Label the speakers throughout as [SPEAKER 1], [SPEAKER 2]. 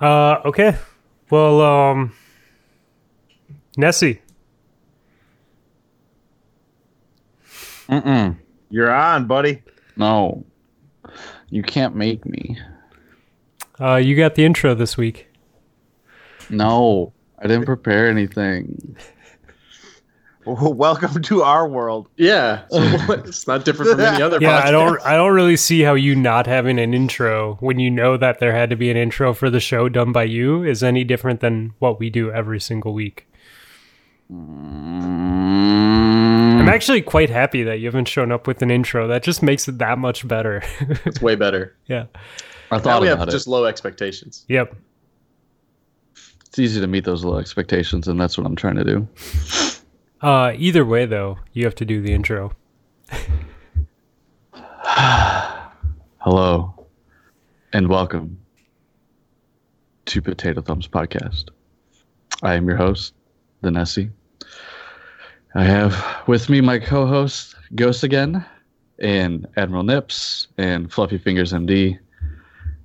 [SPEAKER 1] Uh, okay. Well, um, Nessie.
[SPEAKER 2] Mm-mm.
[SPEAKER 3] You're on, buddy.
[SPEAKER 2] No. You can't make me.
[SPEAKER 1] Uh, you got the intro this week.
[SPEAKER 2] No. I didn't prepare anything.
[SPEAKER 3] Welcome to our world.
[SPEAKER 4] Yeah, so what- it's not different from any other.
[SPEAKER 1] Yeah, I don't.
[SPEAKER 4] podcast.
[SPEAKER 1] I don't really see how you not having an intro when you know that there had to be an intro for the show done by you is any different than what we do every single week.
[SPEAKER 2] Mm.
[SPEAKER 1] I'm actually quite happy that you haven't shown up with an intro. That just makes it that much better.
[SPEAKER 4] It's way better.
[SPEAKER 1] yeah.
[SPEAKER 2] I
[SPEAKER 4] Now
[SPEAKER 2] thought
[SPEAKER 4] we
[SPEAKER 2] about
[SPEAKER 4] have
[SPEAKER 2] it.
[SPEAKER 4] just low expectations.
[SPEAKER 1] Yep.
[SPEAKER 2] It's easy to meet those little expectations, and that's what I'm trying to do.
[SPEAKER 1] Uh, either way, though, you have to do the intro.
[SPEAKER 2] Hello, and welcome to Potato Thumbs Podcast. I am your host, the Nessie. I have with me my co-host Ghost again, and Admiral Nips, and Fluffy Fingers MD.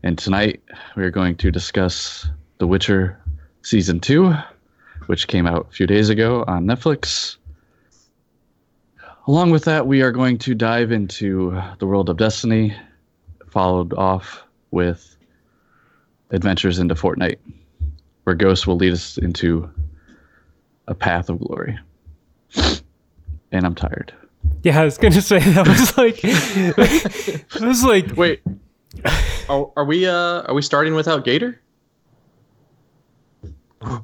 [SPEAKER 2] And tonight we are going to discuss The Witcher season two, which came out a few days ago on Netflix. Along with that, we are going to dive into the world of Destiny followed off with Adventures into Fortnite, where Ghost will lead us into a path of glory. And I'm tired.
[SPEAKER 1] Yeah, I was gonna say that was like, that was like,
[SPEAKER 4] Wait, are, are we uh are we starting without Gator?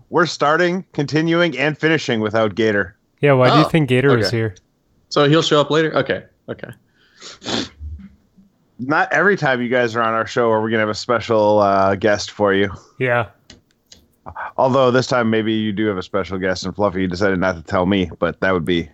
[SPEAKER 3] We're starting, continuing, and finishing without Gator.
[SPEAKER 1] yeah. Why do you
[SPEAKER 4] Oh,
[SPEAKER 1] think Gator was
[SPEAKER 4] okay.
[SPEAKER 1] here?
[SPEAKER 4] So he'll show up later. Okay, okay.
[SPEAKER 3] Not every time you guys are on our show are we going to have a special uh, guest for you.
[SPEAKER 1] Yeah.
[SPEAKER 3] Although this time maybe you do have a special guest, and Fluffy decided not to tell me, but that would be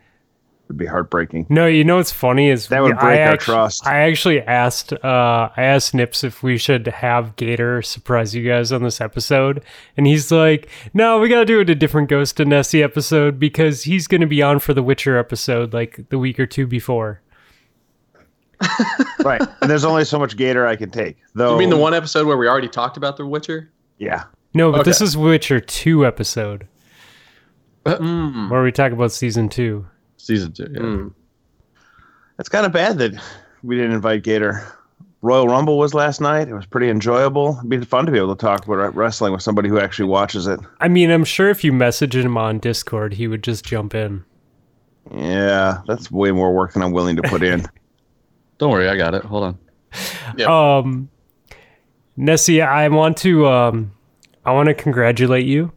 [SPEAKER 3] would be heartbreaking.
[SPEAKER 1] No, you know what's funny is
[SPEAKER 3] That would break
[SPEAKER 1] I
[SPEAKER 3] our
[SPEAKER 1] act-
[SPEAKER 3] trust.
[SPEAKER 1] I actually asked, uh, I asked Nips if we should have Gator surprise you guys on this episode, and he's like, "No, we gotta do it a different Ghost and Nessie episode because he's gonna be on for the Witcher episode like the week or two before."
[SPEAKER 3] right. And there's only so much Gator I can take. Though.
[SPEAKER 4] You
[SPEAKER 1] Oh.
[SPEAKER 4] mean the one episode where we already talked about The Witcher?
[SPEAKER 3] Yeah.
[SPEAKER 1] No, but
[SPEAKER 4] Okay.
[SPEAKER 1] this is Witcher two episode
[SPEAKER 4] Mm.
[SPEAKER 1] where we talk about season two.
[SPEAKER 2] Season two. Yeah.
[SPEAKER 4] Mm.
[SPEAKER 3] It's kind of bad that we didn't invite Gator. Royal Rumble was last night. It was pretty enjoyable. It'd be fun to be able to talk about wrestling with somebody who actually watches it.
[SPEAKER 1] I mean, I'm sure if you messaged him on Discord, he would just jump in.
[SPEAKER 3] Yeah, that's way more work than I'm willing to put in.
[SPEAKER 2] Don't worry, I got it. Hold on.
[SPEAKER 1] Um, Nessie, I want to um, I want to congratulate you.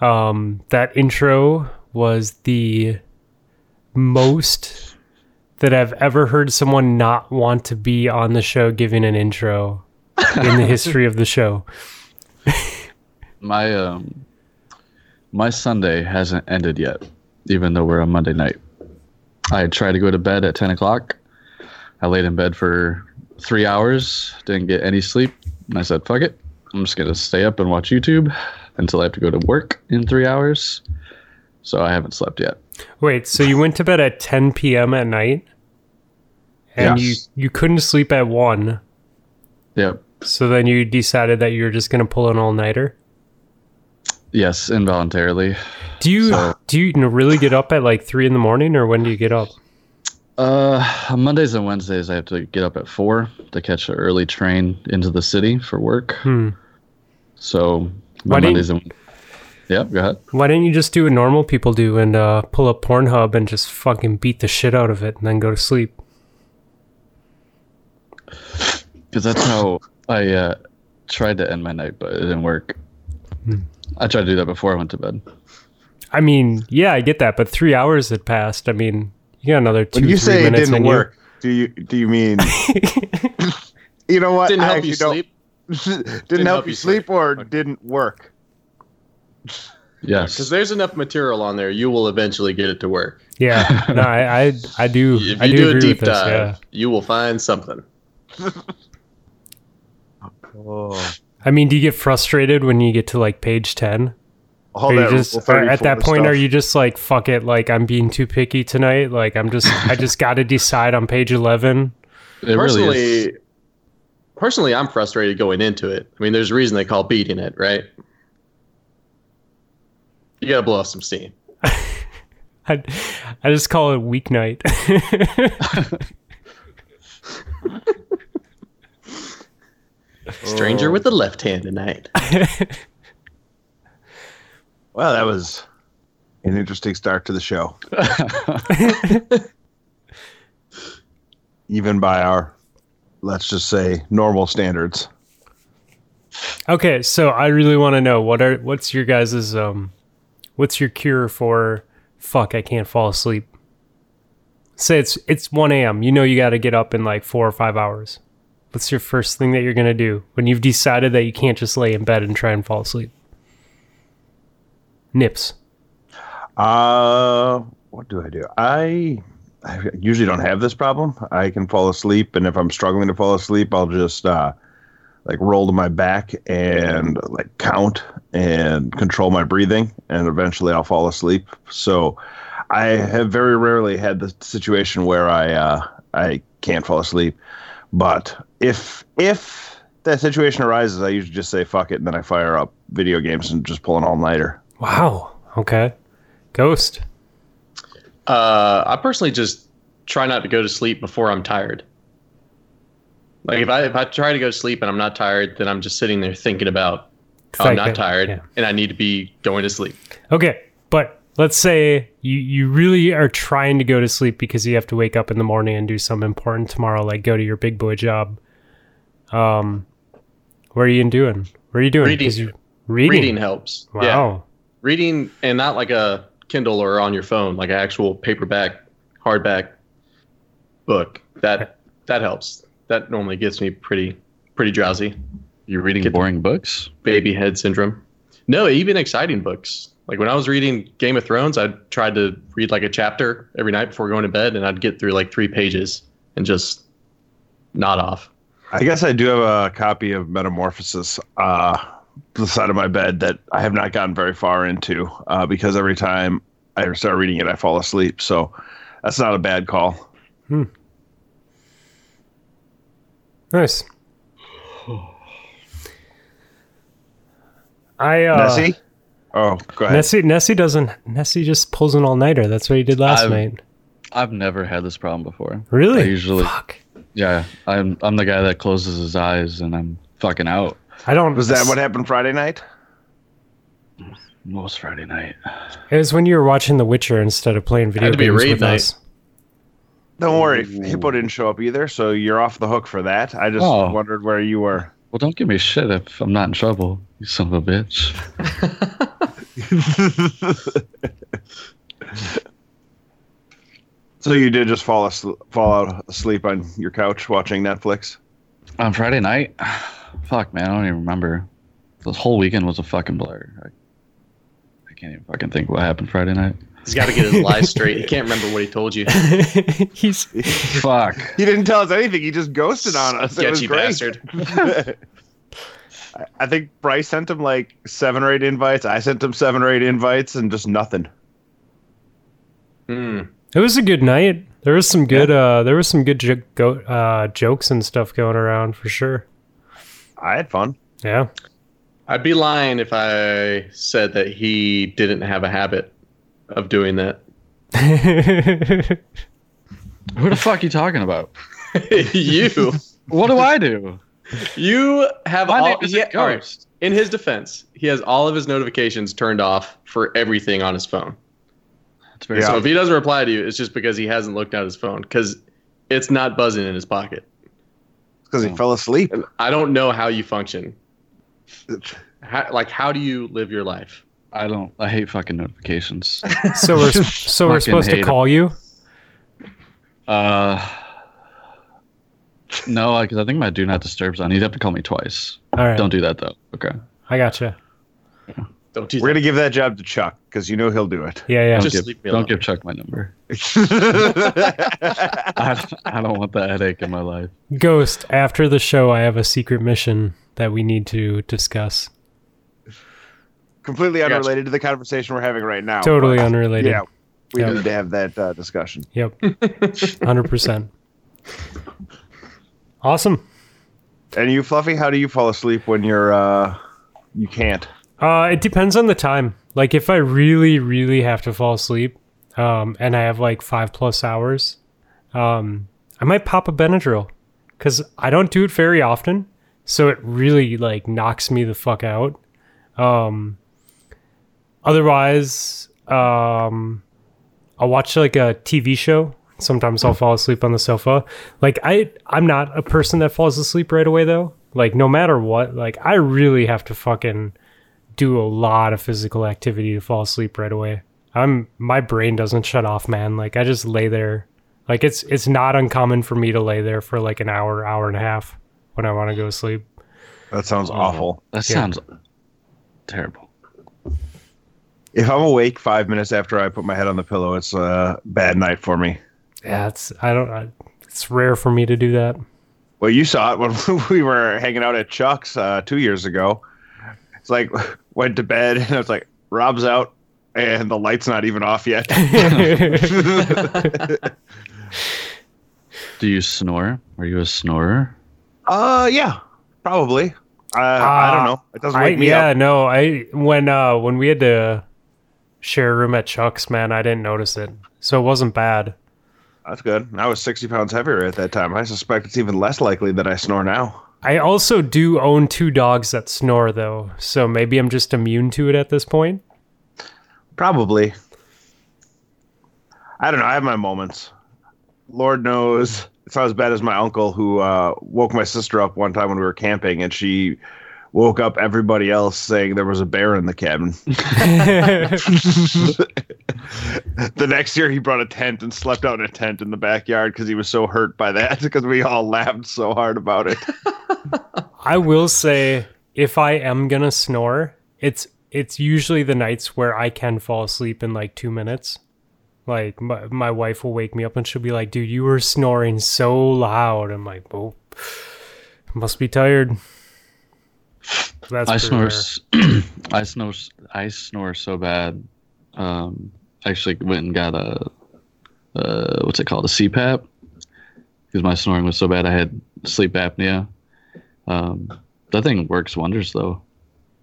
[SPEAKER 1] Um, that intro was the most that I've ever heard someone not want to be on the show giving an intro in the history of the show.
[SPEAKER 2] My um, my Sunday hasn't ended yet, even though we're on Monday night. I tried to go to bed at ten o'clock. I laid in bed for three hours, didn't get any sleep, and I said, "Fuck it, I'm just gonna stay up and watch YouTube until I have to go to work in three hours." So I haven't slept yet.
[SPEAKER 1] Wait, so you went to bed at 10 p.m. at night, and
[SPEAKER 2] Yes.
[SPEAKER 1] you you couldn't sleep at one.
[SPEAKER 2] Yep.
[SPEAKER 1] So then you decided that you were just gonna pull an all nighter.
[SPEAKER 2] Yes, involuntarily.
[SPEAKER 1] Do you
[SPEAKER 2] So-
[SPEAKER 1] do you n- really get up at like three in the morning, or when do you get up?
[SPEAKER 2] Uh, on Mondays and Wednesdays, I have to get up at four to catch an early train into the city for work.
[SPEAKER 1] Hmm.
[SPEAKER 2] So
[SPEAKER 1] Why
[SPEAKER 2] my
[SPEAKER 1] didn't-
[SPEAKER 2] Mondays and yep, go ahead.
[SPEAKER 1] Why don't you just do what normal people do and uh, pull up Pornhub and just fucking beat the shit out of it and then go to sleep?
[SPEAKER 2] Because that's how I uh, tried to end my night, but it didn't work. I tried to do that before I went to bed.
[SPEAKER 1] I mean, yeah, I get that, but three hours had passed. I mean, you got another two.
[SPEAKER 3] When you
[SPEAKER 1] three
[SPEAKER 3] say it
[SPEAKER 1] minutes
[SPEAKER 3] didn't
[SPEAKER 1] in you.
[SPEAKER 3] work, do you do you mean You know what?
[SPEAKER 4] Didn't
[SPEAKER 3] I
[SPEAKER 4] help you
[SPEAKER 3] actually
[SPEAKER 4] sleep.
[SPEAKER 3] don't- didn't, help, you sleep, or didn't work.
[SPEAKER 4] Because
[SPEAKER 2] Yes.
[SPEAKER 4] there's enough material on there, you will eventually get it to work.
[SPEAKER 1] Yeah, no, I, I, I do.
[SPEAKER 4] If
[SPEAKER 1] I do,
[SPEAKER 4] you do, a
[SPEAKER 1] agree
[SPEAKER 4] deep
[SPEAKER 1] with this.
[SPEAKER 4] dive,
[SPEAKER 1] Yeah,
[SPEAKER 4] you will find something.
[SPEAKER 3] Oh.
[SPEAKER 1] I mean, do you get frustrated when you get to like page ten?
[SPEAKER 3] All
[SPEAKER 1] are
[SPEAKER 3] uh, that
[SPEAKER 1] you just
[SPEAKER 3] Rule
[SPEAKER 1] are- at
[SPEAKER 3] 34
[SPEAKER 1] that point
[SPEAKER 3] stuff.
[SPEAKER 1] are you just like fuck it like i'm being too picky tonight like i'm just i just gotta decide on page 11
[SPEAKER 2] It really
[SPEAKER 4] Personally,
[SPEAKER 2] is.
[SPEAKER 4] personally, I'm frustrated going into it. I mean, there's a reason they call beating it, right? You got to blow off some steam.
[SPEAKER 1] I, I just call it weeknight.
[SPEAKER 4] Stranger
[SPEAKER 1] Oh.
[SPEAKER 4] with the left hand tonight.
[SPEAKER 3] Well, that was an interesting start to the show, even by our, let's just say, normal standards.
[SPEAKER 1] okay, so I really want to know what are what's your guys's um, what's your cure for fuck? I can't fall asleep. Say it's it's one a.m. You know you got to get up in like four or five hours. What's your first thing that you're gonna do when you've decided that you can't just lay in bed and try and fall asleep? Nips.
[SPEAKER 3] Uh, what do I do? I, I usually don't have this problem. I can fall asleep, and if I'm struggling to fall asleep, I'll just uh, like roll to my back and like count and control my breathing, and eventually I'll fall asleep. So, I have very rarely had the situation where I uh, I can't fall asleep. But if if that situation arises, I usually just say fuck it, and then I fire up video games and just pull an all nighter.
[SPEAKER 1] Wow. Okay. Ghost.
[SPEAKER 4] Uh, I personally just try not to go to sleep before I'm tired. Like if I if I try to go to sleep and I'm not tired, then I'm just sitting there thinking about Oh, I'm
[SPEAKER 1] Like
[SPEAKER 4] not
[SPEAKER 1] that-
[SPEAKER 4] tired
[SPEAKER 1] yeah.
[SPEAKER 4] and I need to be going to sleep.
[SPEAKER 1] Okay, but let's say you you really are trying to go to sleep because you have to wake up in the morning and do something important tomorrow, like go to your big boy job. Um, what are you doing? What are you doing? 'Cause
[SPEAKER 4] Reading.
[SPEAKER 1] you- reading.
[SPEAKER 4] Reading helps. Yeah.
[SPEAKER 1] Wow.
[SPEAKER 4] Reading and not like a Kindle or on your phone, like an actual paperback, hardback book. That that helps. That normally gets me pretty pretty drowsy.
[SPEAKER 2] You're reading
[SPEAKER 4] Get-
[SPEAKER 2] boring books?
[SPEAKER 4] baby head syndrome. No, even exciting books. Like when I was reading Game of Thrones, I tried to read like a chapter every night before going to bed, and I'd get through like three pages and just nod off.
[SPEAKER 3] I guess I do have a copy of Metamorphosis uh, to the side of my bed that I have not gotten very far into uh, because every time I start reading it, I fall asleep. So that's not a bad call.
[SPEAKER 1] Nice. I uh,
[SPEAKER 3] Nessie? Oh, go ahead.
[SPEAKER 1] Nessie Nessie doesn't Nessie just pulls an all nighter. That's what he did last
[SPEAKER 2] I've-
[SPEAKER 1] night.
[SPEAKER 2] I've never had this problem before.
[SPEAKER 1] Really?
[SPEAKER 2] I usually-
[SPEAKER 1] Fuck.
[SPEAKER 2] Yeah, I'm I'm the guy that closes his eyes and I'm fucking out
[SPEAKER 1] I don't.
[SPEAKER 3] Was that what happened Friday night?
[SPEAKER 2] most Friday night.
[SPEAKER 1] It was when you were watching The Witcher instead of playing video
[SPEAKER 4] Had to be a
[SPEAKER 1] games
[SPEAKER 4] raid
[SPEAKER 1] with
[SPEAKER 4] night.
[SPEAKER 1] us.
[SPEAKER 3] Don't worry, Hippo didn't show up either, so you're off the hook for that. I just
[SPEAKER 2] Oh.
[SPEAKER 3] wondered where you were.
[SPEAKER 2] Well, don't give me shit if I'm not in trouble, you son of a bitch.
[SPEAKER 3] So you did just fall asleep, fall out asleep on your couch watching Netflix.
[SPEAKER 2] On Friday night, fuck man, I don't even remember. This whole weekend was a fucking blur. I, I can't even fucking think what happened Friday night.
[SPEAKER 4] He's got to get his lies straight. He can't remember what he told you.
[SPEAKER 1] He's
[SPEAKER 2] Fuck.
[SPEAKER 3] He didn't tell us anything. He just ghosted on us. It was
[SPEAKER 4] Sketchy
[SPEAKER 3] great. I-
[SPEAKER 4] bastard.
[SPEAKER 3] I think Bryce sent him like seven or eight invites. I sent him seven or eight invites and just nothing.
[SPEAKER 4] Mm.
[SPEAKER 1] It was a good night. There was some good uh there was some good jo- go- uh jokes and stuff going around for sure.
[SPEAKER 3] I had fun.
[SPEAKER 1] Yeah.
[SPEAKER 4] I'd be lying if I said that he didn't have a habit of doing that.
[SPEAKER 2] Who the fuck you talking about?
[SPEAKER 4] you,
[SPEAKER 2] What do I do?
[SPEAKER 4] you have
[SPEAKER 2] My
[SPEAKER 4] all.
[SPEAKER 2] name is
[SPEAKER 4] yeah, all right.
[SPEAKER 2] Ghost.
[SPEAKER 4] In his defense, he has all of his notifications turned off for everything on his phone.
[SPEAKER 2] It's very
[SPEAKER 3] Yeah.
[SPEAKER 4] So if he doesn't reply to you, it's just because he hasn't looked at his phone because it's not buzzing in his pocket.
[SPEAKER 3] Because he
[SPEAKER 2] Oh.
[SPEAKER 3] fell asleep.
[SPEAKER 4] I don't know how you function. How, like, how do you live your life?
[SPEAKER 2] I don't. I hate fucking notifications.
[SPEAKER 1] so we're so we're
[SPEAKER 2] Fucking
[SPEAKER 1] supposed
[SPEAKER 2] hate
[SPEAKER 1] to
[SPEAKER 2] 'em.
[SPEAKER 1] call you.
[SPEAKER 2] Uh, no, because I think my do not disturbs on. You'd have to call me twice.
[SPEAKER 1] All right.
[SPEAKER 2] Don't do that though. Okay.
[SPEAKER 1] I gotcha.
[SPEAKER 4] Don't do
[SPEAKER 3] We're
[SPEAKER 4] that.
[SPEAKER 3] gonna give that job to Chuck because you know he'll do it.
[SPEAKER 1] Yeah, yeah.
[SPEAKER 2] Don't
[SPEAKER 4] Just
[SPEAKER 2] give,
[SPEAKER 4] leave me
[SPEAKER 2] don't
[SPEAKER 4] alone.
[SPEAKER 2] give Chuck my number. I, I don't want that headache in my life.
[SPEAKER 1] Ghost, after the show I have a secret mission that we need to discuss.
[SPEAKER 3] Completely
[SPEAKER 4] Gotcha.
[SPEAKER 3] unrelated to the conversation we're having right
[SPEAKER 2] Oh,
[SPEAKER 3] now.
[SPEAKER 1] Totally
[SPEAKER 3] but,
[SPEAKER 1] unrelated.
[SPEAKER 3] Yeah, we
[SPEAKER 1] Yeah.
[SPEAKER 3] need to have that uh, discussion.
[SPEAKER 1] Yep. 100%. Awesome.
[SPEAKER 3] And you, Fluffy, how do you fall asleep when you're uh you can't?
[SPEAKER 1] Uh, it depends on the time. Like if I really, really have to fall asleep, um, and I have like five plus hours, um, I might pop a Benadryl, cause I don't do it very often, so it really like knocks me the fuck out. Um, otherwise, um, I'll watch like a TV show. Sometimes I'll fall asleep on the sofa. Like I, I'm not a person that falls asleep right away though. Like no matter what, like I really have to fucking do a lot of physical activity to fall asleep right away. I'm my brain doesn't shut off, man. Like I just lay there. Like it's it's not uncommon for me to lay there for like an hour, hour and a half when I want to go to sleep.
[SPEAKER 3] That sounds
[SPEAKER 1] Oh.
[SPEAKER 3] awful.
[SPEAKER 2] That
[SPEAKER 1] Yeah.
[SPEAKER 2] sounds terrible.
[SPEAKER 3] If I'm awake five minutes after I put my head on the pillow, it's a bad night for me.
[SPEAKER 1] Yeah, it's I don't. I, it's rare for me to do that.
[SPEAKER 3] Well, you saw it when we were hanging out at Chuck's uh, two years ago. It's like went to bed and I was like, Rob's out and the light's not even off yet.
[SPEAKER 2] Do you snore? Are you a snorer?
[SPEAKER 3] uh, yeah, probably. Uh, I don't know. It doesn't
[SPEAKER 1] Uh, I,
[SPEAKER 3] wake me
[SPEAKER 1] yeah,
[SPEAKER 3] up.
[SPEAKER 1] no. I when uh when we had to share a room at Chuck's, man, I didn't notice it, so it wasn't bad.
[SPEAKER 3] That's good. I was 60 pounds heavier at that time. I suspect it's even less likely that I snore now.
[SPEAKER 1] I also do own two dogs that snore though, so maybe I'm just immune to it at this point.
[SPEAKER 3] Probably. I don't know. I have my moments. Lord knows it's not as bad as my uncle who uh, woke my sister up one time when we were camping, and she woke up everybody else saying there was a bear in the cabin. the next year, he brought a tent and slept out in a tent in the backyard because he was so hurt by that because we all laughed so hard about it.
[SPEAKER 1] I will say if I am gonna snore, it's it's usually the nights where I can fall asleep in like two minutes. Like my, my wife will wake me up and she'll be like, "Dude, you were snoring so loud." I'm like, "Oh, must be tired." That's
[SPEAKER 2] I
[SPEAKER 1] pretty
[SPEAKER 2] snore.
[SPEAKER 1] rare.
[SPEAKER 2] s- I snore. s- I snore so bad. Um, actually went and got a, uh, what's it called, a CPAP, because my snoring was so bad I had sleep apnea. Um, that thing works wonders though.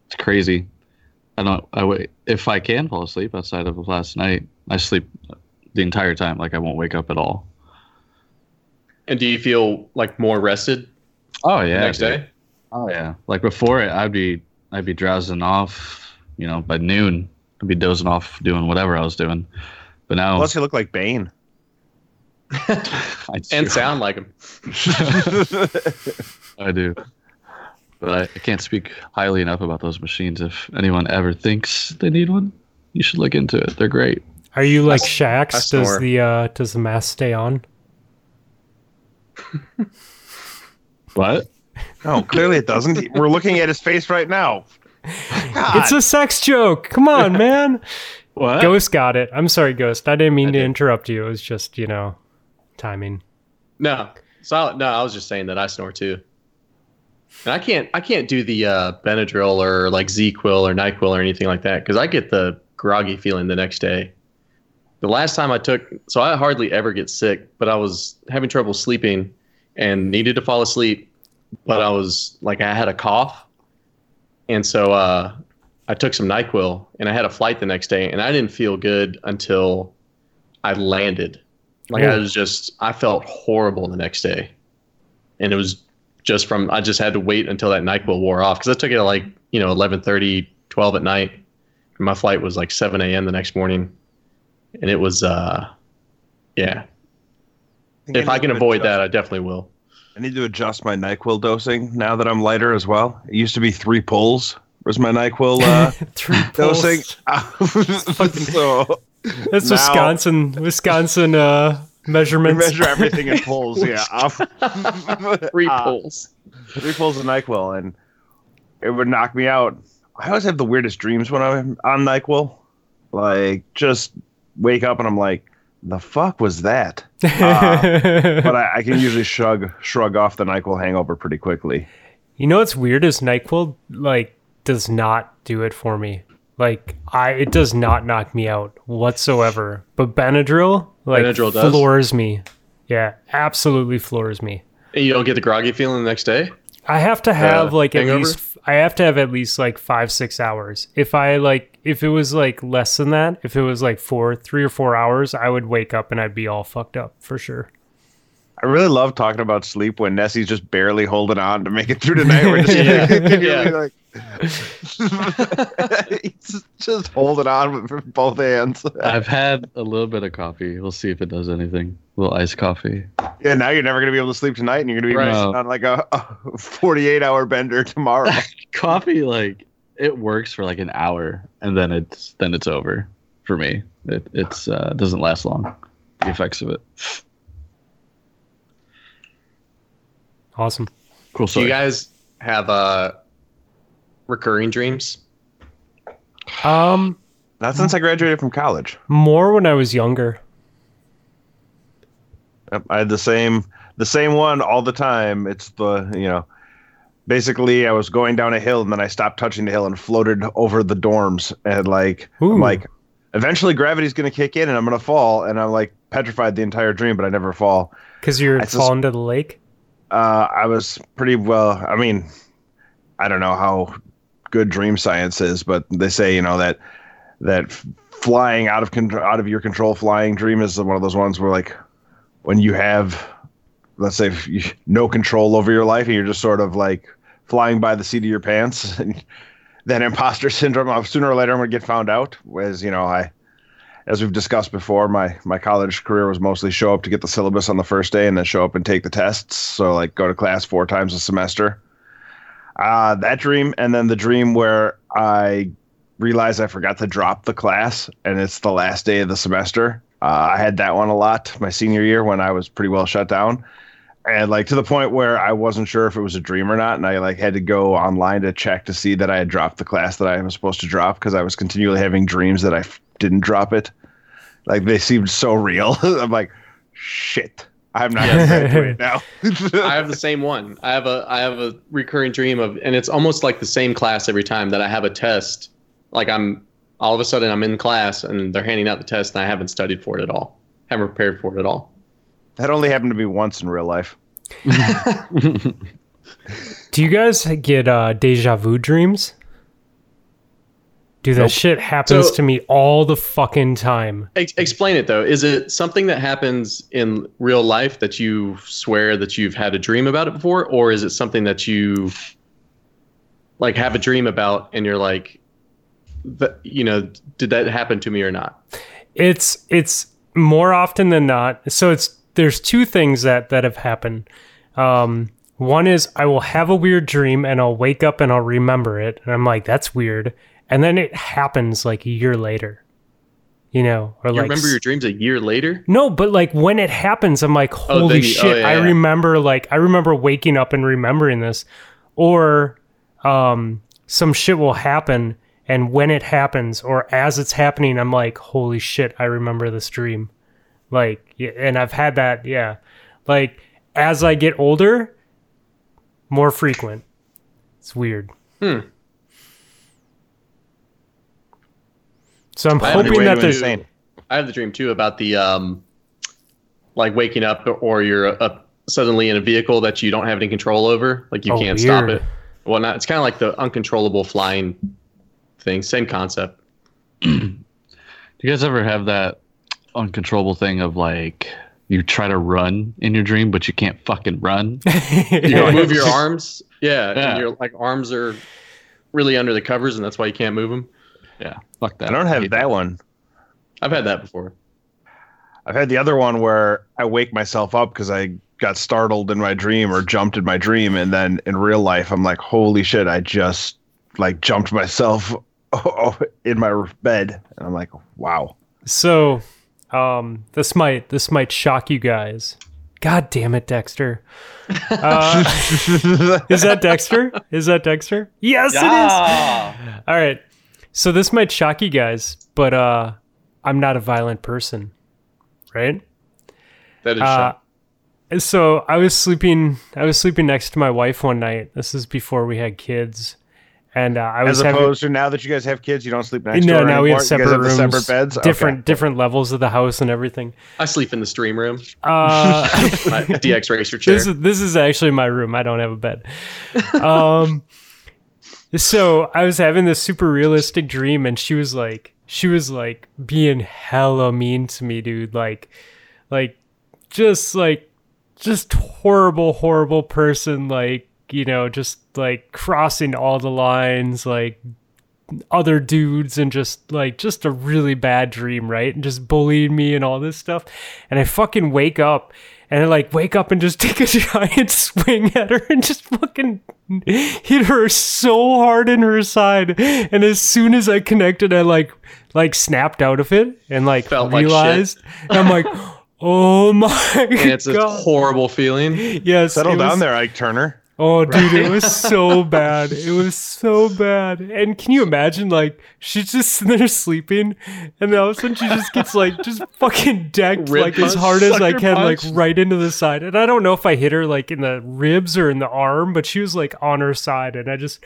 [SPEAKER 2] It's crazy. I don't. I wait if I can fall asleep outside of last night. I sleep the entire time. Like I won't wake up at all.
[SPEAKER 4] And do you feel like more rested
[SPEAKER 2] Oh
[SPEAKER 4] the
[SPEAKER 2] yeah.
[SPEAKER 4] next
[SPEAKER 2] dude.
[SPEAKER 4] day?
[SPEAKER 2] Oh yeah. Like before it, I'd be I'd be drowsing off. You know, by noon, I'd be dozing off doing whatever I was doing. But
[SPEAKER 4] Oh.
[SPEAKER 2] now,
[SPEAKER 3] Plus, you look like Bane.
[SPEAKER 2] I do.
[SPEAKER 4] And sound like him.
[SPEAKER 2] I do. But I, I can't speak highly enough about those machines. If anyone ever thinks they need one, you should look into it. They're great.
[SPEAKER 1] Are you like
[SPEAKER 4] I
[SPEAKER 1] Shax? Does
[SPEAKER 4] snore.
[SPEAKER 1] the uh, does the mask stay on?
[SPEAKER 2] What?
[SPEAKER 3] No, clearly it doesn't. We're looking at his face right now. Ah,
[SPEAKER 1] It's a sex joke. Come on, man.
[SPEAKER 2] What?
[SPEAKER 1] Ghost got it. I'm sorry, Ghost. I didn't mean
[SPEAKER 4] I
[SPEAKER 1] to
[SPEAKER 4] did.
[SPEAKER 1] interrupt you. It was just you know, timing.
[SPEAKER 4] No, solid. No, I was just saying that I snore too. And I can't, I can't do the uh, Benadryl or like ZQuil or Nyquil or anything like that because I get the groggy feeling the next day. The last time I took, so I hardly ever get sick, but I was having trouble sleeping and needed to fall asleep, but I was like I had a cough, and so uh, I took some Nyquil and I had a flight the next day, and I didn't feel good until I landed. Like I
[SPEAKER 1] Ooh.
[SPEAKER 4] was just, I felt horrible the next day, and it was just from I just had to wait until that Nyquil wore off because I took it at like you know 11:30, 12 at night, and my flight was like 7 a.m. the next morning, and it was uh, yeah. If I can avoid that, I definitely will.
[SPEAKER 3] I need to adjust my NyQuil dosing now that I'm lighter as well. It used to be three pulls was my NyQuil uh,
[SPEAKER 1] Three pulls.
[SPEAKER 3] dosing. so
[SPEAKER 1] That's
[SPEAKER 3] Now-
[SPEAKER 1] Wisconsin, Wisconsin uh,
[SPEAKER 3] we
[SPEAKER 1] measurements.
[SPEAKER 3] measure everything in pulls. Yeah,
[SPEAKER 4] Three
[SPEAKER 3] Ah.
[SPEAKER 4] pulls.
[SPEAKER 3] three pulls of NyQuil, and it would knock me out. I always have the weirdest dreams when I'm on NyQuil. Like just wake up and I'm like, the fuck was that?
[SPEAKER 4] Ah.
[SPEAKER 3] But I, I can usually shrug shrug off the NyQuil hangover pretty quickly.
[SPEAKER 1] you know what's weird is Nyquil like does not do it for me. Like I, it does not knock me out whatsoever. But Benadryl like
[SPEAKER 4] Benadryl does?
[SPEAKER 1] floors me. Yeah, absolutely floors me.
[SPEAKER 4] And you don't get the groggy feeling the next day?
[SPEAKER 1] I have to have
[SPEAKER 4] Uh,
[SPEAKER 1] like at
[SPEAKER 4] hangover?
[SPEAKER 1] least I have to have at least like five six hours. If I like if it was like less than that, if it was like four three or four hours, I would wake up and I'd be all fucked up for sure.
[SPEAKER 3] I really love talking about sleep when Nessie's just barely holding on to make it through tonight. We're just
[SPEAKER 1] Yeah.
[SPEAKER 3] yeah. like just, just holding on with both hands.
[SPEAKER 2] I've had a little bit of coffee. We'll see if it does anything. A little iced coffee.
[SPEAKER 3] Yeah, now you're never gonna be able to sleep tonight, and you're gonna be
[SPEAKER 4] Right.
[SPEAKER 3] missing on like a, a 48 hour bender tomorrow.
[SPEAKER 2] Coffee, like it works for like an hour, and then it's then it's over for me. It it's uh, doesn't last long. The effects of it.
[SPEAKER 1] Awesome.
[SPEAKER 2] Cool
[SPEAKER 4] Do
[SPEAKER 2] story.
[SPEAKER 4] you guys have uh, recurring dreams?
[SPEAKER 1] Um,
[SPEAKER 3] Not since I graduated from college.
[SPEAKER 1] more when I was younger.
[SPEAKER 3] Yep, I had the same the same one all the time. It's the you know, basically I was going down a hill and then I stopped touching the hill and floated over the dorms and like
[SPEAKER 1] Ooh.
[SPEAKER 3] I'm like, eventually gravity's gonna kick in and I'm gonna fall and I'm like petrified the entire dream, but I never fall.
[SPEAKER 1] Because you're
[SPEAKER 3] I sus-
[SPEAKER 1] falling to the lake.
[SPEAKER 3] Uh, I was pretty well. I mean, I don't know how good dream science is, but they say you know that that f- flying out of control, out of your control, flying dream is one of those ones where like when you have, let's say, if you, no control over your life and you're just sort of like flying by the seat of your pants, and that imposter syndrome. Of sooner or later, I'm gonna get found out. As you know, I. As we've discussed before, my, my college career was mostly show up to get the syllabus on the first day and then show up and take the tests. So, like, go to class four times a semester uh, that dream and then the dream where i realized i forgot to drop the class and it's the last day of the semester uh, i had that one a lot my senior year when i was pretty well shut down and like to the point where i wasn't sure if it was a dream or not and i like had to go online to check to see that i had dropped the class that i was supposed to drop because i was continually having dreams that I f- didn't drop it like they seemed so real i'm like shit i'm not gonna graduate now
[SPEAKER 4] I have the same one. I have a I have a recurring dream of, and it's almost like the same class every time that I have a test. Like I'm all of a sudden I'm in class and they're handing out the test and I haven't studied for it at all. Haven't prepared for it at all.
[SPEAKER 3] that only happened to me once in real life
[SPEAKER 1] Do you guys get uh, deja vu dreams? Dude, that shit happens
[SPEAKER 4] So-
[SPEAKER 1] to me all the fucking time.
[SPEAKER 4] Ex- explain it though. Is it something that happens in real life that you swear that you've had a dream about it before, or is it something that you like have a dream about and you're like, th- you know, did that happen to me or not?
[SPEAKER 1] It's it's more often than not. So it's there's two things that that have happened. Um, one is I will have a weird dream and I'll wake up and I'll remember it, and I'm like, that's weird. And then it happens like a year later, you know, or
[SPEAKER 4] You
[SPEAKER 1] like
[SPEAKER 4] remember your dreams a year later?
[SPEAKER 1] No, but like when it happens, I'm like,
[SPEAKER 4] Oh,
[SPEAKER 1] holy
[SPEAKER 4] then you- oh,
[SPEAKER 1] shit!
[SPEAKER 4] yeah,
[SPEAKER 1] I
[SPEAKER 4] yeah.
[SPEAKER 1] remember, like, I remember waking up and remembering this, or um, some shit will happen, and when it happens, or as it's happening, I'm like, holy shit! I remember this dream, like, yeah, and I've had that, yeah, like as I get older, more frequent. It's weird.
[SPEAKER 4] Hmm.
[SPEAKER 1] So I'm
[SPEAKER 4] I haven't
[SPEAKER 1] hoping
[SPEAKER 4] been
[SPEAKER 1] that
[SPEAKER 4] to-
[SPEAKER 1] there's
[SPEAKER 3] insane.
[SPEAKER 4] I have the dream too about the um, like waking up or you're up suddenly in a vehicle that you don't have any control over, like you
[SPEAKER 1] Oh,
[SPEAKER 4] can't stop
[SPEAKER 1] weird.
[SPEAKER 4] it. Well, not. It's kind of like the uncontrollable flying thing. Same concept.
[SPEAKER 2] Do you guys ever have that uncontrollable thing of like you try to run in your dream, but you can't fucking run?
[SPEAKER 4] You
[SPEAKER 2] Yeah.
[SPEAKER 4] don't move your arms. Yeah,
[SPEAKER 2] Yeah.
[SPEAKER 4] and your like arms are really under the covers, and that's why you can't move them.
[SPEAKER 2] yeah, fuck that.
[SPEAKER 3] i don't have
[SPEAKER 2] hate
[SPEAKER 3] that one
[SPEAKER 4] I've had that before.
[SPEAKER 3] I've had the other one where I wake myself up because I got startled in my dream or jumped in my dream, and then in real life I'm like, holy shit, I just like jumped myself oh, in my bed, and I'm like, wow.
[SPEAKER 1] So, um, this might this might shock you guys. God damn it, Dexter! Uh, is that Dexter? Is that Dexter? Yes, it is. All right. So this might shock you guys, but uh, I'm not a violent person, right?
[SPEAKER 4] That is
[SPEAKER 1] Uh,
[SPEAKER 4] shocking.
[SPEAKER 1] so I was sleeping I was sleeping next to my wife one night. This is before we had kids. and uh, I
[SPEAKER 3] As
[SPEAKER 1] was having
[SPEAKER 3] opposed to now that you guys have kids, you don't sleep next
[SPEAKER 1] no,
[SPEAKER 3] door.
[SPEAKER 1] now
[SPEAKER 3] anymore?
[SPEAKER 1] we have
[SPEAKER 3] You guys
[SPEAKER 1] separate
[SPEAKER 3] the
[SPEAKER 1] rooms,
[SPEAKER 3] separate beds, Okay.
[SPEAKER 1] different different levels of the house and everything.
[SPEAKER 4] I sleep in the stream room.
[SPEAKER 1] Uh,
[SPEAKER 4] My DX racer chair.
[SPEAKER 1] this is this is actually my room. I don't have a bed. Um, so I was having this super realistic dream, and she was like, she was like being hella mean to me, dude. Like, like just like just horrible, horrible person. Like you know, just like crossing all the lines, like other dudes and just like just a really bad dream, right? And just bullied me and all this stuff. And I fucking wake up and I like wake up and just take a giant swing at her and just fucking hit her so hard in her side. And as soon as I connected, I like like snapped out of it and like
[SPEAKER 4] Felt like shit.
[SPEAKER 1] realized. and I'm like, oh my
[SPEAKER 4] and it's a
[SPEAKER 1] god.
[SPEAKER 4] horrible feeling.
[SPEAKER 1] Yes,
[SPEAKER 3] Settle
[SPEAKER 1] it
[SPEAKER 3] down
[SPEAKER 1] was-
[SPEAKER 3] there, Ike Turner.
[SPEAKER 1] Oh, dude, it was so bad. It was so bad. And can you imagine, like, she's just sitting there sleeping, and then all of a sudden she just gets, like, just fucking decked,
[SPEAKER 4] Rib
[SPEAKER 1] like, as
[SPEAKER 4] punch,
[SPEAKER 1] hard as I
[SPEAKER 4] sucker
[SPEAKER 1] can, like,
[SPEAKER 4] punch.
[SPEAKER 1] right into the side. And I don't know if I hit her, like, in the ribs or in the arm, but she was, like, on her side. And I just,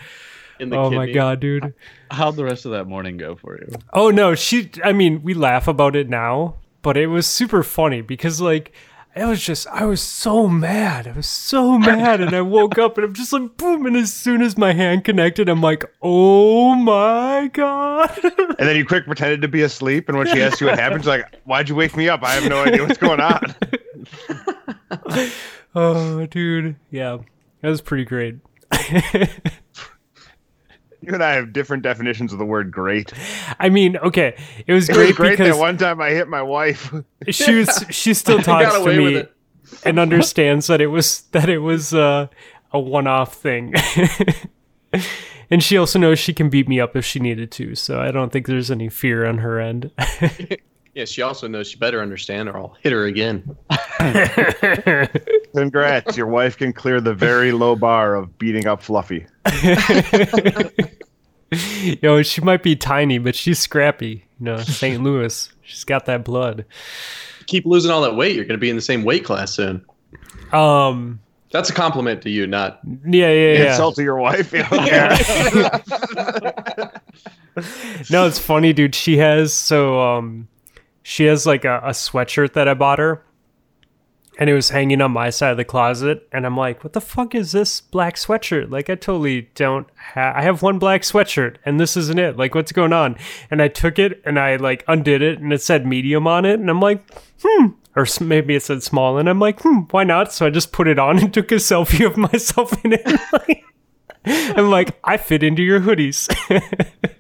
[SPEAKER 4] In the
[SPEAKER 1] oh my
[SPEAKER 4] kidney.
[SPEAKER 1] God, dude.
[SPEAKER 2] How'd the rest of that morning go for you?
[SPEAKER 1] Oh no, she I mean, we laugh about it now, but it was super funny because like I was just I was so mad. I was so mad and I woke up and I'm just like boom and as soon as my hand connected, I'm like, "Oh my god."
[SPEAKER 3] And then you quick pretended to be asleep, and when she asked you what happened, she's like, "Why'd you wake me up? I have no idea what's going on."
[SPEAKER 1] oh, dude. Yeah. That was pretty great.
[SPEAKER 3] You and I have different definitions of the word "great."
[SPEAKER 1] I mean, okay, it was
[SPEAKER 3] It
[SPEAKER 1] great,
[SPEAKER 3] was great
[SPEAKER 1] because
[SPEAKER 3] that one time I hit my wife.
[SPEAKER 1] she was she still
[SPEAKER 4] I
[SPEAKER 1] talks
[SPEAKER 4] got
[SPEAKER 1] to
[SPEAKER 4] away with
[SPEAKER 1] me
[SPEAKER 4] it.
[SPEAKER 1] and understands that it was that it was uh, a one-off thing. and she also knows she can beat me up if she needed to, so I don't think there's any fear on her end.
[SPEAKER 4] Yeah, she also knows she better understand or I'll hit her again.
[SPEAKER 3] Congrats, your wife can clear the very low bar of beating up Fluffy.
[SPEAKER 1] you know, she might be tiny, but she's scrappy. You know, St. Louis. She's got that blood.
[SPEAKER 4] Keep losing all that weight. You're going to be in the same weight class soon.
[SPEAKER 1] Um
[SPEAKER 4] That's a compliment to you, not
[SPEAKER 1] yeah, yeah, yeah.
[SPEAKER 3] Insult to your wife.
[SPEAKER 1] no, it's funny, dude. She has so um, she has like a, a sweatshirt that I bought her, and it was hanging on my side of the closet, and I'm like, what the fuck is this black sweatshirt? Like, I totally don't. Ha- I have one black sweatshirt, and this isn't it. Like, what's going on? And I took it and I like undid it, and it said medium on it, and I'm like, hmm. Or s- maybe it said small, and I'm like, hmm, why not? So I just put it on and took a selfie of myself in it. I'm like, I fit into your hoodies.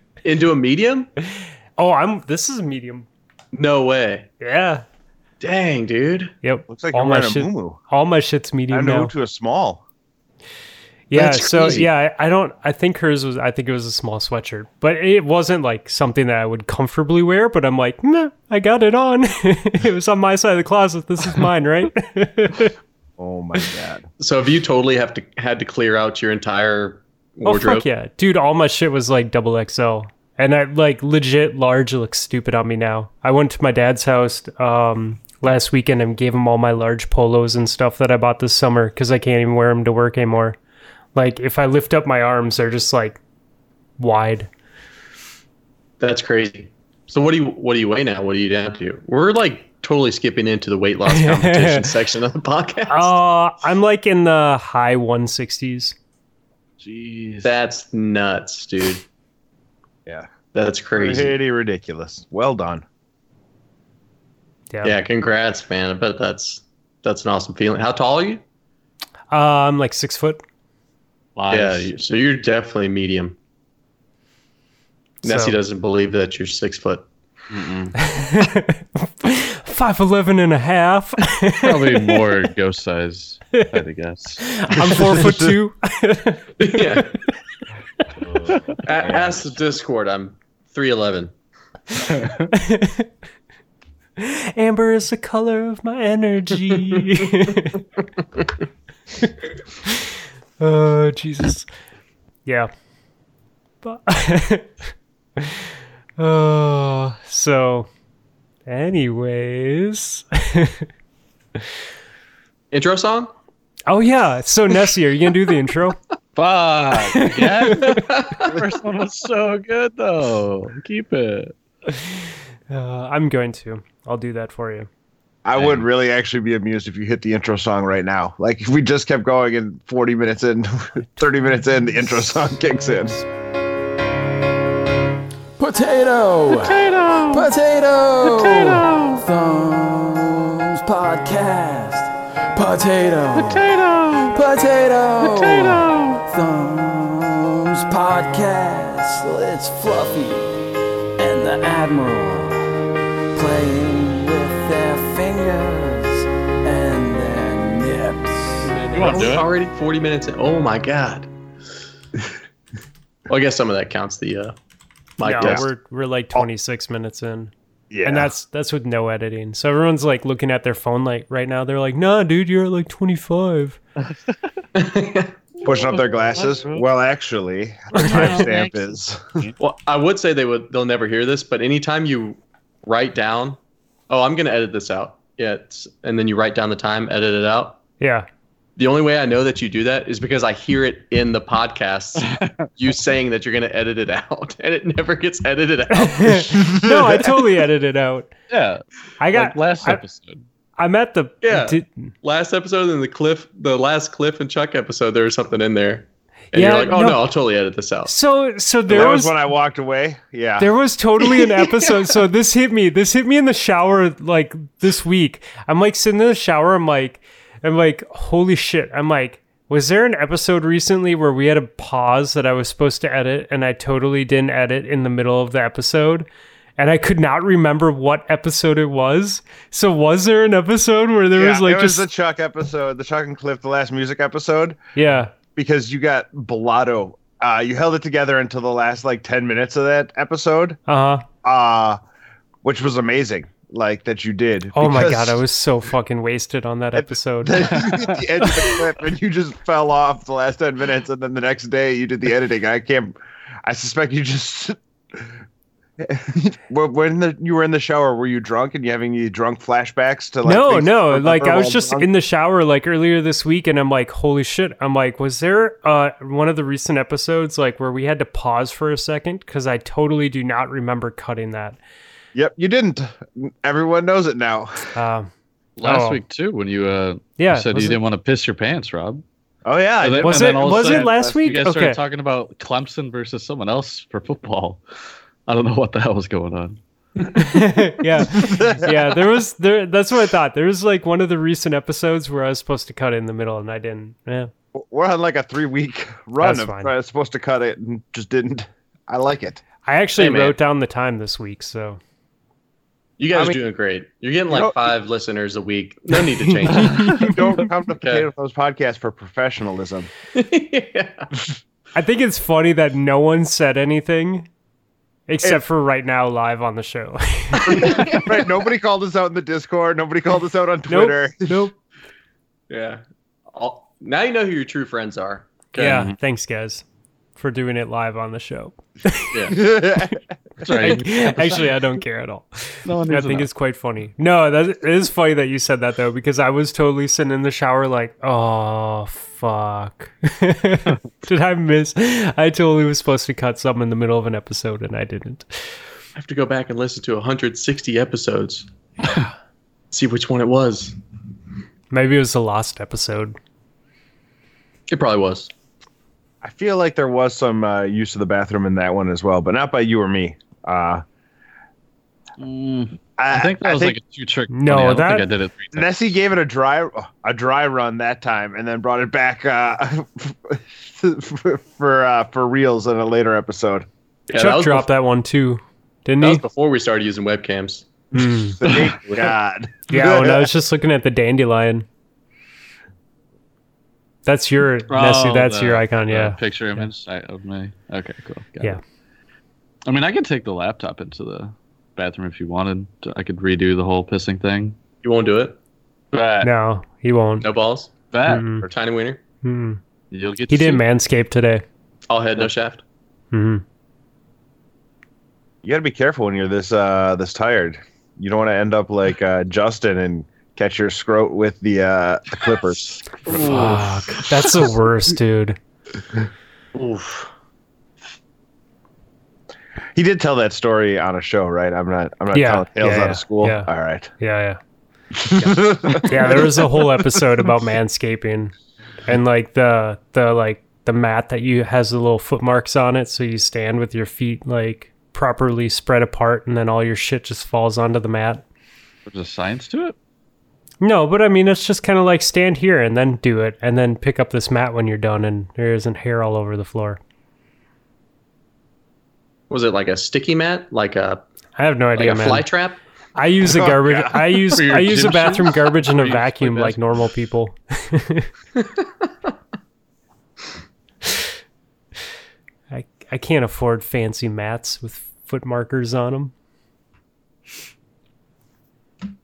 [SPEAKER 4] into a medium.
[SPEAKER 1] Oh, I'm. This is medium.
[SPEAKER 4] No way.
[SPEAKER 1] Yeah.
[SPEAKER 4] Dang, dude.
[SPEAKER 1] Yep.
[SPEAKER 3] Looks like
[SPEAKER 1] all
[SPEAKER 3] you're
[SPEAKER 1] my
[SPEAKER 3] wearing a
[SPEAKER 1] shit.
[SPEAKER 3] muumuu.
[SPEAKER 1] All my shit's
[SPEAKER 3] I
[SPEAKER 1] medium
[SPEAKER 3] know
[SPEAKER 1] now.
[SPEAKER 3] to a small.
[SPEAKER 1] Yeah.
[SPEAKER 4] That's
[SPEAKER 1] So
[SPEAKER 4] crazy.
[SPEAKER 1] yeah, I, I don't. I think hers was. I think it was a small sweatshirt, but it wasn't like something that I would comfortably wear. But I'm like, Meh, I got it on. it was on my side of the closet. This is mine, right?
[SPEAKER 3] Oh my god.
[SPEAKER 4] So have you totally have to had to clear out your entire
[SPEAKER 1] oh
[SPEAKER 4] wardrobe?
[SPEAKER 1] fuck yeah, dude! All my shit was like double XL, and I like legit large looks stupid on me now. I went to my dad's house um, last weekend and gave him all my large polos and stuff that I bought this summer because I can't even wear them to work anymore. Like if I lift up my arms, they're just like wide.
[SPEAKER 4] That's crazy. So what do you what do you weigh now? What are you down to? We're like totally skipping into the weight loss competition section of the podcast.
[SPEAKER 1] Uh, I'm like in the high 160s.
[SPEAKER 2] Jeez.
[SPEAKER 4] That's nuts, dude.
[SPEAKER 3] Yeah.
[SPEAKER 4] That's crazy.
[SPEAKER 3] Pretty ridiculous. Well done.
[SPEAKER 1] Yeah.
[SPEAKER 4] Yeah, congrats, man. I bet that's that's an awesome feeling. How tall are you?
[SPEAKER 1] Uh, I'm like six foot.
[SPEAKER 2] Lies.
[SPEAKER 4] Yeah, you- so you're definitely medium. Nessie
[SPEAKER 1] So-
[SPEAKER 4] doesn't believe that you're six foot.
[SPEAKER 2] Mm-mm.
[SPEAKER 1] Five eleven and a half.
[SPEAKER 2] Probably more ghost size, if I had to guess.
[SPEAKER 1] I'm four foot two.
[SPEAKER 4] yeah. A- ask the Discord. I'm three eleven.
[SPEAKER 1] Amber is the color of my energy. oh Jesus. Yeah. But oh, so anyways.
[SPEAKER 4] Intro song?
[SPEAKER 1] oh yeah. So Nessie, are you gonna do the intro?
[SPEAKER 5] Fuck. Yeah. First one was so good though. Keep it.
[SPEAKER 1] Uh, I'm going to. I'll do that for you.
[SPEAKER 3] I would really actually be amused if you hit the intro song right now. Like if we just kept going and 40 minutes in, 30 minutes in, the intro song kicks in.
[SPEAKER 6] Potato. Potato. Potato. Potato. Thumbs podcast. Potato. Potato. Potato. Potato. Thumbs podcast. It's Fluffy and the Admiral playing with their fingers and their nips.
[SPEAKER 5] You want to do
[SPEAKER 4] We're
[SPEAKER 5] it?
[SPEAKER 4] already 40 minutes in. Oh my god. well, I guess some of that counts the uh mic
[SPEAKER 1] no,
[SPEAKER 4] test.
[SPEAKER 1] we're we're like 26 minutes in,
[SPEAKER 3] Yeah.
[SPEAKER 1] and that's that's with no editing. So everyone's like looking at their phone like right now. They're like, "Nah, dude, you're at like 25."
[SPEAKER 3] pushing up their glasses. Well, actually, the timestamp is.
[SPEAKER 4] Well, I would say they would they'll never hear this, but anytime you write down, oh, I'm gonna edit this out. Yeah, it's, and then you write down the time, edit it out.
[SPEAKER 1] Yeah,
[SPEAKER 4] The only way I know that you do that is because I hear it in the podcast, you saying that you're gonna edit it out, and it never gets edited out.
[SPEAKER 1] no, I totally edited out.
[SPEAKER 5] Yeah.
[SPEAKER 1] I
[SPEAKER 5] Like
[SPEAKER 1] got.
[SPEAKER 5] last
[SPEAKER 1] I-
[SPEAKER 5] episode.
[SPEAKER 1] I'm at the.
[SPEAKER 4] Yeah.
[SPEAKER 1] did-
[SPEAKER 4] last episode and the Cliff, the last Cliff and Chuck episode, there was something in there, and
[SPEAKER 1] Yeah,
[SPEAKER 4] you're like, oh
[SPEAKER 1] no.
[SPEAKER 4] no, I'll totally edit this out.
[SPEAKER 1] so so
[SPEAKER 3] that
[SPEAKER 1] there
[SPEAKER 3] was,
[SPEAKER 1] was
[SPEAKER 3] when I walked away. Yeah.
[SPEAKER 1] There was totally an episode. So this hit me. This hit me in the shower like this week. I'm like sitting in the shower. I'm like, I'm like, holy shit. I'm like, was there an episode recently where we had a pause that I was supposed to edit and I totally didn't edit in the middle of the episode? And I could not remember what episode it was. So was there an episode where there
[SPEAKER 3] Yeah,
[SPEAKER 1] was like
[SPEAKER 3] it
[SPEAKER 1] just
[SPEAKER 3] was the Chuck episode, the Chuck and Cliff, the last music episode,
[SPEAKER 1] yeah,
[SPEAKER 3] because you got Blotto. Uh, you held it together until the last like 10 minutes of that episode,
[SPEAKER 1] uh huh.
[SPEAKER 3] uh, which was amazing. Like that you did.
[SPEAKER 1] Oh my
[SPEAKER 3] because
[SPEAKER 1] god, I was so fucking wasted on that episode.
[SPEAKER 3] then you did the end of the clip and you just fell off the last 10 minutes and then the next day you did the editing i can't i suspect you just when when the, you were in the shower were you drunk and you having the drunk flashbacks to like
[SPEAKER 1] no
[SPEAKER 3] things you
[SPEAKER 1] no
[SPEAKER 3] remember
[SPEAKER 1] like i was
[SPEAKER 3] while
[SPEAKER 1] just
[SPEAKER 3] drunk?
[SPEAKER 1] in the shower like earlier this week and i'm like holy shit i'm like was there uh one of the recent episodes like where we had to pause for a second because i totally do not remember cutting that
[SPEAKER 3] yep you didn't everyone knows it now
[SPEAKER 1] um
[SPEAKER 2] Last
[SPEAKER 1] Oh.
[SPEAKER 2] week too, when you uh
[SPEAKER 1] yeah
[SPEAKER 2] said
[SPEAKER 1] was
[SPEAKER 2] you
[SPEAKER 1] it-
[SPEAKER 2] didn't want to piss your pants, Rob.
[SPEAKER 3] oh yeah I
[SPEAKER 2] And then-
[SPEAKER 1] was
[SPEAKER 2] and
[SPEAKER 1] it
[SPEAKER 2] then all of a
[SPEAKER 1] was it
[SPEAKER 2] sudden,
[SPEAKER 1] last
[SPEAKER 2] You
[SPEAKER 1] week
[SPEAKER 2] guys
[SPEAKER 1] okay
[SPEAKER 2] started talking about Clemson versus someone else for football. I don't know what the hell was going on.
[SPEAKER 1] yeah yeah there was there that's what i thought there was like one of the recent episodes where i was supposed to cut it in the middle and i didn't yeah
[SPEAKER 3] did. we're on like a three week run
[SPEAKER 1] That's
[SPEAKER 3] of
[SPEAKER 1] fine.
[SPEAKER 3] I was supposed to cut it and just didn't i like it
[SPEAKER 1] i actually
[SPEAKER 4] Hey, man.
[SPEAKER 1] wrote down the time this week so
[SPEAKER 4] You guys
[SPEAKER 3] I mean-
[SPEAKER 4] are doing great. You're getting like
[SPEAKER 3] You know-
[SPEAKER 4] five listeners a week. No need to change. it.
[SPEAKER 3] you don't come to
[SPEAKER 4] Okay.
[SPEAKER 3] potato those podcasts for professionalism
[SPEAKER 4] yeah.
[SPEAKER 1] i think it's funny that no one said anything except for right now live on the show
[SPEAKER 3] right nobody called us out in the discord nobody called us out on twitter
[SPEAKER 1] Nope. nope.
[SPEAKER 4] Yeah. All, now you know who your true friends are. 'Kay?
[SPEAKER 1] Yeah. Thanks, guys, for doing it live on the show.
[SPEAKER 2] That's right.
[SPEAKER 1] Actually, I don't care at all.
[SPEAKER 2] no one
[SPEAKER 1] I think it's quite funny. No, that it is funny that you said that though, because I was totally sitting in the shower like, oh fuck, did I miss? I totally was supposed to cut some in the middle of an episode and I didn't.
[SPEAKER 4] I have to go back and listen to 160 episodes. See which one it was.
[SPEAKER 1] Maybe it was the last episode.
[SPEAKER 4] It probably was.
[SPEAKER 3] I feel like there was some uh, use of the bathroom in that one as well, but not by you or me. Uh,
[SPEAKER 2] Mm,
[SPEAKER 3] I,
[SPEAKER 2] I think that
[SPEAKER 3] I
[SPEAKER 2] was
[SPEAKER 3] think
[SPEAKER 2] like a two trick.
[SPEAKER 1] No,
[SPEAKER 2] I don't
[SPEAKER 1] that-
[SPEAKER 2] think I did it three times.
[SPEAKER 3] Nessie gave it a dry a dry run that time, and then brought it back uh, for for, uh, for reels in a later episode.
[SPEAKER 4] Yeah, that,
[SPEAKER 1] Chuck
[SPEAKER 4] was
[SPEAKER 1] dropped that one too,
[SPEAKER 4] bef-
[SPEAKER 1] didn't
[SPEAKER 4] that
[SPEAKER 1] he?
[SPEAKER 4] was before we started using webcams.
[SPEAKER 1] Mm.
[SPEAKER 3] Thank God.
[SPEAKER 1] Yeah, when I was just looking at the dandelion. That's your Nessie,
[SPEAKER 2] Oh,
[SPEAKER 1] that's
[SPEAKER 2] the-
[SPEAKER 1] your icon,
[SPEAKER 2] the
[SPEAKER 1] Mm, yeah.
[SPEAKER 2] picture image I- of me. Okay, cool. Got
[SPEAKER 1] Yeah.
[SPEAKER 2] it. I mean, I could take the laptop into the bathroom if you wanted. I could redo the whole pissing thing.
[SPEAKER 4] You won't do it?
[SPEAKER 2] But,
[SPEAKER 1] No, he won't.
[SPEAKER 4] No balls?
[SPEAKER 2] but
[SPEAKER 1] Mm,
[SPEAKER 4] Or tiny wiener?
[SPEAKER 1] mm.
[SPEAKER 2] you'll get.
[SPEAKER 1] He
[SPEAKER 2] to see
[SPEAKER 1] did
[SPEAKER 2] it.
[SPEAKER 1] manscape today.
[SPEAKER 4] All head, no shaft?
[SPEAKER 1] Mhm.
[SPEAKER 3] You got to be careful when you're this uh, this tired. You don't want to end up like uh, Justin and catch your scrote with the, uh, the clippers.
[SPEAKER 1] Fuck, that's the worst, dude.
[SPEAKER 4] Oof.
[SPEAKER 3] He did tell that story on a show, right? I'm not. I'm not
[SPEAKER 1] Yeah,
[SPEAKER 3] telling tales
[SPEAKER 1] yeah,
[SPEAKER 3] out
[SPEAKER 1] yeah,
[SPEAKER 3] of school.
[SPEAKER 1] yeah.
[SPEAKER 3] All right.
[SPEAKER 1] Yeah, yeah. yeah, there was a whole episode about manscaping and like the the like the mat that you has the little foot marks on it so you stand with your feet like properly spread apart and then all your shit just falls onto the mat.
[SPEAKER 2] There's a science to it.
[SPEAKER 1] No, but I mean it's just kind of like stand here and then do it and then pick up this mat when you're done and there isn't hair all over the floor.
[SPEAKER 4] Was it like a sticky mat? Like a
[SPEAKER 1] I have no
[SPEAKER 4] like
[SPEAKER 1] idea,
[SPEAKER 4] a
[SPEAKER 1] man.
[SPEAKER 4] fly Oh, trap?
[SPEAKER 1] I use a garbage. I use
[SPEAKER 2] For your
[SPEAKER 1] I use a
[SPEAKER 2] gym
[SPEAKER 1] bathroom garbage and a
[SPEAKER 2] For your
[SPEAKER 1] vacuum
[SPEAKER 2] sleep
[SPEAKER 1] like
[SPEAKER 2] mask.
[SPEAKER 1] normal people. I I can't afford fancy mats with foot markers on them.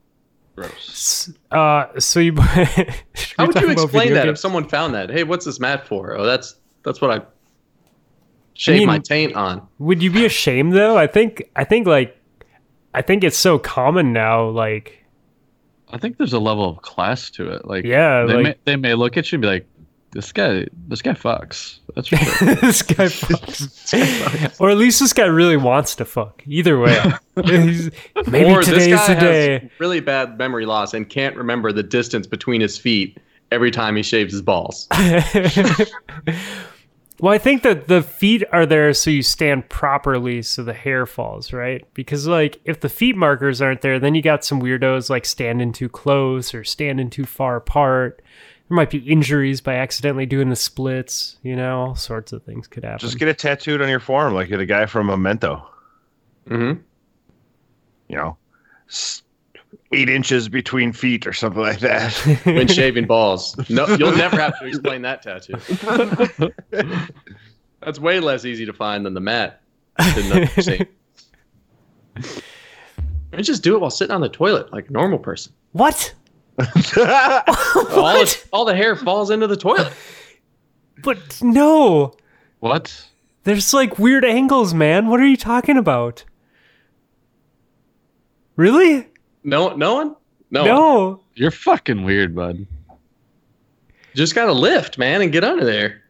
[SPEAKER 2] Gross.
[SPEAKER 1] Uh, so you.
[SPEAKER 4] How would you explain that if someone found that? Hey, what's this mat for? Oh, that's that's what I shave
[SPEAKER 1] mean-
[SPEAKER 4] my taint on.
[SPEAKER 1] Would you be ashamed though? I think I think like I think it's so common now. Like
[SPEAKER 2] I think there's a level of class to it. Like
[SPEAKER 1] Yeah,
[SPEAKER 2] they
[SPEAKER 1] like-
[SPEAKER 2] may, they may look at you and be like, this guy, this guy fucks. That's for sure.
[SPEAKER 1] this guy fucks, or at least this guy really wants to fuck. Either way, He's- maybe
[SPEAKER 4] or this
[SPEAKER 1] today's
[SPEAKER 4] guy
[SPEAKER 1] the day.
[SPEAKER 4] has really bad memory loss and can't remember the distance between his feet every time he shaves his balls.
[SPEAKER 1] well, I think that the feet are there so you stand properly so the hair falls, right? Because like if the feet markers aren't there, then you got some weirdos like standing too close or standing too far apart. There might be injuries by accidentally doing the splits, you know, all sorts of things could happen.
[SPEAKER 3] Just get it tattooed on your forearm, like you're the guy from Memento.
[SPEAKER 4] hmm
[SPEAKER 3] You know, S- eight inches between feet or something like that.
[SPEAKER 4] When shaving balls, no, you'll never have to explain that tattoo. That's way less easy to find than the mat. Didn't understand. And just do it while sitting on the toilet like a normal person.
[SPEAKER 1] what?
[SPEAKER 4] All, the, all the hair falls into the toilet.
[SPEAKER 1] But no.
[SPEAKER 2] what?
[SPEAKER 1] There's like weird angles, man. What are you talking about? Really?
[SPEAKER 4] No, no one, no, One.
[SPEAKER 1] No.
[SPEAKER 2] You're fucking weird, bud.
[SPEAKER 4] Just gotta lift, man, and get under there.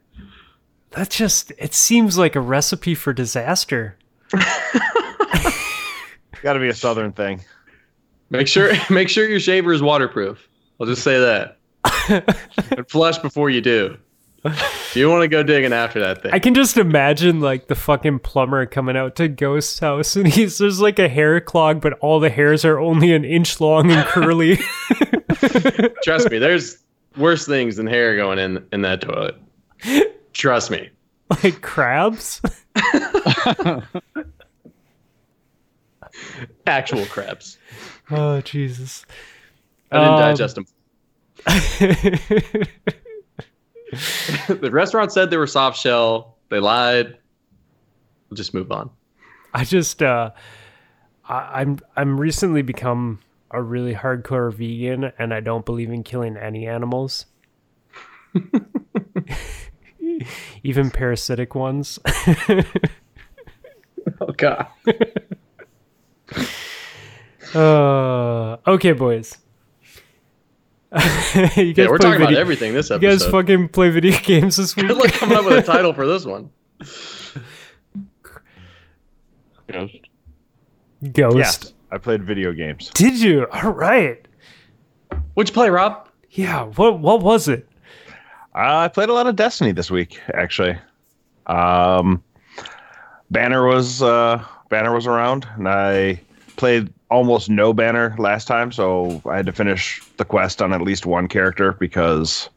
[SPEAKER 1] That just it seems like a recipe for disaster.
[SPEAKER 3] Got to be a southern thing.
[SPEAKER 4] Make sure, make sure your shaver is waterproof. I'll just say that. and flush before you do. You want to go digging after that thing?
[SPEAKER 1] I can just imagine like the fucking plumber coming out to Ghost's house and he's there's like a hair clog, but all the hairs are only an inch long and curly.
[SPEAKER 4] Trust me, there's worse things than hair going in in that toilet. Trust me.
[SPEAKER 1] like crabs.
[SPEAKER 4] Actual crabs.
[SPEAKER 1] Oh Jesus.
[SPEAKER 4] I didn't
[SPEAKER 1] Um,
[SPEAKER 4] digest them. the restaurant said they were soft shell. They lied. We'll just move on.
[SPEAKER 1] I just uh I, I'm I'm recently become a really hardcore vegan and I don't believe in killing any animals. Even parasitic ones.
[SPEAKER 4] Oh god.
[SPEAKER 1] Uh, okay, boys. you guys
[SPEAKER 4] Yeah,
[SPEAKER 1] play
[SPEAKER 4] we're talking about
[SPEAKER 1] video-
[SPEAKER 4] everything this
[SPEAKER 1] You guys
[SPEAKER 4] episode.
[SPEAKER 1] fucking play video games this week.
[SPEAKER 4] Good luck coming up with a title for this one.
[SPEAKER 2] Ghost.
[SPEAKER 1] Ghost.
[SPEAKER 3] Yes, I played video games.
[SPEAKER 1] Did you? All right.
[SPEAKER 4] What'd you play, Rob?
[SPEAKER 1] Yeah. What? What was it?
[SPEAKER 3] I played a lot of Destiny this week, actually. Um, Banner was uh, Banner was around, and I played almost no Banner last time, so I had to finish the quest on at least one character because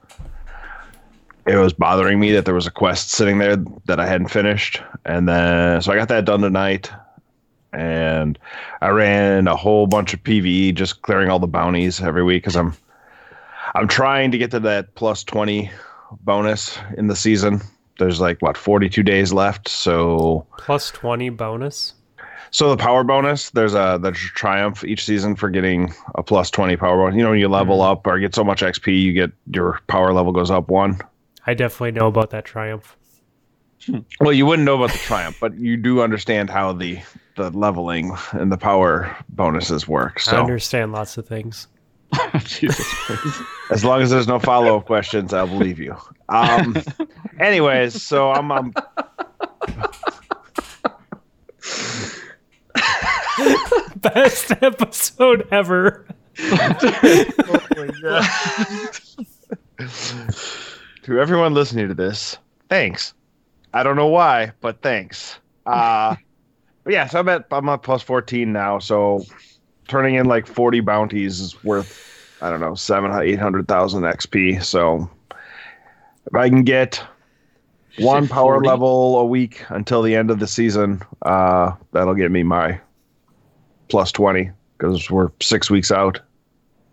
[SPEAKER 3] it was bothering me that there was a quest sitting there that I hadn't finished, and then so I got that done tonight. And I ran a whole bunch of PVE, just clearing all the bounties every week because I'm I'm trying to get to that plus 20 bonus in the season. There's like what 42 days left, so
[SPEAKER 1] Plus twenty bonus.
[SPEAKER 3] so the power bonus, there's a there's a triumph each season for getting a plus 20 power bonus. You know, when you level up or get so much XP, you get your power level goes up one.
[SPEAKER 1] I definitely know about that triumph.
[SPEAKER 3] Well, you wouldn't know about the triumph, but you do understand how the the leveling and the power bonuses work.
[SPEAKER 1] I
[SPEAKER 3] So
[SPEAKER 1] understand lots of things.
[SPEAKER 2] Oh, Jesus Christ.
[SPEAKER 3] as long as there's no follow up questions, I'll believe you. Um, Anyways, so I'm, I'm
[SPEAKER 1] Best episode ever.
[SPEAKER 3] to everyone listening to this, thanks. I don't know why, but thanks. Uh, but yeah, so I'm at I'm at plus fourteen now. So turning in like forty bounties is worth I don't know seven eight hundred thousand XP. So if I can get one power level a week until the end of the season, uh, that'll get me my plus twenty because we're six weeks out.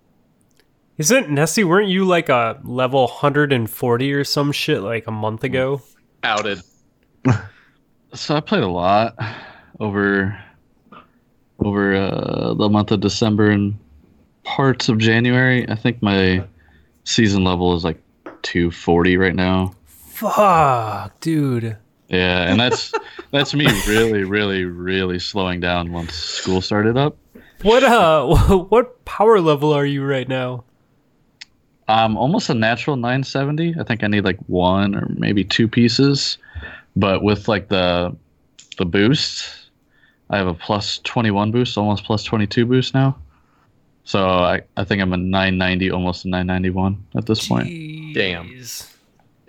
[SPEAKER 1] Isn't Nessie? Weren't you like a level 140 or some shit like a month ago?
[SPEAKER 4] Outed.
[SPEAKER 2] so I played a lot over over uh, the month of December and parts of January. I think my season level is like 240 right now.
[SPEAKER 1] Fuck, dude.
[SPEAKER 2] Yeah, and that's that's me really, really, really slowing down once school started up.
[SPEAKER 1] What uh, what power level are you right now?
[SPEAKER 2] I'm Um, almost a natural 970. I think I need like one or maybe two pieces, but with like the the boost, I have a plus 21 boost, almost plus 22 boost now. So I, I think I'm a 990, almost a 991 at this point.
[SPEAKER 4] Damn.
[SPEAKER 1] Jeez.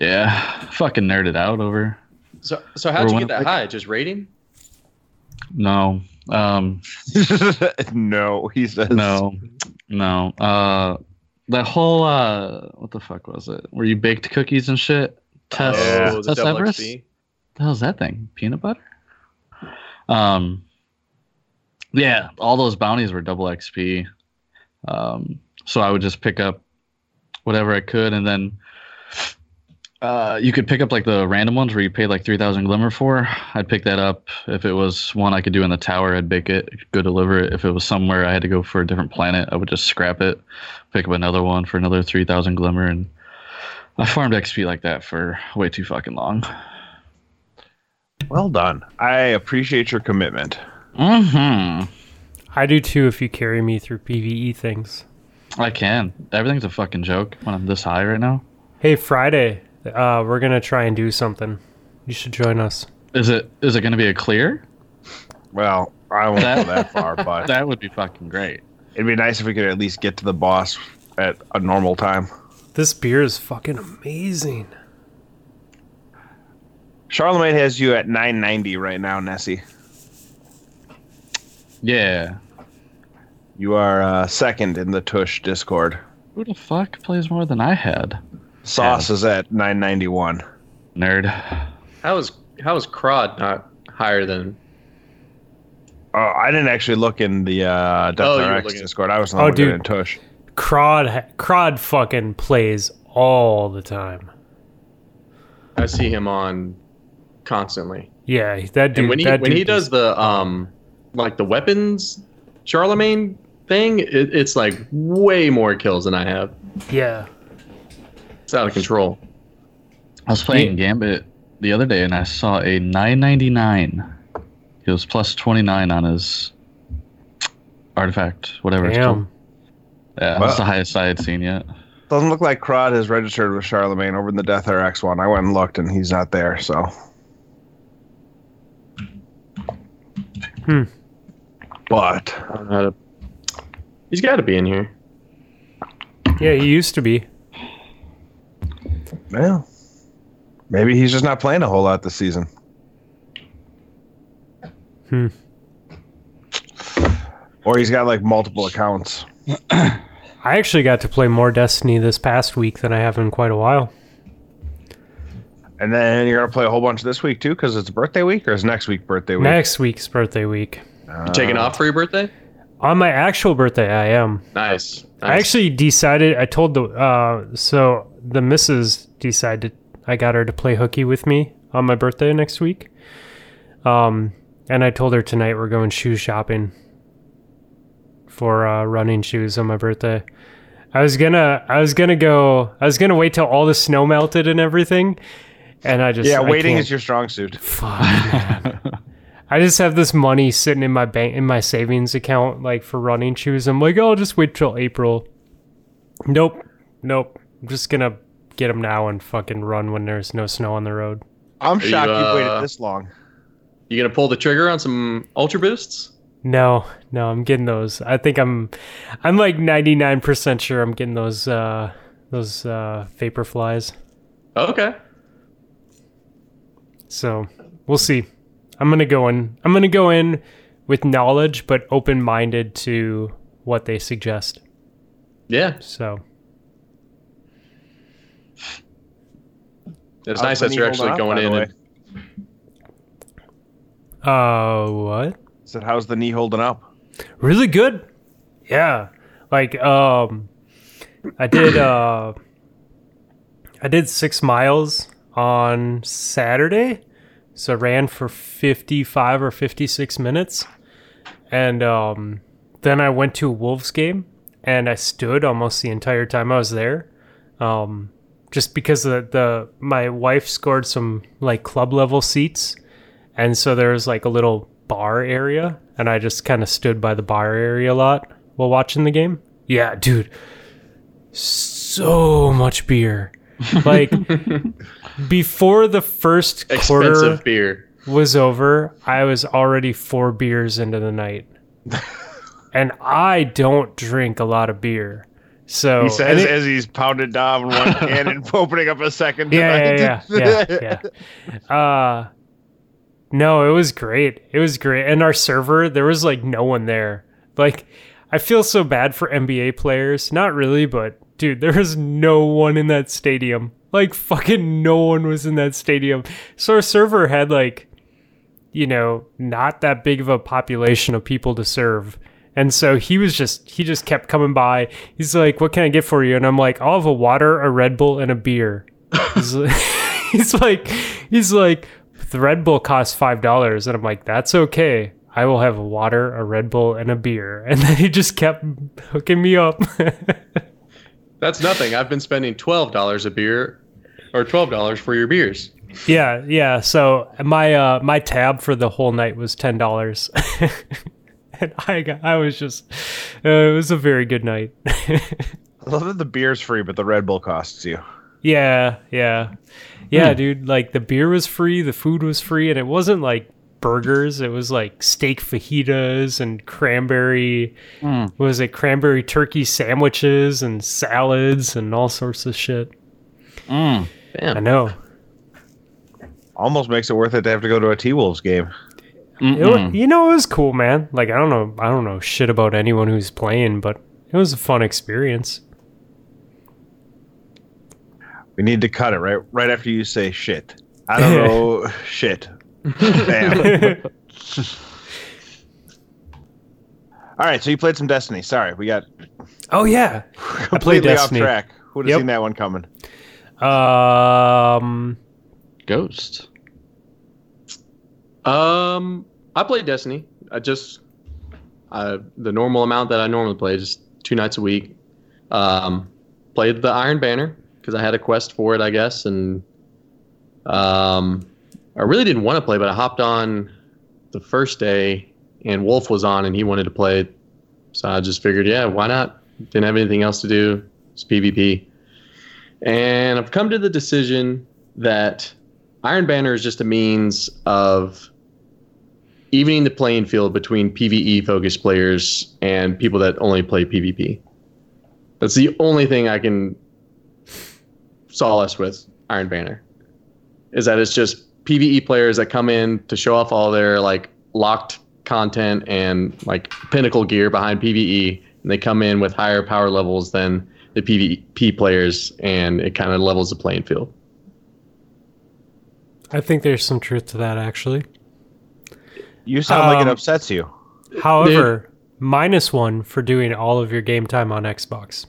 [SPEAKER 2] Yeah, fucking nerded out over.
[SPEAKER 4] So, so how'd
[SPEAKER 2] Or
[SPEAKER 4] you
[SPEAKER 2] when-
[SPEAKER 4] get that high? Just rating?
[SPEAKER 2] No, um,
[SPEAKER 3] no, he says
[SPEAKER 2] no, no. Uh, that whole uh, what the fuck was it? Where you baked cookies and shit? Test,
[SPEAKER 4] Oh, the
[SPEAKER 2] test
[SPEAKER 4] double
[SPEAKER 2] Everest.
[SPEAKER 4] XP.
[SPEAKER 2] the hell's that thing? Peanut butter? Um Yeah, all those bounties were double XP. Um so I would just pick up whatever I could and then uh, you could pick up like the random ones where you paid like 3000 glimmer for i'd pick that up if it was one i could do in the tower i'd bake it go deliver it if it was somewhere i had to go for a different planet i would just scrap it pick up another one for another 3000 glimmer and i farmed xp like that for way too fucking long
[SPEAKER 3] Well done. I appreciate your commitment.
[SPEAKER 2] hmm
[SPEAKER 1] I do too if you carry me through PvE things.
[SPEAKER 2] I can. Everything's a fucking joke when I'm this high right now.
[SPEAKER 1] Hey, Friday, uh, we're gonna try and do something. You should join us.
[SPEAKER 2] Is it is it gonna be a clear?
[SPEAKER 3] Well, I won't go that far, but
[SPEAKER 2] That would be fucking great.
[SPEAKER 3] it'd be nice if we could at least get to the boss at a normal time.
[SPEAKER 1] This beer is fucking amazing.
[SPEAKER 3] Charlemagne has you at 990 right now, Nessie.
[SPEAKER 2] Yeah.
[SPEAKER 3] You are uh, second in the Tush Discord.
[SPEAKER 2] Who the fuck plays more than I had?
[SPEAKER 3] Sauce is at 991.
[SPEAKER 2] Nerd.
[SPEAKER 4] How is how is Crod not higher than?
[SPEAKER 3] Oh, I didn't actually look in the uh, Death
[SPEAKER 4] Oh, you were
[SPEAKER 3] RX
[SPEAKER 4] looking-
[SPEAKER 3] Discord. I was
[SPEAKER 1] Oh,
[SPEAKER 3] not looking
[SPEAKER 1] dude.
[SPEAKER 3] in Tush.
[SPEAKER 1] Crod, Crod fucking plays all the time.
[SPEAKER 4] I see him on constantly.
[SPEAKER 1] Yeah, that dude.
[SPEAKER 4] and when he
[SPEAKER 1] that
[SPEAKER 4] when he
[SPEAKER 1] dude-
[SPEAKER 4] does the um like the weapons Charlemagne thing, it, it's like way more kills than I have.
[SPEAKER 1] yeah,
[SPEAKER 4] It's out of control.
[SPEAKER 2] I was playing Gambit the other day and I saw a nine ninety nine. He was plus twenty nine on his artifact, whatever it's called.
[SPEAKER 1] damn.
[SPEAKER 2] Yeah,
[SPEAKER 3] Wow.
[SPEAKER 2] that's the highest I had seen yet.
[SPEAKER 3] Doesn't look like Crod has registered with Charlemagne over in the Death RX one. I went and looked, and he's not there. So,
[SPEAKER 1] Hmm.
[SPEAKER 3] But
[SPEAKER 4] I don't know how to- He's got to be in here.
[SPEAKER 1] Yeah, he used to be.
[SPEAKER 3] Well, maybe he's just not playing a whole lot this season.
[SPEAKER 1] Hmm.
[SPEAKER 3] Or he's got like multiple accounts.
[SPEAKER 1] I actually got to play more Destiny this past week than I have in quite a while.
[SPEAKER 3] And then you're going to play a whole bunch this week too because it's birthday week or is next week birthday week?
[SPEAKER 1] Next week's birthday week.
[SPEAKER 4] You taking
[SPEAKER 1] Uh.
[SPEAKER 4] off for your birthday?
[SPEAKER 1] On my actual birthday, I am.
[SPEAKER 4] Nice.
[SPEAKER 1] I
[SPEAKER 4] Nice.
[SPEAKER 1] actually decided. I told the uh, so the missus decided. I got her to play hooky with me on my birthday next week. Um, and I told her tonight we're going shoe shopping for uh, running shoes on my birthday. I was gonna, I was gonna go, I was gonna wait till all the snow melted and everything, and I just
[SPEAKER 3] Yeah,
[SPEAKER 1] I
[SPEAKER 3] waiting
[SPEAKER 1] can't.
[SPEAKER 3] is your strong suit.
[SPEAKER 1] Fuck. man. I just have this money sitting in my bank in my savings account, like for running shoes. I'm like, oh, I'll just wait till April. Nope, nope. I'm just gonna get them now and fucking run when there's no snow on the road.
[SPEAKER 3] I'm
[SPEAKER 4] you,
[SPEAKER 3] shocked you, have
[SPEAKER 4] uh,
[SPEAKER 3] waited this long.
[SPEAKER 4] You gonna pull the trigger on some ultra boosts?
[SPEAKER 1] No, no, I'm getting those. I think I'm, I'm like 99% sure I'm getting those, uh, those, uh, vapor flies.
[SPEAKER 4] Okay.
[SPEAKER 1] So we'll see. I'm gonna go in. I'm gonna go in with knowledge, but open-minded to what they suggest.
[SPEAKER 4] Yeah,
[SPEAKER 1] So
[SPEAKER 4] it's
[SPEAKER 3] How's
[SPEAKER 4] nice that
[SPEAKER 3] Benny
[SPEAKER 4] you're
[SPEAKER 3] holding
[SPEAKER 4] actually
[SPEAKER 3] up,
[SPEAKER 4] going
[SPEAKER 3] by the
[SPEAKER 4] in.
[SPEAKER 3] way?
[SPEAKER 4] And,
[SPEAKER 1] Uh, what?
[SPEAKER 3] said, how's the knee holding up?
[SPEAKER 1] Really good. Yeah. Like, um, I did, uh, I did six miles on Saturday. So I ran for 55 or 56 minutes. And, um, then I went to a Wolves game and I stood almost the entire time I was there. Um, just because the, the my wife scored some like club level seats and so there was like a little bar area and i just kind of stood by the bar area a lot while watching the game yeah dude so much beer like before the first
[SPEAKER 4] expensive
[SPEAKER 1] quarter
[SPEAKER 4] beer.
[SPEAKER 1] was over, I was already four beers into the night. and I don't drink a lot of beer. So
[SPEAKER 3] He
[SPEAKER 1] Oh, and
[SPEAKER 3] says
[SPEAKER 1] it-
[SPEAKER 3] as he's pounded down one can and opening up a second.
[SPEAKER 1] yeah, yeah, yeah, yeah, yeah. Uh, no, it was great. It was great. And our server, there was like no one there. Like, I feel so bad for NBA players. Not really, but dude, there was no one in that stadium. Like, fucking no one was in that stadium. So our server had like, you know, not that big of a population of people to serve. And so he was just he just kept coming by. He's like, "What can I get for you?" And I'm like, "I'll have a water, a Red Bull, and a beer." he's, like, he's like, he's like, the Red Bull costs five dollars, and I'm like, that's okay. I will have a water, a Red Bull, and a beer. And then he just kept hooking me up.
[SPEAKER 4] That's nothing. I've been spending twelve dollars a beer, or twelve dollars for your beers.
[SPEAKER 1] yeah, yeah. So my uh, my tab for the whole night was ten dollars, and I got, I was just uh, it was a very good night.
[SPEAKER 3] I love that the beer's free, but the Red Bull costs you.
[SPEAKER 1] Yeah, yeah. Yeah, dude, like the beer was free, the food was free, and it wasn't like burgers, it was like steak fajitas and cranberry what was it cranberry turkey sandwiches and salads and all sorts of shit. I
[SPEAKER 4] Damn.
[SPEAKER 1] know.
[SPEAKER 3] Almost makes it worth it to have to go to a T Wolves game.
[SPEAKER 1] It wa- you know, it was cool, man. Like I don't know I don't know shit about anyone who's playing, but it was a fun experience.
[SPEAKER 3] We need to cut it right right after you say shit. I don't know shit. Damn. All right, so you played some Destiny. Sorry, we got
[SPEAKER 1] oh yeah. I played
[SPEAKER 3] completely off
[SPEAKER 1] Destiny.
[SPEAKER 3] track. Who'd have
[SPEAKER 1] Yep.
[SPEAKER 3] seen that one coming?
[SPEAKER 1] Um
[SPEAKER 2] Ghost.
[SPEAKER 4] Um, I played Destiny. I just uh, the normal amount that I normally play, just two nights a week. Um, played the Iron Banner because I had a quest for it, I guess, and um, I really didn't want to play, but I hopped on the first day, and Wolf was on, and he wanted to play, so I just figured, yeah, why not? Didn't have anything else to do. It's PvP, and I've come to the decision that Iron Banner is just a means of evening the playing field between PvE focused players and people that only play PvP. That's the only thing I can solace with Iron Banner is that it's just PvE players that come in to show off all their like locked content and like pinnacle gear behind PvE and they come in with higher power levels than the PvP players and it kind of levels the playing field.
[SPEAKER 1] I think there's some truth to that actually.
[SPEAKER 3] You sound like
[SPEAKER 1] Um,
[SPEAKER 3] it upsets you.
[SPEAKER 1] However, minus one for doing all of your game time on Xbox.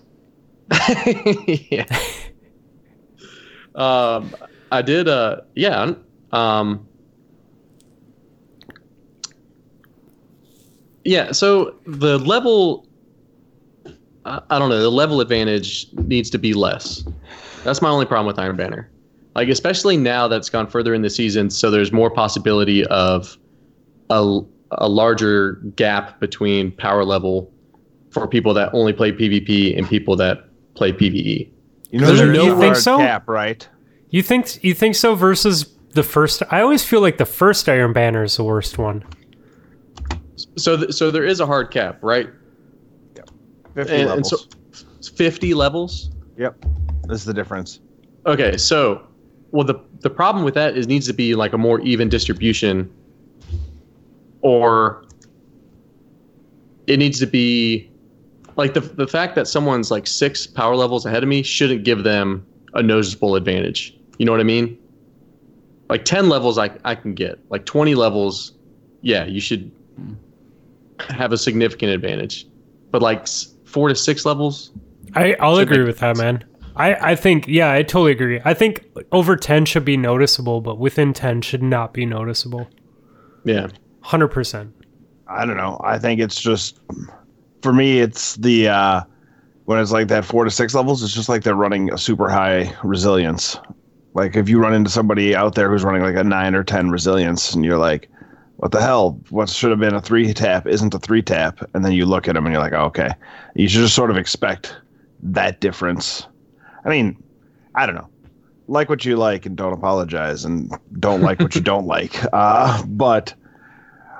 [SPEAKER 4] yeah. um, I did. Uh, yeah. Um, yeah. So the level, I, I don't know. The level advantage needs to be less. That's my only problem with Iron Banner. Like especially now that's gone further in the season, so there's more possibility of a a larger gap between power level for people that only play PvP and people that play PvE.
[SPEAKER 3] You know,
[SPEAKER 1] There's
[SPEAKER 3] there's
[SPEAKER 1] no-
[SPEAKER 3] no
[SPEAKER 1] you think
[SPEAKER 3] hard
[SPEAKER 1] so?
[SPEAKER 3] cap, right?
[SPEAKER 1] You think you think so versus the first? I always feel like the first Iron Banner is the worst one.
[SPEAKER 4] So, th- so there is a hard cap, right?
[SPEAKER 3] 50
[SPEAKER 4] And, and
[SPEAKER 3] levels.
[SPEAKER 4] so, fifty levels.
[SPEAKER 3] yep. This is the difference.
[SPEAKER 4] Okay, so well the the problem with that is needs to be like a more even distribution or it needs to be like the the fact that someone's like 6 power levels ahead of me shouldn't give them a noticeable advantage. You know what I mean? Like 10 levels I I can get. Like 20 levels, yeah, you should have a significant advantage. But like s- 4 to 6 levels,
[SPEAKER 1] I, I'll
[SPEAKER 4] Should
[SPEAKER 1] agree
[SPEAKER 4] make
[SPEAKER 1] with that, man. I, I think yeah, I totally agree. I think over ten should be noticeable, but within ten should not be noticeable.
[SPEAKER 4] yeah.
[SPEAKER 1] Hundred percent.
[SPEAKER 3] I don't know. I think it's just for me. It's the uh, when it's like that four to six levels. It's just like they're running a super high resilience. Like if you run into somebody out there who's running like a nine or ten resilience, and you're like, "What the hell? What should have been a three tap isn't a three tap." And then you look at them and you're like, oh, "Okay." You should just sort of expect that difference. I mean, I don't know. Like what you like and don't apologize, and don't like what you don't like. Uh, but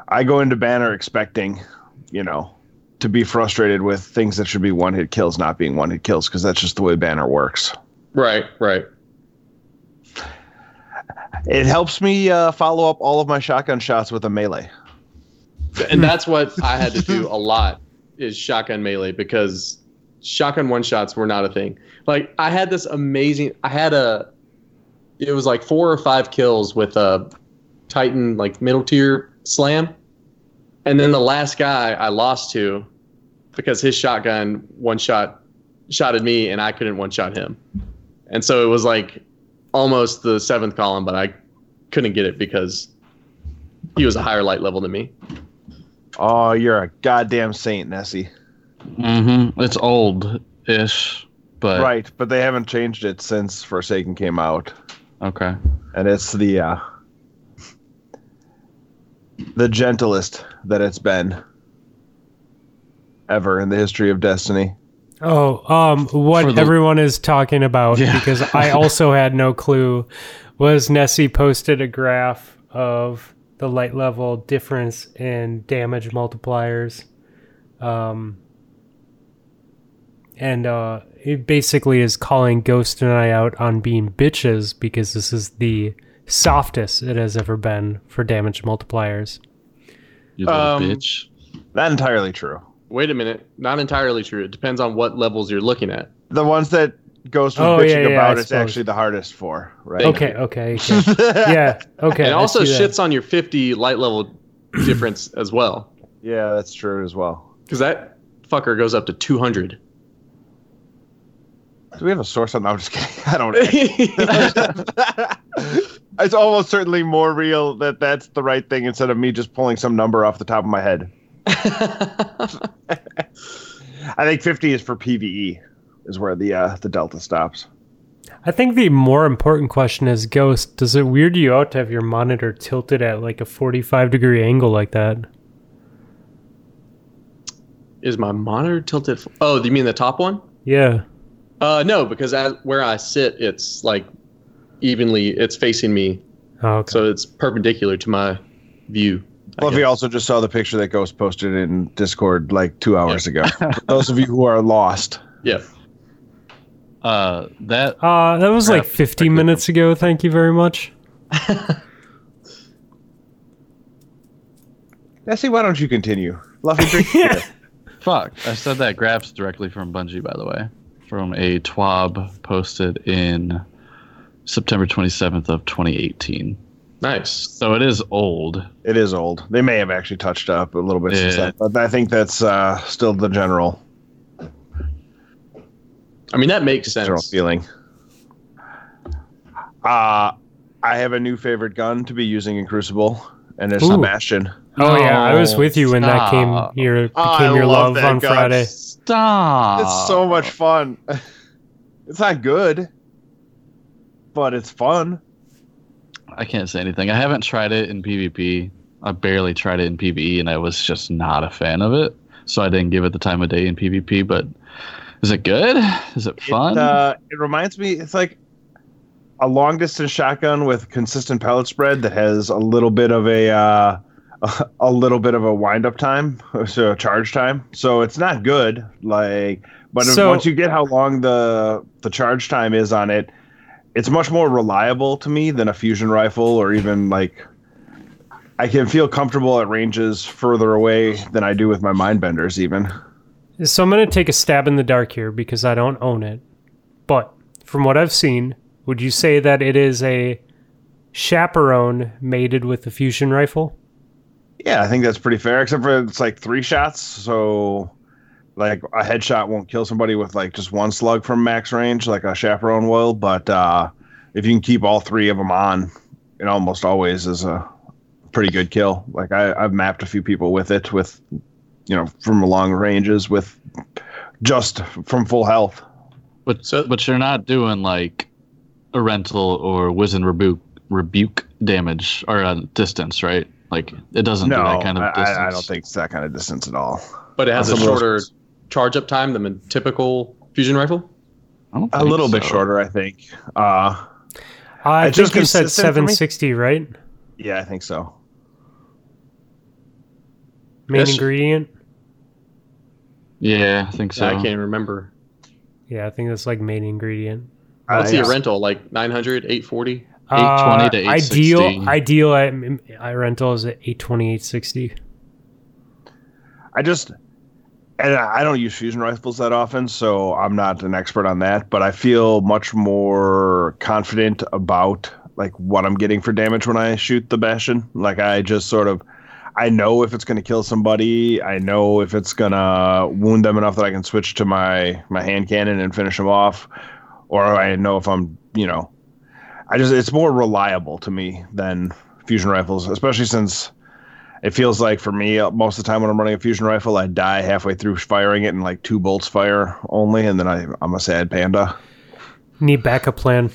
[SPEAKER 3] I go into Banner expecting, you know, to be frustrated with things that should be one hit kills not being one hit kills because that's just the way Banner works.
[SPEAKER 4] Right, right.
[SPEAKER 3] It helps me uh, follow up all of my shotgun shots with a melee.
[SPEAKER 4] and that's what I had to do a lot is shotgun melee because shotgun one shots were not a thing. Like I had this amazing I had a it was like four or five kills with a Titan like middle tier slam. And then the last guy I lost to because his shotgun one shot shotted me and I couldn't one shot him. And so it was like almost the seventh column, but I couldn't get it because he was a higher light level than me.
[SPEAKER 3] Oh, you're a goddamn saint, Nessie.
[SPEAKER 2] Mm-hmm. It's old ish, but
[SPEAKER 3] Right, but they haven't changed it since Forsaken came out,
[SPEAKER 2] okay.
[SPEAKER 3] and it's the uh, the gentlest that it's been ever in the history of Destiny.
[SPEAKER 1] Oh, um, what
[SPEAKER 2] For the-
[SPEAKER 1] everyone is talking about
[SPEAKER 2] Yeah.
[SPEAKER 1] because I also had no clue was Nessie posted a graph of the light level difference in damage multipliers, um, and uh, it basically is calling Ghost and I out on being bitches because this is the softest it has ever been for damage multipliers.
[SPEAKER 2] You little
[SPEAKER 4] Um,
[SPEAKER 2] bitch.
[SPEAKER 3] Not entirely true.
[SPEAKER 4] Wait a minute. Not entirely true. It depends on what levels you're looking at.
[SPEAKER 3] The ones that Ghost was
[SPEAKER 1] Oh, yeah, yeah,
[SPEAKER 3] bitching
[SPEAKER 1] I
[SPEAKER 3] about, it's
[SPEAKER 1] suppose.
[SPEAKER 3] actually the hardest for, right?
[SPEAKER 4] Thank
[SPEAKER 1] Okay, okay, okay. yeah, okay.
[SPEAKER 4] and
[SPEAKER 1] I
[SPEAKER 4] also
[SPEAKER 1] see that.
[SPEAKER 4] shits on your 50 light level difference as well.
[SPEAKER 3] Yeah, that's true as well.
[SPEAKER 4] Because that fucker goes up to 200.
[SPEAKER 3] Do we have a source on that? I'm just kidding. I don't. it's almost certainly more real that that's the right thing instead of me just pulling some number off the top of my head. I think 50 is for PVE, is where the uh, the delta stops.
[SPEAKER 1] I think the more important question is Ghost, does it weird you out to have your monitor tilted at like a 45 degree angle like that?
[SPEAKER 4] Is my monitor tilted? f- Oh, you mean the top one?
[SPEAKER 1] Yeah.
[SPEAKER 4] Uh, no, because I, where I sit, it's like evenly, it's facing me.
[SPEAKER 1] Oh, okay.
[SPEAKER 4] So it's perpendicular to my view. I
[SPEAKER 3] Fluffy
[SPEAKER 4] guess.
[SPEAKER 3] also just saw the picture that Ghost posted in Discord like two hours ago. For those of you who are lost,
[SPEAKER 4] Yeah.
[SPEAKER 2] Uh, that
[SPEAKER 1] Uh, that was like
[SPEAKER 2] Crap.
[SPEAKER 1] 15 minutes ago. Thank you very much.
[SPEAKER 3] Nessie, why don't you continue? Fluffy, drink
[SPEAKER 1] Yeah.
[SPEAKER 2] fuck. I said that graphs directly from Bungie, by the way, from a twab posted in September 27th of 2018.
[SPEAKER 4] Nice.
[SPEAKER 2] So it is old.
[SPEAKER 3] It is old. They may have actually touched up a little bit since
[SPEAKER 2] Yeah.
[SPEAKER 3] that, but I think that's uh, still the general
[SPEAKER 4] I mean, that makes
[SPEAKER 3] general
[SPEAKER 4] sense.
[SPEAKER 3] feeling. Uh I have a new favorite gun to be using in Crucible, and it's
[SPEAKER 1] Ooh.
[SPEAKER 3] the Bastion.
[SPEAKER 1] Oh, yeah. I was
[SPEAKER 2] No,
[SPEAKER 1] with you when that came
[SPEAKER 2] stop.
[SPEAKER 1] your became
[SPEAKER 3] Oh, I
[SPEAKER 1] your
[SPEAKER 3] love
[SPEAKER 1] love,
[SPEAKER 3] that
[SPEAKER 1] on
[SPEAKER 3] gun.
[SPEAKER 1] Friday.
[SPEAKER 2] Stop.
[SPEAKER 3] It's so much fun. it's not good, but it's fun.
[SPEAKER 2] I can't say anything. I haven't tried it in PvP. I barely tried it in E, PvE, and I was just not a fan of it. So I didn't give it the time of day in PvP. But Is it good? Is it fun?
[SPEAKER 3] It, uh, it reminds me, it's like a long distance shotgun with consistent pellet spread that has a little bit of a uh, a little bit of a wind up time, so charge time. So it's not good. Like, but if-
[SPEAKER 1] So-
[SPEAKER 3] once you get how long the the charge time is on it, it's much more reliable to me than a fusion rifle or even like. I can feel comfortable at ranges further away than I do with my mind benders. Even
[SPEAKER 1] So I'm going to take a stab in the dark here because I don't own it. But from what I've seen, would you say that it is a chaperone mated with a fusion rifle?
[SPEAKER 3] Yeah, I think that's pretty fair, except for it's like three shots. So, like, a headshot won't kill somebody with like just one slug from max range, like a chaperone will. But uh, if you can keep all three of them on, it almost always is a pretty good kill. Like, I, I've mapped a few people with it, with, you know, from long ranges, with just from full health.
[SPEAKER 2] But
[SPEAKER 4] So-
[SPEAKER 2] but you're not doing like a rental or wizened rebuke rebuke damage or uh, distance, right? Like it doesn't do
[SPEAKER 3] No,
[SPEAKER 2] that kind of
[SPEAKER 3] I-
[SPEAKER 2] distance.
[SPEAKER 3] I, I don't think it's that kind of distance at all.
[SPEAKER 4] But it has a
[SPEAKER 3] Some of those-
[SPEAKER 4] shorter charge up time than a typical fusion rifle.
[SPEAKER 2] I don't
[SPEAKER 3] A
[SPEAKER 2] think
[SPEAKER 3] little bit
[SPEAKER 2] so.
[SPEAKER 3] shorter, I think. Uh,
[SPEAKER 1] I
[SPEAKER 3] It's
[SPEAKER 1] think
[SPEAKER 3] just
[SPEAKER 1] you said
[SPEAKER 3] consistent for me.
[SPEAKER 1] 760, right?
[SPEAKER 3] yeah, I think so.
[SPEAKER 1] Main
[SPEAKER 4] Yes.
[SPEAKER 1] ingredient?
[SPEAKER 2] Yeah, I think so.
[SPEAKER 4] I can't even remember.
[SPEAKER 1] Yeah, I think that's like main ingredient.
[SPEAKER 4] What's
[SPEAKER 3] I-
[SPEAKER 4] the rental? Like 900, 840?
[SPEAKER 2] 820 to
[SPEAKER 1] Ideal,
[SPEAKER 2] 860.
[SPEAKER 1] Uh, ideal at, at rental is at 820, 860.
[SPEAKER 3] I just and I I don't use fusion rifles that often, so I'm not an expert on that, but I feel much more confident about like what I'm getting for damage when I shoot the bastion. Like I just sort of I know if it's going to kill somebody. I know if it's going to wound them enough that I can switch to my my hand cannon and finish them off or I know if I'm, you know, I just it's more reliable to me than fusion rifles, especially since it feels like for me uh, most of the time when i'm running a fusion rifle i die halfway through firing it and like two bolts fire only and then I, i'm a sad panda
[SPEAKER 1] Need backup plan.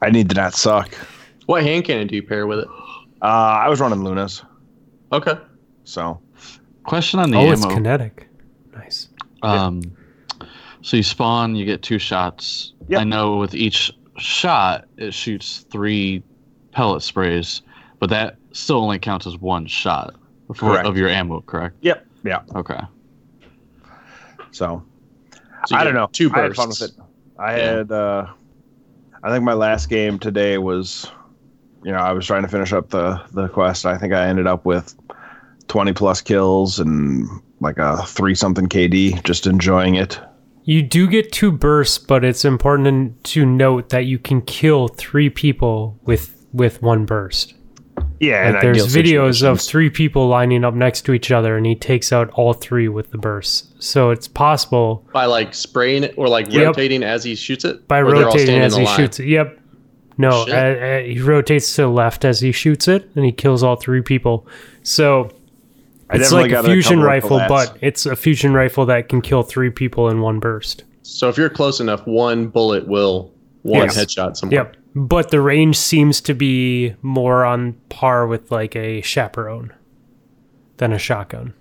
[SPEAKER 3] i need to not suck
[SPEAKER 4] What hand cannon do you pair with it?
[SPEAKER 3] uh, i was running lunas
[SPEAKER 4] Okay.
[SPEAKER 3] so
[SPEAKER 2] Question on the
[SPEAKER 1] oh, it's
[SPEAKER 2] ammo.
[SPEAKER 1] kinetic. Nice.
[SPEAKER 2] Um, so you spawn, you get two shots.
[SPEAKER 3] Yep.
[SPEAKER 2] I know with each shot, it shoots three pellet sprays, but that still only counts as one shot for,
[SPEAKER 3] Correct.
[SPEAKER 2] of your ammo, correct?
[SPEAKER 3] yep yeah
[SPEAKER 2] Okay.
[SPEAKER 3] so
[SPEAKER 4] So you
[SPEAKER 3] I don't
[SPEAKER 4] get
[SPEAKER 3] know.
[SPEAKER 4] Two
[SPEAKER 3] I had fun with
[SPEAKER 4] bursts.
[SPEAKER 3] it. I
[SPEAKER 4] Yeah.
[SPEAKER 3] had uh I think my last game today was you know, I was trying to finish up the the quest. I think I ended up with 20 plus kills and like a 3 something KD just enjoying it.
[SPEAKER 1] You do get two bursts, but it's important to note that you can kill three people with with one burst.
[SPEAKER 3] Yeah,
[SPEAKER 1] Like there's videos of three people lining up next to each other, and he takes out all three with the burst. So it's possible
[SPEAKER 4] By like spraying it or like
[SPEAKER 1] Yep.
[SPEAKER 4] rotating as he shoots it?
[SPEAKER 1] by
[SPEAKER 4] Or they're all
[SPEAKER 1] rotating
[SPEAKER 4] standing
[SPEAKER 1] as
[SPEAKER 4] in
[SPEAKER 1] he
[SPEAKER 4] a line?
[SPEAKER 1] shoots it. Yep. No,
[SPEAKER 4] Shit.
[SPEAKER 1] uh, uh, he rotates to the left as he shoots it, and he kills all three people. So
[SPEAKER 3] I
[SPEAKER 1] it's
[SPEAKER 3] definitely
[SPEAKER 1] like a
[SPEAKER 3] got a
[SPEAKER 1] fusion
[SPEAKER 3] couple of
[SPEAKER 1] rifle,
[SPEAKER 3] collabs.
[SPEAKER 1] but it's a fusion rifle that can kill three people in one burst.
[SPEAKER 4] So if you're close enough, one bullet will one
[SPEAKER 1] Yes.
[SPEAKER 4] headshot someone.
[SPEAKER 1] Yep. But the range seems to be more on par with like a chaperone than a shotgun.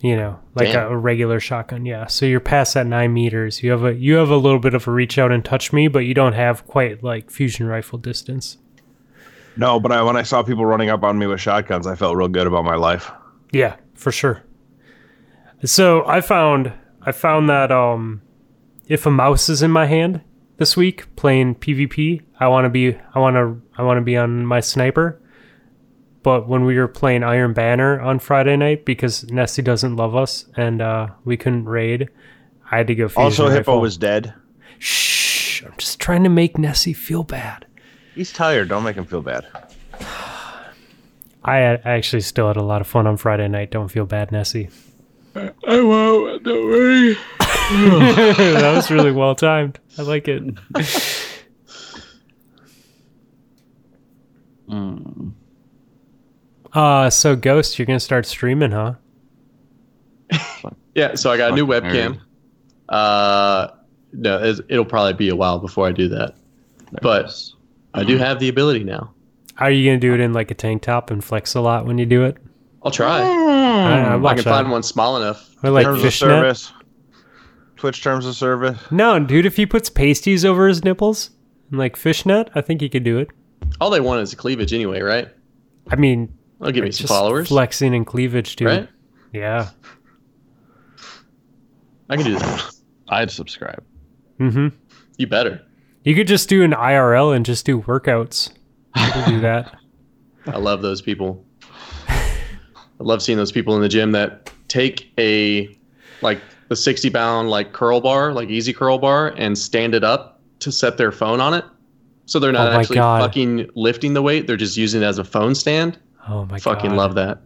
[SPEAKER 1] You know, like a,
[SPEAKER 4] Damn.
[SPEAKER 1] a regular shotgun, yeah. So you're past that nine meters. You have a you have a little bit of a reach out and touch me, but you don't have quite like fusion rifle distance.
[SPEAKER 3] No, but I, when I saw people running up on me with shotguns, I felt real good about my life.
[SPEAKER 1] Yeah, for sure. So I found I found that um if a mouse is in my hand this week playing PvP, I want to be I want to I want to be on my sniper. But when we were playing Iron Banner on Friday night because Nessie doesn't love us and uh, we couldn't raid, I had to go. fusion
[SPEAKER 3] Also, Hippo
[SPEAKER 1] rifle.
[SPEAKER 3] was dead.
[SPEAKER 1] Shh! I'm just trying to make Nessie feel bad.
[SPEAKER 3] He's tired. Don't make him feel bad.
[SPEAKER 1] I had- I actually still had a lot of fun on Friday night. Don't feel bad, Nessie.
[SPEAKER 5] I won't. Don't worry.
[SPEAKER 1] that was really well timed. I like it.
[SPEAKER 2] Mm,
[SPEAKER 1] Uh, so Ghost, you're gonna start streaming, huh?
[SPEAKER 4] Yeah, so I got a new
[SPEAKER 2] Fucking
[SPEAKER 4] webcam. Uh, no, it's- it'll probably be a while before I do that. But I do have the ability now.
[SPEAKER 1] Are you gonna do it in like a tank top and flex a lot when you do it?
[SPEAKER 4] I'll try.
[SPEAKER 1] I, I
[SPEAKER 4] I
[SPEAKER 1] watch
[SPEAKER 4] can
[SPEAKER 1] that.
[SPEAKER 4] find one small enough.
[SPEAKER 1] Or like
[SPEAKER 3] Terms of
[SPEAKER 1] fishnet.
[SPEAKER 3] service. Twitch terms of service?
[SPEAKER 1] No, dude, if he puts pasties over his nipples and like fishnet, I think he could do it.
[SPEAKER 4] All they want is cleavage anyway, right?
[SPEAKER 1] I mean,
[SPEAKER 4] They'll give me some
[SPEAKER 1] just
[SPEAKER 4] followers,
[SPEAKER 1] flexing and cleavage, dude.
[SPEAKER 4] right?
[SPEAKER 1] Yeah.
[SPEAKER 4] I can do that.
[SPEAKER 2] I'd subscribe.
[SPEAKER 1] Mm-hmm.
[SPEAKER 4] You better.
[SPEAKER 1] You could just do an IRL and just do workouts. You could do that.
[SPEAKER 4] I love those people. I love seeing those people in the gym that take a like the 60 pound like curl bar, like easy curl bar, and stand it up to set their phone on it. So they're not
[SPEAKER 1] Oh my
[SPEAKER 4] actually
[SPEAKER 1] God.
[SPEAKER 4] fucking lifting the weight; they're just using it as a phone stand.
[SPEAKER 1] Oh my god.
[SPEAKER 4] fucking love that.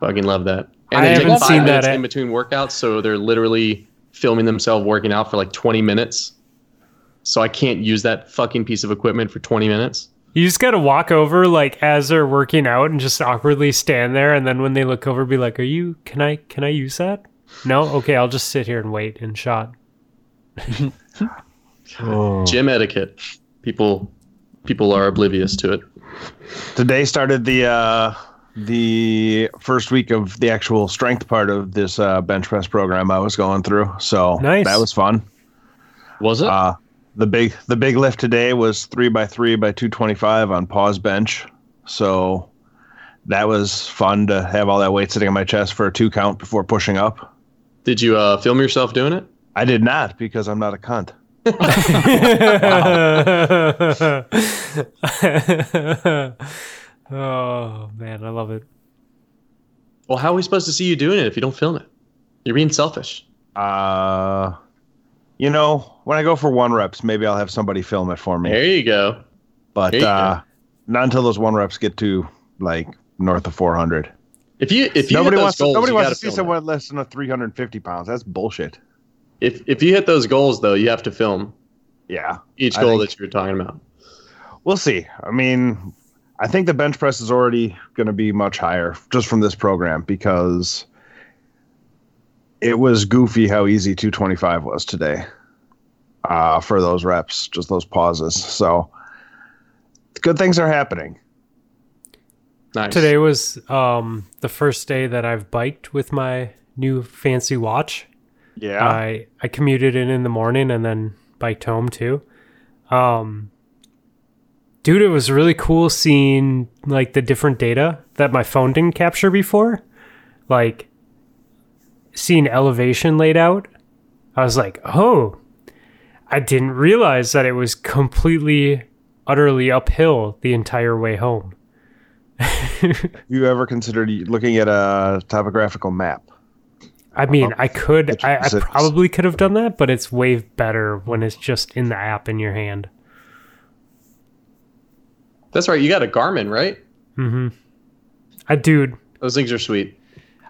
[SPEAKER 4] Fucking love that.
[SPEAKER 1] I
[SPEAKER 4] And they take
[SPEAKER 1] haven't
[SPEAKER 4] five
[SPEAKER 1] seen that
[SPEAKER 4] minutes
[SPEAKER 1] at-
[SPEAKER 4] in between workouts, so they're literally filming themselves working out for like 20 minutes. So I can't use that fucking piece of equipment for 20 minutes.
[SPEAKER 1] You just gotta walk over like as they're working out and just awkwardly stand there and then when they look over be like, Are you can I can I use that? No? Okay, I'll just sit here and wait and shot.
[SPEAKER 3] Oh.
[SPEAKER 4] Gym etiquette. People people are oblivious to it.
[SPEAKER 3] Today started the uh, the first week of the actual strength part of this uh, bench press program I was going through. So
[SPEAKER 1] Nice.
[SPEAKER 3] that was fun.
[SPEAKER 2] Was it?
[SPEAKER 3] Uh, the big the big lift today was three by three by two twenty five on pause bench. So that was fun to have all that weight sitting on my chest for a two count before pushing up.
[SPEAKER 4] Did you uh, film yourself doing it?
[SPEAKER 3] I did not because I'm not a cunt.
[SPEAKER 1] oh man, I love it.
[SPEAKER 4] Well, how are we supposed to see you doing it if you don't film it? You're being selfish.
[SPEAKER 3] Uh, you know, when I go for one reps, maybe I'll have somebody film it for me.
[SPEAKER 4] There you go.
[SPEAKER 3] but
[SPEAKER 4] there you
[SPEAKER 3] uh, not until those one reps get to like north of 400.
[SPEAKER 4] If you if you
[SPEAKER 3] nobody
[SPEAKER 4] hit those
[SPEAKER 3] wants
[SPEAKER 4] goals,
[SPEAKER 3] to, nobody
[SPEAKER 4] you
[SPEAKER 3] wants
[SPEAKER 4] gotta
[SPEAKER 3] to see
[SPEAKER 4] film it.
[SPEAKER 3] someone less than a 350 pounds. That's bullshit.
[SPEAKER 4] If if you hit those goals though, you have to film
[SPEAKER 3] Yeah,
[SPEAKER 4] each
[SPEAKER 3] I
[SPEAKER 4] goal
[SPEAKER 3] think-
[SPEAKER 4] that you were talking about.
[SPEAKER 3] we'll see. I mean, I think the bench press is already going to be much higher just from this program because it was goofy how easy 225 was today uh, for those reps, just those pauses. So good things are happening.
[SPEAKER 4] Nice.
[SPEAKER 1] Today was um the first day that I've biked with my new fancy watch.
[SPEAKER 3] Yeah.
[SPEAKER 1] I I commuted in in the morning and then biked home too. Um, dude, it was really cool seeing like the different data that my phone didn't capture before, like seeing elevation laid out. I was like, oh, I didn't realize that it was completely, utterly uphill the entire way home.
[SPEAKER 3] you ever considered looking at a topographical map?
[SPEAKER 1] I mean, I could,
[SPEAKER 3] Get
[SPEAKER 1] I, I
[SPEAKER 3] your-
[SPEAKER 1] probably could have done that, but it's way better when it's just in the app in your hand.
[SPEAKER 4] That's right. You got a Garmin, right?
[SPEAKER 1] Mm-hmm. I, dude,
[SPEAKER 4] Those things are sweet.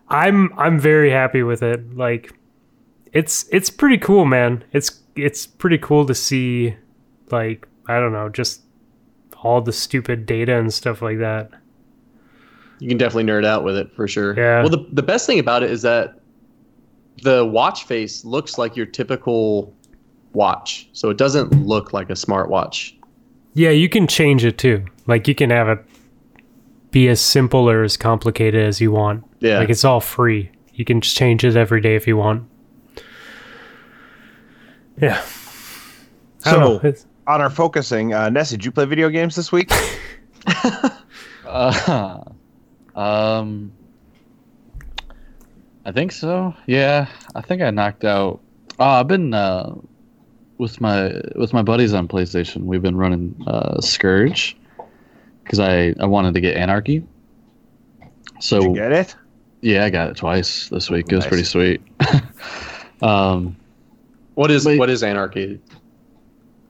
[SPEAKER 1] I'm I'm very happy with it. Like, it's it's pretty cool, man. It's it's pretty cool to see, like, I don't know, just all the stupid data and stuff like that.
[SPEAKER 4] You can definitely nerd out with it for sure.
[SPEAKER 1] Yeah.
[SPEAKER 4] Well, the, the best thing about it is that the watch face looks like your typical watch. So it doesn't look like a smartwatch.
[SPEAKER 1] Yeah, you can change it too. Like, you can have it be as simple or as complicated as you want.
[SPEAKER 4] Yeah.
[SPEAKER 1] Like, it's all free. You can just change it every day if you want. Yeah. I don't know.
[SPEAKER 3] So,
[SPEAKER 1] It's-
[SPEAKER 3] on our focusing, uh, Nessie, did you play video games this week?
[SPEAKER 2] Uh, um, I think so. Yeah, I think I knocked out. Oh, I've been uh, with my with my buddies on PlayStation. We've been running uh, Scourge because I I wanted to get Anarchy.
[SPEAKER 3] Did you
[SPEAKER 2] So
[SPEAKER 3] get it?
[SPEAKER 2] yeah, I got it twice this week. It was
[SPEAKER 3] Nice.
[SPEAKER 2] pretty sweet. um,
[SPEAKER 4] What is
[SPEAKER 2] Wait.
[SPEAKER 4] what is anarchy?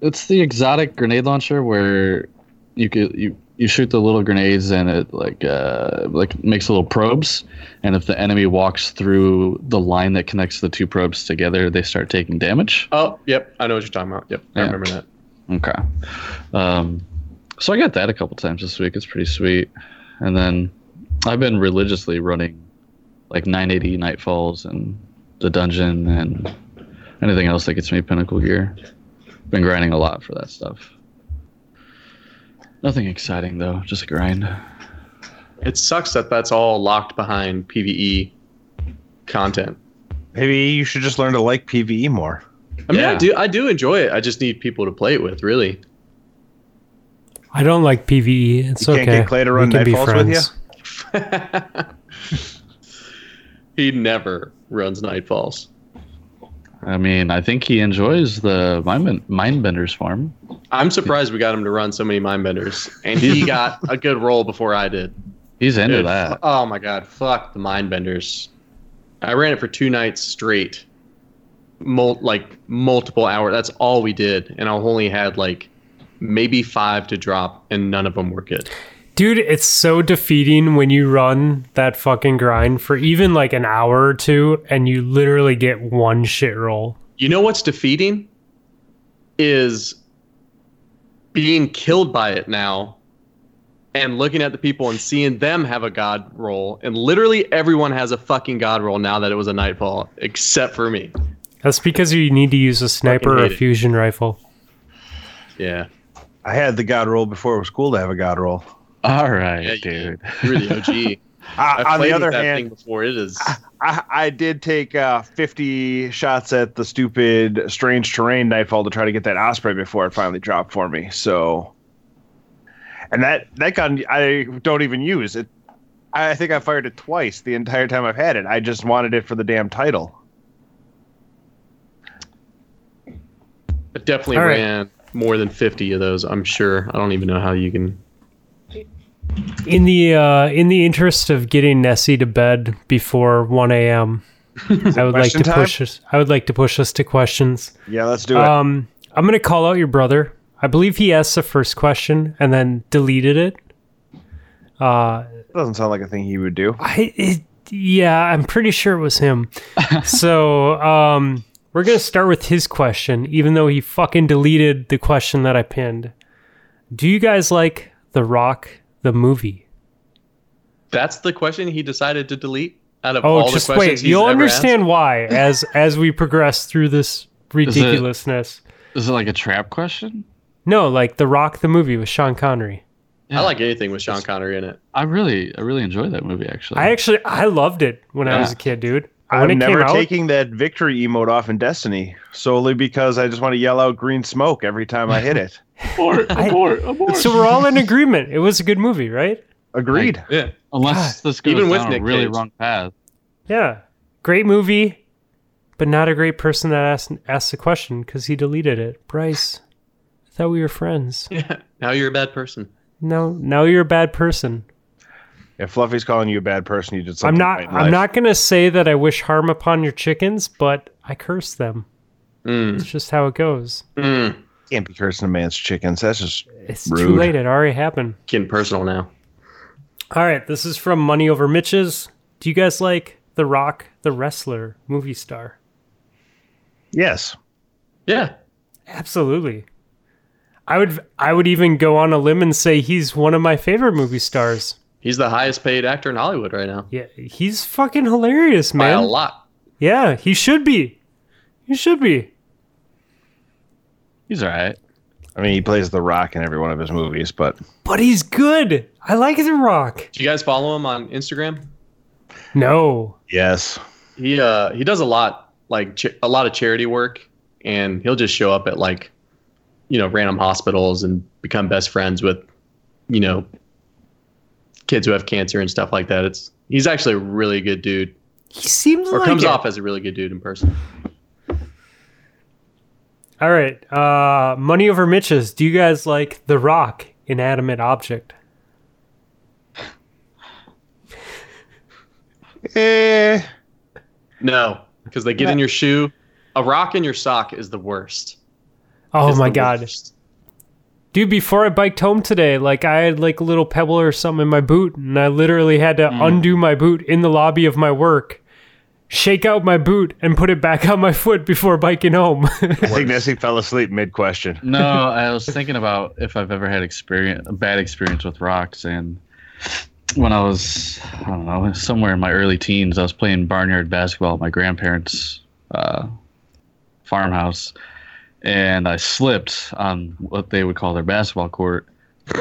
[SPEAKER 2] it's the exotic grenade launcher where you could you you shoot the little grenades and it like uh like makes little probes and if the enemy walks through the line that connects the two probes together they start taking damage
[SPEAKER 4] Oh, yep. I know what you're talking about. Yep. I
[SPEAKER 2] Yeah.
[SPEAKER 4] remember that.
[SPEAKER 2] okay um so i got that a couple times this week it's pretty sweet and then i've been religiously running like 980 nightfalls and the dungeon and anything else that gets me pinnacle gear been grinding a lot for that stuff nothing exciting though just a grind
[SPEAKER 4] It sucks that that's all locked behind PVE E content.
[SPEAKER 3] Maybe you should just learn to like PVE more.
[SPEAKER 4] I mean, I
[SPEAKER 5] Yeah.
[SPEAKER 4] do I do enjoy it. I just need people to play it with, really.
[SPEAKER 1] I don't like PVE. It's
[SPEAKER 3] You
[SPEAKER 1] okay.
[SPEAKER 3] can't get Clay to run
[SPEAKER 1] we can be
[SPEAKER 3] Nightfalls with you?
[SPEAKER 1] friends.
[SPEAKER 4] he never runs Nightfalls.
[SPEAKER 2] I mean, I think he enjoys the mind mindbender's farm.
[SPEAKER 4] I'm surprised we got him to run so many mindbenders, and he got a good roll before I did.
[SPEAKER 2] He's into
[SPEAKER 4] Dude,
[SPEAKER 2] that.
[SPEAKER 4] fu- Oh my god, fuck the mindbenders. I ran it for two nights straight. Mul- like multiple hours. That's all we did, and I only had like maybe five to drop, and none of them were good.
[SPEAKER 1] Dude, it's so defeating when you run that fucking grind for even like an hour or two and you literally get one shit roll.
[SPEAKER 4] You know what's defeating? Is being killed by it now and looking at the people and seeing them have a god roll. And literally everyone has a fucking god roll now that it was a nightfall, except for me.
[SPEAKER 1] That's because you need to use a sniper or a
[SPEAKER 4] hate it.
[SPEAKER 1] fusion rifle.
[SPEAKER 4] Yeah.
[SPEAKER 3] I had the god roll before it was cool to have a god roll.
[SPEAKER 2] All right,
[SPEAKER 4] Yeah, you
[SPEAKER 2] dude.
[SPEAKER 4] You're the OG.
[SPEAKER 3] I,
[SPEAKER 4] I've
[SPEAKER 3] on the
[SPEAKER 4] played with
[SPEAKER 3] other
[SPEAKER 4] that
[SPEAKER 3] hand,
[SPEAKER 4] thing before it is.
[SPEAKER 3] I, I did take uh, 50 shots at the stupid strange terrain nightfall to try to get that osprey before it finally dropped for me. So, and that that gun I don't even use it. I think I fired it twice the entire time I've had it. I just wanted it for the damn title.
[SPEAKER 4] I definitely
[SPEAKER 1] All right.
[SPEAKER 4] ran more than 50 of those, I'm sure. I don't even know how you can.
[SPEAKER 1] In the uh, in the interest of getting Nessie to bed before one AM, I would like
[SPEAKER 3] question
[SPEAKER 1] to
[SPEAKER 3] time?
[SPEAKER 1] push us I would like to push us to questions.
[SPEAKER 3] Yeah, let's do it.
[SPEAKER 1] Um I'm gonna call out your brother. I believe he asked the first question and then deleted it. Uh
[SPEAKER 3] Doesn't sound like a thing he would do.
[SPEAKER 1] I it, yeah, I'm pretty sure it was him. so, um, we're gonna start with his question, even though he fucking deleted the question that I pinned. Do you guys like The Rock the movie?
[SPEAKER 4] That's the question he decided to delete out of all
[SPEAKER 1] Oh,
[SPEAKER 4] the
[SPEAKER 1] just
[SPEAKER 4] questions.
[SPEAKER 1] wait.
[SPEAKER 4] he's
[SPEAKER 1] You'll
[SPEAKER 4] ever
[SPEAKER 1] understand
[SPEAKER 4] asked.
[SPEAKER 1] why as as we progress through this ridiculousness.
[SPEAKER 2] Is it like a trap question?
[SPEAKER 1] No, like The Rock the movie with Sean Connery.
[SPEAKER 2] Yeah.
[SPEAKER 4] I like anything with Sean Connery in it.
[SPEAKER 2] I really, I really enjoy that movie. Actually,
[SPEAKER 4] Oh.
[SPEAKER 1] I actually I loved it when I
[SPEAKER 2] Yeah.
[SPEAKER 1] was a kid, dude. When
[SPEAKER 3] I'm
[SPEAKER 1] it came
[SPEAKER 3] never
[SPEAKER 1] out,
[SPEAKER 3] taking that victory emote off in Destiny solely because I just want to yell out green smoke every time I hit it.
[SPEAKER 5] Abort,
[SPEAKER 1] I-
[SPEAKER 5] abort, abort.
[SPEAKER 1] so we're all in agreement. It was a good movie, right?
[SPEAKER 3] Agreed.
[SPEAKER 4] Yeah.
[SPEAKER 2] unless this goes
[SPEAKER 4] Even with
[SPEAKER 2] down
[SPEAKER 4] Nick
[SPEAKER 2] a really
[SPEAKER 4] Cage.
[SPEAKER 2] wrong path.
[SPEAKER 1] Yeah. Great movie, but not a great person that asked asked the question because he deleted it. Bryce, I thought we were friends.
[SPEAKER 4] Yeah. Now you're a bad person.
[SPEAKER 1] No, now you're a bad person.
[SPEAKER 3] If Fluffy's calling you a bad person, you did something.
[SPEAKER 1] I'm
[SPEAKER 3] right
[SPEAKER 1] not.
[SPEAKER 3] in
[SPEAKER 1] I'm
[SPEAKER 3] life.
[SPEAKER 1] not gonna say that I wish harm upon your chickens, but I curse them.
[SPEAKER 4] Mm.
[SPEAKER 1] It's just how it goes.
[SPEAKER 4] Mm.
[SPEAKER 3] Can't be cursing a man's chickens. That's just
[SPEAKER 1] It's too
[SPEAKER 3] Rude.
[SPEAKER 1] late. It already happened.
[SPEAKER 4] Getting personal now.
[SPEAKER 1] All right. This is from Money Over Mitches. Do you guys like The Rock, the wrestler, movie star?
[SPEAKER 3] yes.
[SPEAKER 4] Yeah.
[SPEAKER 1] Absolutely. I would I would even go on a limb and say he's one of my favorite movie stars.
[SPEAKER 4] He's the highest paid actor in Hollywood right now.
[SPEAKER 1] Yeah, he's fucking hilarious,
[SPEAKER 4] By a
[SPEAKER 1] man.
[SPEAKER 4] lot.
[SPEAKER 1] Yeah, he should be. He should be.
[SPEAKER 2] He's all right.
[SPEAKER 3] I mean, he plays The Rock in every one of his movies, but
[SPEAKER 1] But he's good. I like The Rock.
[SPEAKER 4] Do you guys follow him on Instagram?
[SPEAKER 1] No.
[SPEAKER 3] yes.
[SPEAKER 4] He uh he does a lot like ch- a lot of charity work and he'll just show up at like you know random hospitals and become best friends with you know kids who have cancer and stuff like that. It's he's actually a really good dude
[SPEAKER 1] He seems
[SPEAKER 4] or
[SPEAKER 1] like
[SPEAKER 4] comes
[SPEAKER 1] it.
[SPEAKER 4] off as a really good dude in person.
[SPEAKER 1] All right. Uh Money over Mitches. Do you guys like The Rock, inanimate object?
[SPEAKER 3] Eh,
[SPEAKER 4] No, because they get in your shoe. A rock in your sock is the worst.
[SPEAKER 1] Oh
[SPEAKER 4] It's
[SPEAKER 1] my
[SPEAKER 4] the
[SPEAKER 1] god.
[SPEAKER 4] worst.
[SPEAKER 1] Dude, before I biked home today, like I had like a little pebble or something in my boot, and I literally had to
[SPEAKER 4] Mm.
[SPEAKER 1] undo my boot in the lobby of my work, shake out my boot, and put it back on my foot before biking home.
[SPEAKER 3] I think Nessie fell asleep mid question.
[SPEAKER 2] No, I was thinking about if I've ever had experience a bad experience with rocks, and when I was I don't know somewhere in my early teens, I was playing barnyard basketball at my grandparents' uh, farmhouse, and I slipped on what they would call their basketball court,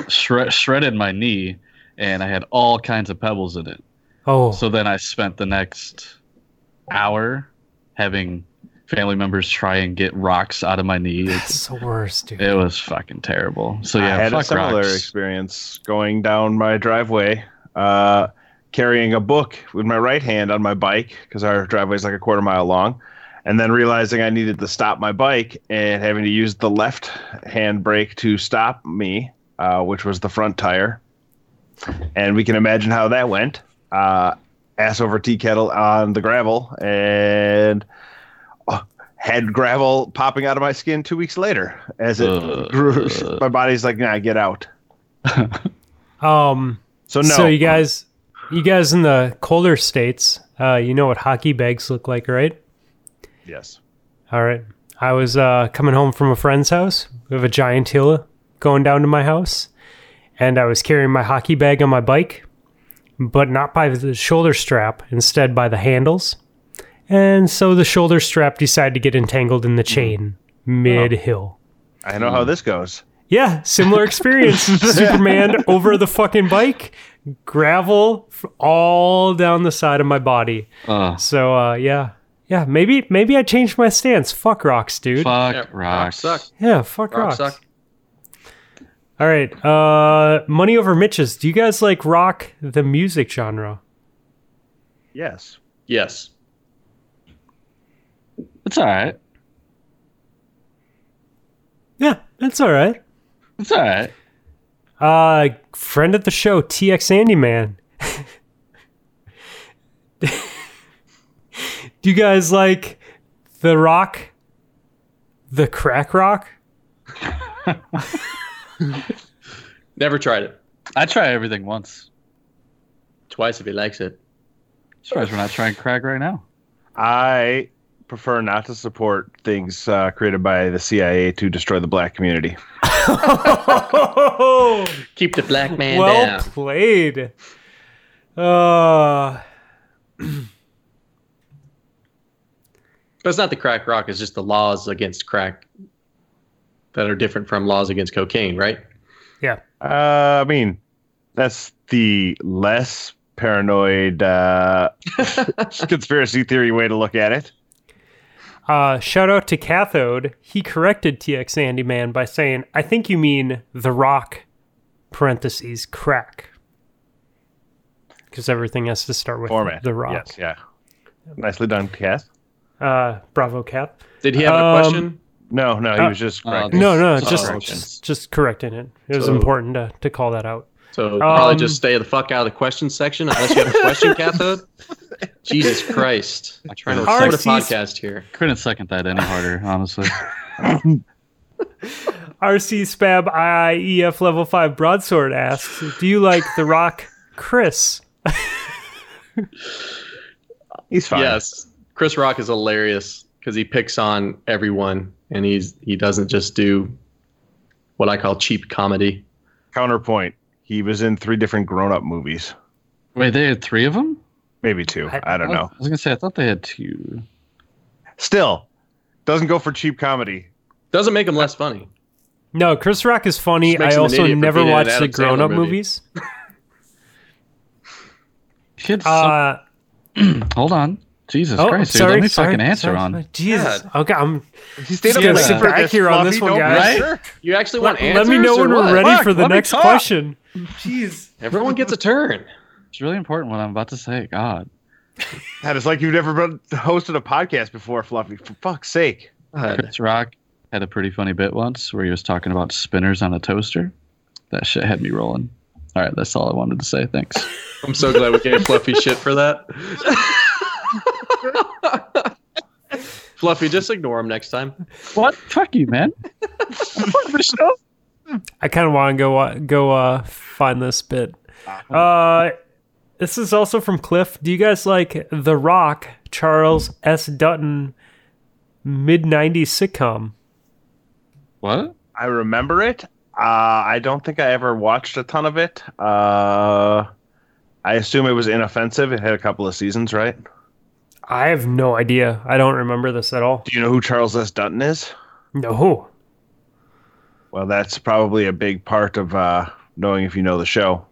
[SPEAKER 2] shred- shredded my knee, and I had all kinds of pebbles in it.
[SPEAKER 1] oh,
[SPEAKER 2] So then I spent the next hour having family members try and get rocks out of my knee. It's,
[SPEAKER 1] That's the worst, dude.
[SPEAKER 2] it was fucking terrible. So yeah,
[SPEAKER 3] I had a
[SPEAKER 2] fuck
[SPEAKER 3] similar
[SPEAKER 2] rocks.
[SPEAKER 3] experience going down my driveway, uh, carrying a book with my right hand on my bike because our driveway is like a quarter mile long, and then realizing I needed to stop my bike and having to use the left hand brake to stop me, uh, which was the front tire. And we can imagine how that went. Uh, ass over tea kettle on the gravel and uh, had gravel popping out of my skin two weeks later as it
[SPEAKER 2] Ugh.
[SPEAKER 3] grew. my body's like, nah, get out.
[SPEAKER 1] Um,
[SPEAKER 3] So no.
[SPEAKER 1] So you guys, you guys in the colder states, uh, you know what hockey bags look like, right?
[SPEAKER 3] yes.
[SPEAKER 1] All right. I was uh, coming home from a friend's house. We have a giant Hila going down to my house, and I was carrying my hockey bag on my bike, but not by the shoulder strap, instead by the handles. And so the shoulder strap decided to get entangled in the chain mid hill.
[SPEAKER 3] I know
[SPEAKER 1] Hmm.
[SPEAKER 3] how this goes.
[SPEAKER 1] Yeah, similar experience. Superman over the fucking bike, gravel f- all down the side of my body.
[SPEAKER 2] Ugh,
[SPEAKER 1] So uh, yeah, yeah. Maybe maybe I changed my stance. Fuck rocks, dude.
[SPEAKER 2] fuck
[SPEAKER 4] Yeah,
[SPEAKER 2] rocks.
[SPEAKER 4] suck.
[SPEAKER 1] Yeah, fuck
[SPEAKER 4] Rocks
[SPEAKER 1] rocks.
[SPEAKER 4] suck.
[SPEAKER 1] All right, uh, money over Mitches. Do you guys like rock the music genre?
[SPEAKER 3] Yes.
[SPEAKER 4] Yes.
[SPEAKER 2] It's all right.
[SPEAKER 1] Yeah, that's all right.
[SPEAKER 2] It's all right.
[SPEAKER 1] Uh, friend of the show, TX Andy Man. Do you guys like the rock, the crack rock?
[SPEAKER 4] Never tried it.
[SPEAKER 2] I try everything once.
[SPEAKER 4] Twice if he likes it.
[SPEAKER 2] Surprised we're not trying crack right now.
[SPEAKER 3] I prefer not to support things uh, created by the CIA to destroy the black community.
[SPEAKER 1] Oh,
[SPEAKER 4] Keep the black man
[SPEAKER 1] well
[SPEAKER 4] down.
[SPEAKER 1] played. Uh,
[SPEAKER 4] But it's not the crack rock. It's just the laws against crack that are different from laws against cocaine, right?
[SPEAKER 3] Uh, I mean, that's the less paranoid uh, conspiracy theory way to look at it.
[SPEAKER 1] Uh, shout out to Cathode. He corrected TX Andy Man by saying, I think you mean the rock, parentheses, crack. Because everything has to start with
[SPEAKER 3] Format.
[SPEAKER 1] the rock.
[SPEAKER 3] Yes. Yeah. Nicely done, Cass.
[SPEAKER 1] Uh, bravo, Cath.
[SPEAKER 4] Did he have
[SPEAKER 1] Um,
[SPEAKER 4] a question?
[SPEAKER 3] No, no, he
[SPEAKER 1] Uh,
[SPEAKER 3] was just
[SPEAKER 2] uh,
[SPEAKER 3] correcting.
[SPEAKER 1] No, no,
[SPEAKER 2] Just
[SPEAKER 1] just,
[SPEAKER 2] corrections.
[SPEAKER 1] just just correcting it. It was
[SPEAKER 4] So-
[SPEAKER 1] important to, to call that out.
[SPEAKER 4] So probably
[SPEAKER 1] um,
[SPEAKER 4] just stay the fuck out of the question section unless you have a question, Cathode. Jesus Christ!
[SPEAKER 2] I
[SPEAKER 4] Trying to
[SPEAKER 2] couldn't,
[SPEAKER 4] record a
[SPEAKER 1] RC's
[SPEAKER 4] podcast here.
[SPEAKER 2] couldn't second that any harder, honestly.
[SPEAKER 1] RC Spab IIEF Level 5 Broadsword asks, Do you like the rock, Chris?
[SPEAKER 3] He's fine.
[SPEAKER 4] Yes, Chris Rock is hilarious because he picks on everyone, and he's he doesn't just do what I call cheap comedy.
[SPEAKER 3] Counterpoint. He was in three different grown-up movies,
[SPEAKER 2] Wait, they had three of them?
[SPEAKER 3] maybe two.
[SPEAKER 1] I-
[SPEAKER 3] I don't know.
[SPEAKER 2] I was gonna say I thought they had two.
[SPEAKER 3] Still, doesn't go for cheap comedy.
[SPEAKER 4] Doesn't make him less funny.
[SPEAKER 1] No, Chris Rock is funny.
[SPEAKER 4] Just
[SPEAKER 1] I
[SPEAKER 4] makes him an
[SPEAKER 1] also
[SPEAKER 4] idiot for
[SPEAKER 1] never
[SPEAKER 4] being in an
[SPEAKER 1] watched the
[SPEAKER 4] Adam Sandler
[SPEAKER 1] grown up
[SPEAKER 4] movie.
[SPEAKER 1] movies.
[SPEAKER 2] Kids,
[SPEAKER 1] Uh, oh,
[SPEAKER 2] hold on. Jesus
[SPEAKER 3] oh,
[SPEAKER 2] Christ, dude, let me fucking answer
[SPEAKER 1] sorry,
[SPEAKER 2] on.
[SPEAKER 1] sorry. Jesus. Okay, I'm.
[SPEAKER 3] He stayed
[SPEAKER 1] Just
[SPEAKER 3] up
[SPEAKER 1] gonna
[SPEAKER 3] late
[SPEAKER 1] sit
[SPEAKER 3] for
[SPEAKER 1] back
[SPEAKER 3] this
[SPEAKER 1] here on
[SPEAKER 3] fluffy
[SPEAKER 1] this one,
[SPEAKER 3] no
[SPEAKER 1] guys.
[SPEAKER 3] pressure.
[SPEAKER 4] You actually want
[SPEAKER 1] Let
[SPEAKER 4] answers?
[SPEAKER 1] me know when
[SPEAKER 4] or
[SPEAKER 1] we're
[SPEAKER 4] what?
[SPEAKER 1] ready
[SPEAKER 2] Fuck,
[SPEAKER 1] for the
[SPEAKER 2] let me
[SPEAKER 1] next
[SPEAKER 2] talk.
[SPEAKER 1] question. Jeez.
[SPEAKER 4] Everyone gets a turn.
[SPEAKER 2] It's really important what I'm about to say. God,
[SPEAKER 3] God, it's like you've never been hosted a podcast before, Fluffy. For fuck's sake.
[SPEAKER 4] God.
[SPEAKER 2] Chris Uh, Rock had a pretty funny bit once where he was talking about spinners on a toaster. That shit had me rolling. All right, that's all I wanted to say. Thanks.
[SPEAKER 4] I'm so glad we gave Fluffy shit for that. Fluffy, just ignore him next time.
[SPEAKER 2] what? Fuck you, man.
[SPEAKER 1] I kind of want to go uh, go uh, find this bit. Uh, this is also from Cliff. Do you guys like The Rock, Charles S. Dutton, mid '90s sitcom?
[SPEAKER 2] What?
[SPEAKER 3] I remember it. Uh, I don't think I ever watched a ton of it. Uh, I assume it was inoffensive. It had a couple of seasons, right?
[SPEAKER 1] I have no idea. I don't remember this at all.
[SPEAKER 3] Do you know who Charles S. Dutton is?
[SPEAKER 1] No.
[SPEAKER 3] Well, that's probably a big part of uh, knowing if you know the show.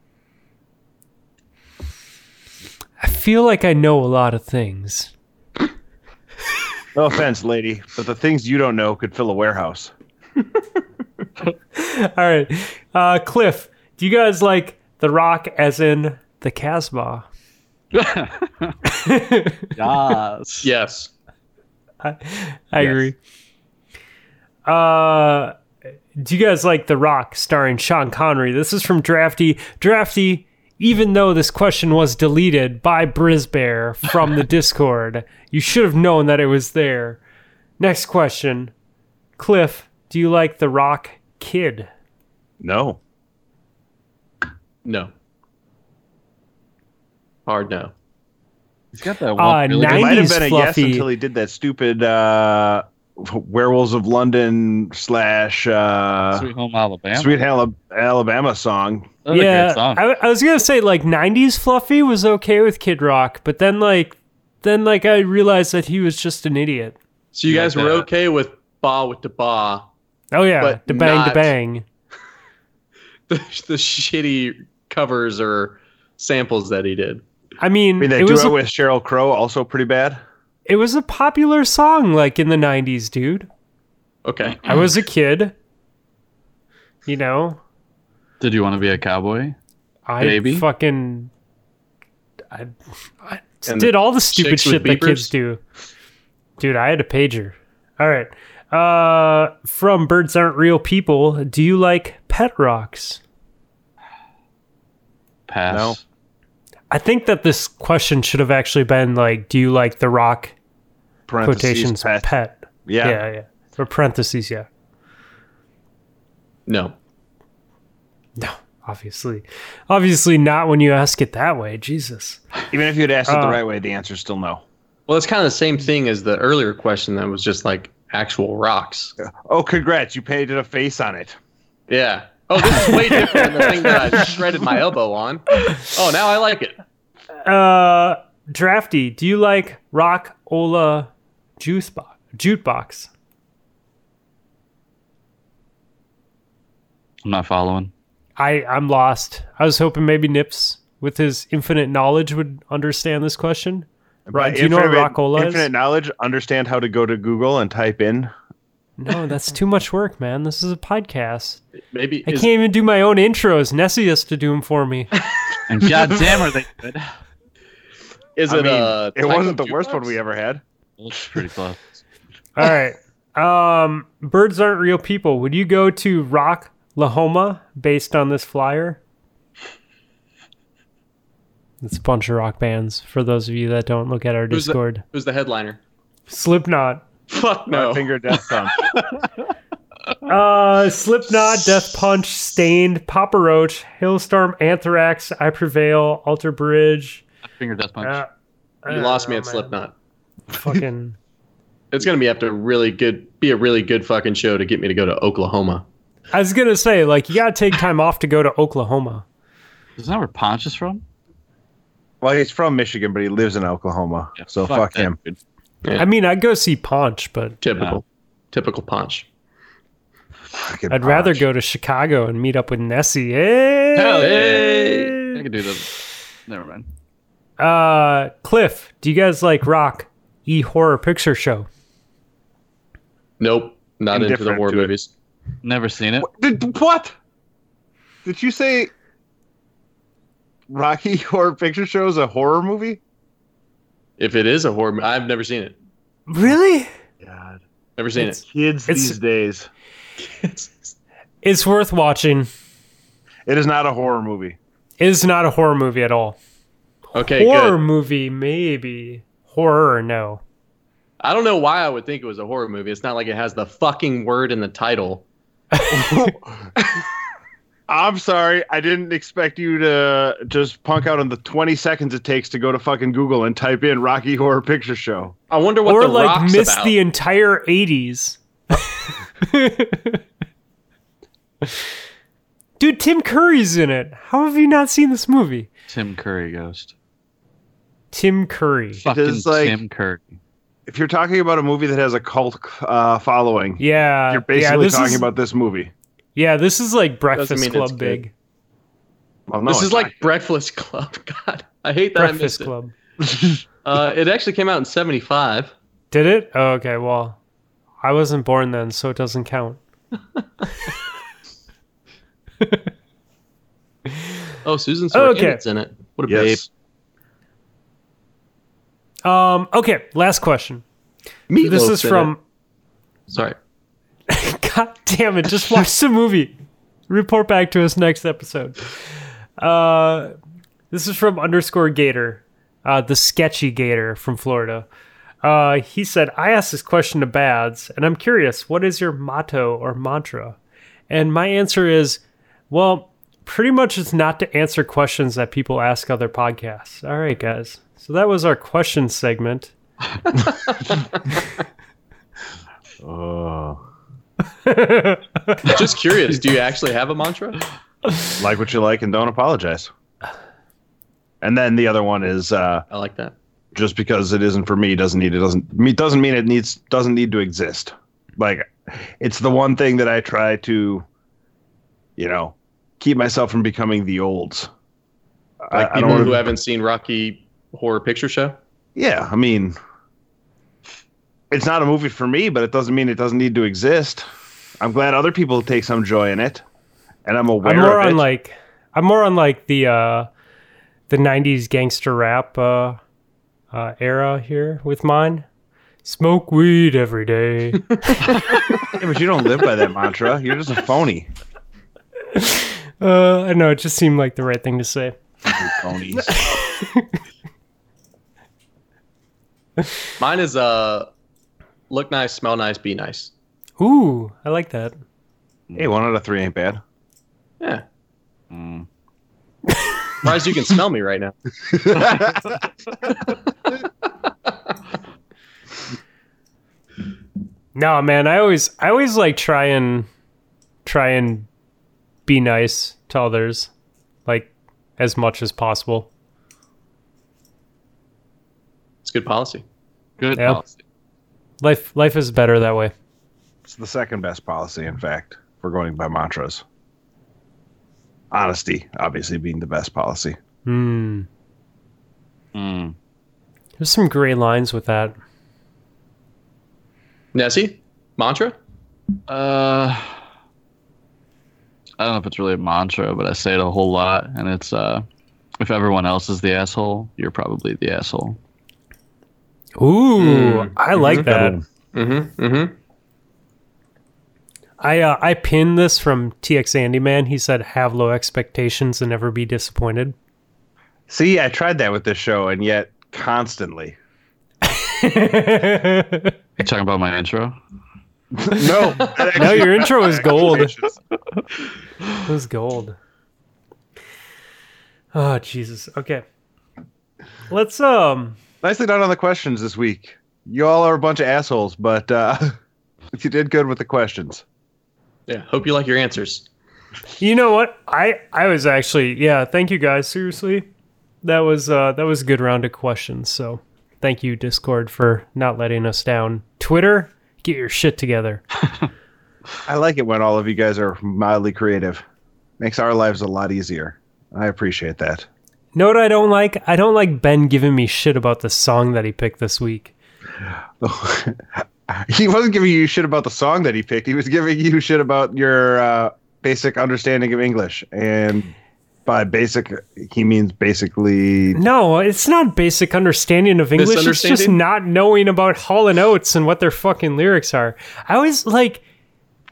[SPEAKER 1] I feel like I know a lot of things.
[SPEAKER 3] No offense, lady, but the things you don't know could fill a warehouse.
[SPEAKER 1] All right, uh, Cliff, do you guys like The Rock as in the Casbah?
[SPEAKER 5] Yes.
[SPEAKER 4] Yes.
[SPEAKER 1] I agree. Uh, do you guys like The Rock starring Sean Connery? This is from Drafty. Drafty, even though this question was deleted by Brisbear from the Discord, you should have known that it was there. Next question. Cliff, do you like The Rock Kid?
[SPEAKER 3] No.
[SPEAKER 4] No. Hard no.
[SPEAKER 2] He's got that
[SPEAKER 1] Uh,
[SPEAKER 2] one. really
[SPEAKER 3] It
[SPEAKER 1] nine-
[SPEAKER 2] good-
[SPEAKER 3] might have
[SPEAKER 1] 90s
[SPEAKER 3] been a yes
[SPEAKER 1] fluffy.
[SPEAKER 3] until he did that stupid uh, Werewolves of London slash uh,
[SPEAKER 2] Sweet Home Alabama.
[SPEAKER 3] Sweet Ala- Alabama song.
[SPEAKER 2] That was a
[SPEAKER 1] yeah,
[SPEAKER 2] great song.
[SPEAKER 1] I, I was gonna say like '90s Fluffy was okay with Kid Rock, but then like, then like I realized that he was just an idiot.
[SPEAKER 4] So you
[SPEAKER 2] Like
[SPEAKER 4] guys were
[SPEAKER 2] that.
[SPEAKER 4] okay with ba with the ba.
[SPEAKER 1] Oh yeah,
[SPEAKER 4] But
[SPEAKER 1] the bang, the
[SPEAKER 4] not-
[SPEAKER 1] bang.
[SPEAKER 4] The, the shitty covers or samples that he did.
[SPEAKER 1] I mean,
[SPEAKER 3] I mean, that
[SPEAKER 1] it was
[SPEAKER 3] duet
[SPEAKER 1] a,
[SPEAKER 3] with Cheryl Crow also pretty bad.
[SPEAKER 1] it was a popular song like in the '90s, dude.
[SPEAKER 4] Okay.
[SPEAKER 1] I was a kid, you know.
[SPEAKER 2] Did you want to be a cowboy?
[SPEAKER 1] I
[SPEAKER 2] Maybe.
[SPEAKER 1] fucking I, I
[SPEAKER 4] And
[SPEAKER 1] did all the stupid
[SPEAKER 4] chicks with
[SPEAKER 1] shit that kids
[SPEAKER 4] beepers?
[SPEAKER 1] do. Dude, I had a pager. All right. Uh from Birds Aren't Real People, do you like pet rocks?
[SPEAKER 2] Pass.
[SPEAKER 3] No.
[SPEAKER 1] I think that this question should have actually been like, do you like the rock
[SPEAKER 3] Parentheses,
[SPEAKER 1] quotations
[SPEAKER 3] pet.
[SPEAKER 1] pet?
[SPEAKER 3] Yeah.
[SPEAKER 1] yeah, yeah. Or parentheses, yeah.
[SPEAKER 4] No.
[SPEAKER 1] No, obviously. Obviously not when you ask it that way. Jesus.
[SPEAKER 3] Even if you'd asked it the
[SPEAKER 1] Uh,
[SPEAKER 3] right way, the answer's still no.
[SPEAKER 4] Well, it's kind of the same thing as the earlier question that was just like actual rocks.
[SPEAKER 3] Oh, congrats! You painted a face on it.
[SPEAKER 4] Yeah. Oh, this is way different than the thing that I shredded my elbow on. Oh, now I like it.
[SPEAKER 1] Uh, Drafty, do you like Rock Ola Juice Box? Jukebox.
[SPEAKER 2] I'm not following.
[SPEAKER 1] I I'm lost. I was hoping maybe Nips, with his infinite knowledge, would understand this question.
[SPEAKER 3] Right.
[SPEAKER 1] Do you know what Rockola is?
[SPEAKER 3] Infinite knowledge. Understand how to go to Google and type in.
[SPEAKER 1] No, that's too much work, man. This is a podcast.
[SPEAKER 4] Maybe
[SPEAKER 1] I
[SPEAKER 4] is-
[SPEAKER 1] can't even do my own intros. Nessie has to do them for me.
[SPEAKER 2] And god damn are they good.
[SPEAKER 4] Is
[SPEAKER 3] I
[SPEAKER 4] it
[SPEAKER 3] mean,
[SPEAKER 4] uh,
[SPEAKER 3] it
[SPEAKER 4] type
[SPEAKER 3] wasn't the
[SPEAKER 4] of
[SPEAKER 3] worst
[SPEAKER 4] jukebox?
[SPEAKER 3] one we ever had.
[SPEAKER 2] Looks pretty close.
[SPEAKER 1] All right. Um, birds aren't real people. Would you go to Rock Lahoma based on this flyer? It's a bunch of rock bands. For those of you that don't look at our
[SPEAKER 4] Who's the-
[SPEAKER 1] Discord,
[SPEAKER 4] Who's the headliner?
[SPEAKER 1] Slipknot.
[SPEAKER 4] Fuck
[SPEAKER 3] My
[SPEAKER 4] no.
[SPEAKER 3] finger death thumb.
[SPEAKER 1] Uh, Slipknot, Death Punch, Stained, Papa Roach, Hailstorm, Anthrax, I Prevail, Alter Bridge.
[SPEAKER 2] Finger death punch.
[SPEAKER 1] Uh, I
[SPEAKER 4] You
[SPEAKER 1] don't
[SPEAKER 4] lost
[SPEAKER 1] know,
[SPEAKER 4] me at
[SPEAKER 1] man.
[SPEAKER 4] Slipknot.
[SPEAKER 1] Fucking.
[SPEAKER 4] It's gonna be have to really good be a really good fucking show to get me to go to Oklahoma.
[SPEAKER 1] I was gonna say, like, you gotta take time off to go to Oklahoma.
[SPEAKER 2] Isn't that where Punch is from?
[SPEAKER 3] well, he's from Michigan, but he lives in Oklahoma.
[SPEAKER 2] Yeah,
[SPEAKER 3] so fuck,
[SPEAKER 2] that,
[SPEAKER 3] him.
[SPEAKER 2] dude.
[SPEAKER 1] I mean, I'd go see Punch, but
[SPEAKER 4] Typical,
[SPEAKER 2] No.
[SPEAKER 4] typical punch.
[SPEAKER 3] Fucking
[SPEAKER 1] I'd rather
[SPEAKER 3] Ponch.
[SPEAKER 1] go to Chicago and meet up with Nessie. Hey!
[SPEAKER 2] Hell yeah. I could do the. Never mind.
[SPEAKER 1] Uh, Cliff, do you guys like rock e horror picture show?
[SPEAKER 4] Nope, not into the
[SPEAKER 3] Indifferent
[SPEAKER 4] horror
[SPEAKER 3] to it.
[SPEAKER 4] movies.
[SPEAKER 2] Never seen it.
[SPEAKER 3] What? Did, what? Did you say Rocky Horror Picture Show is a horror movie?
[SPEAKER 4] If it is a horror, mo- I've never seen it.
[SPEAKER 1] Really?
[SPEAKER 3] God,
[SPEAKER 4] Never seen
[SPEAKER 1] It's-
[SPEAKER 4] it.
[SPEAKER 3] kids
[SPEAKER 1] It's-
[SPEAKER 3] these days.
[SPEAKER 1] It's worth watching.
[SPEAKER 3] It is not a horror movie.
[SPEAKER 1] It is not a horror movie at all.
[SPEAKER 4] Okay,
[SPEAKER 1] horror
[SPEAKER 4] good.
[SPEAKER 1] movie, maybe. Horror, no.
[SPEAKER 4] I don't know why I would think it was a horror movie. It's not like it has the fucking word in the title.
[SPEAKER 3] I'm sorry, I didn't expect you to just punk out on the 20 seconds it takes to go to fucking Google and type in Rocky Horror Picture Show.
[SPEAKER 4] I wonder what
[SPEAKER 1] or
[SPEAKER 4] the
[SPEAKER 1] like
[SPEAKER 4] rock's
[SPEAKER 1] miss
[SPEAKER 4] about.
[SPEAKER 1] the entire 80s. Dude, Tim Curry's in it. How have you not seen this movie?
[SPEAKER 2] Tim Curry Ghost.
[SPEAKER 1] Tim Curry.
[SPEAKER 2] Fucking
[SPEAKER 3] does, like-
[SPEAKER 2] Tim Curry.
[SPEAKER 3] If you're talking about a movie that has a cult uh, following,
[SPEAKER 1] Yeah.
[SPEAKER 3] you're basically
[SPEAKER 1] yeah, this
[SPEAKER 3] talking
[SPEAKER 1] is,
[SPEAKER 3] about this movie.
[SPEAKER 1] Yeah, this is like Breakfast
[SPEAKER 4] mean it's
[SPEAKER 1] Club
[SPEAKER 4] good.
[SPEAKER 1] big.
[SPEAKER 3] Well, no,
[SPEAKER 4] this is
[SPEAKER 3] it's
[SPEAKER 4] like
[SPEAKER 3] not.
[SPEAKER 4] Breakfast Club. God, I hate that I
[SPEAKER 1] Breakfast
[SPEAKER 4] missed
[SPEAKER 1] Club.
[SPEAKER 4] it. Uh, it actually came out in '75.
[SPEAKER 1] Did it? Oh, okay. Well, I wasn't born then, so it doesn't count.
[SPEAKER 4] Oh, Susan Sarandon's
[SPEAKER 1] Okay.
[SPEAKER 4] in it. What a babe.
[SPEAKER 3] Yes.
[SPEAKER 1] Um. Okay. Last question.
[SPEAKER 4] Meatloaf's
[SPEAKER 1] This is
[SPEAKER 4] in
[SPEAKER 1] from.
[SPEAKER 4] it. Sorry.
[SPEAKER 1] God damn it! Just watch the movie. Report back to us next episode. Uh, this is from underscore Gator, uh, the sketchy Gator from Florida. Uh, he said, "I asked this question to Bads, and I'm curious. What is your motto or mantra?" And my answer is, well, pretty much it's not to answer questions that people ask other podcasts. All right, guys. So that was our question segment.
[SPEAKER 3] Oh,
[SPEAKER 4] Just curious, do you actually have a mantra?
[SPEAKER 3] like what you like and don't apologize. And then the other one is uh,
[SPEAKER 4] I like that.
[SPEAKER 3] just because it isn't for me doesn't need it doesn't me doesn't mean it needs doesn't need to exist. Like it's the one thing that I try to, you know, keep myself from becoming the olds. I-
[SPEAKER 4] Like
[SPEAKER 3] I
[SPEAKER 4] people
[SPEAKER 3] don't-
[SPEAKER 4] who haven't seen Rocky Horror Picture Show.
[SPEAKER 3] Yeah, I mean, it's not a movie for me, but it doesn't mean it doesn't need to exist. I'm glad other people take some joy in it, and I'm aware
[SPEAKER 1] I'm more
[SPEAKER 3] of it.
[SPEAKER 1] on like, I'm more on like the uh, the '90s gangster rap uh, uh, era here with mine. Smoke weed every day.
[SPEAKER 3] Yeah, but you don't live by that mantra. You're just a phony.
[SPEAKER 1] uh, I know it just seemed like the right thing to say.
[SPEAKER 3] Phonies.
[SPEAKER 4] Mine is uh look nice, smell nice, be nice.
[SPEAKER 1] Ooh, I like that.
[SPEAKER 3] Hey, one out of three ain't bad.
[SPEAKER 4] Yeah.
[SPEAKER 2] Mm.
[SPEAKER 4] Surprised you can smell me right now.
[SPEAKER 1] No, man, I always, I always like try and try and be nice to others, like as much as possible.
[SPEAKER 4] It's good policy.
[SPEAKER 5] Good.
[SPEAKER 1] Yeah.
[SPEAKER 5] policy.
[SPEAKER 1] Life, life is better that way.
[SPEAKER 3] It's the second best policy, in fact, for going by mantras. Honesty, obviously, being the best policy.
[SPEAKER 1] Hmm.
[SPEAKER 2] Mm.
[SPEAKER 1] There's some gray lines with that.
[SPEAKER 4] Nessie? Mantra?
[SPEAKER 2] Uh, I don't know if it's really a mantra, but I say it a whole lot, and it's uh, if everyone else is the asshole, you're probably the asshole.
[SPEAKER 1] Ooh, I like that.
[SPEAKER 4] Mm-hmm. Mm-hmm.
[SPEAKER 1] I uh, I pinned this from TX Andyman. He said, "Have low expectations and never be disappointed."
[SPEAKER 3] See, I tried that with this show, and yet constantly.
[SPEAKER 1] no,
[SPEAKER 2] You talking about my intro?
[SPEAKER 3] No, no,
[SPEAKER 1] your intro is gold. It was gold. Oh Jesus. Okay, let's um.
[SPEAKER 3] Nicely done on the questions this week. You all are a bunch of assholes, but uh, you did good with the questions.
[SPEAKER 4] Yeah. Hope you like your answers.
[SPEAKER 1] You know what? I I was actually yeah. Thank you guys. Seriously, that was uh that was a good round of questions. So thank you Discord for not letting us down. Twitter, get your shit together.
[SPEAKER 3] I like it when all of you guys are mildly creative. Makes our lives a lot easier. I appreciate that.
[SPEAKER 1] Know what I don't like? I don't like Ben giving me shit about the song that he picked this week.
[SPEAKER 3] he wasn't giving you shit about the song that he picked. He was giving you shit about your uh, basic understanding of English. And by basic, he means basically.
[SPEAKER 1] No, it's not basic understanding of English. It's just
[SPEAKER 4] Misunderstanding?
[SPEAKER 1] not knowing about Hall and Oates and what their fucking lyrics are. I always like,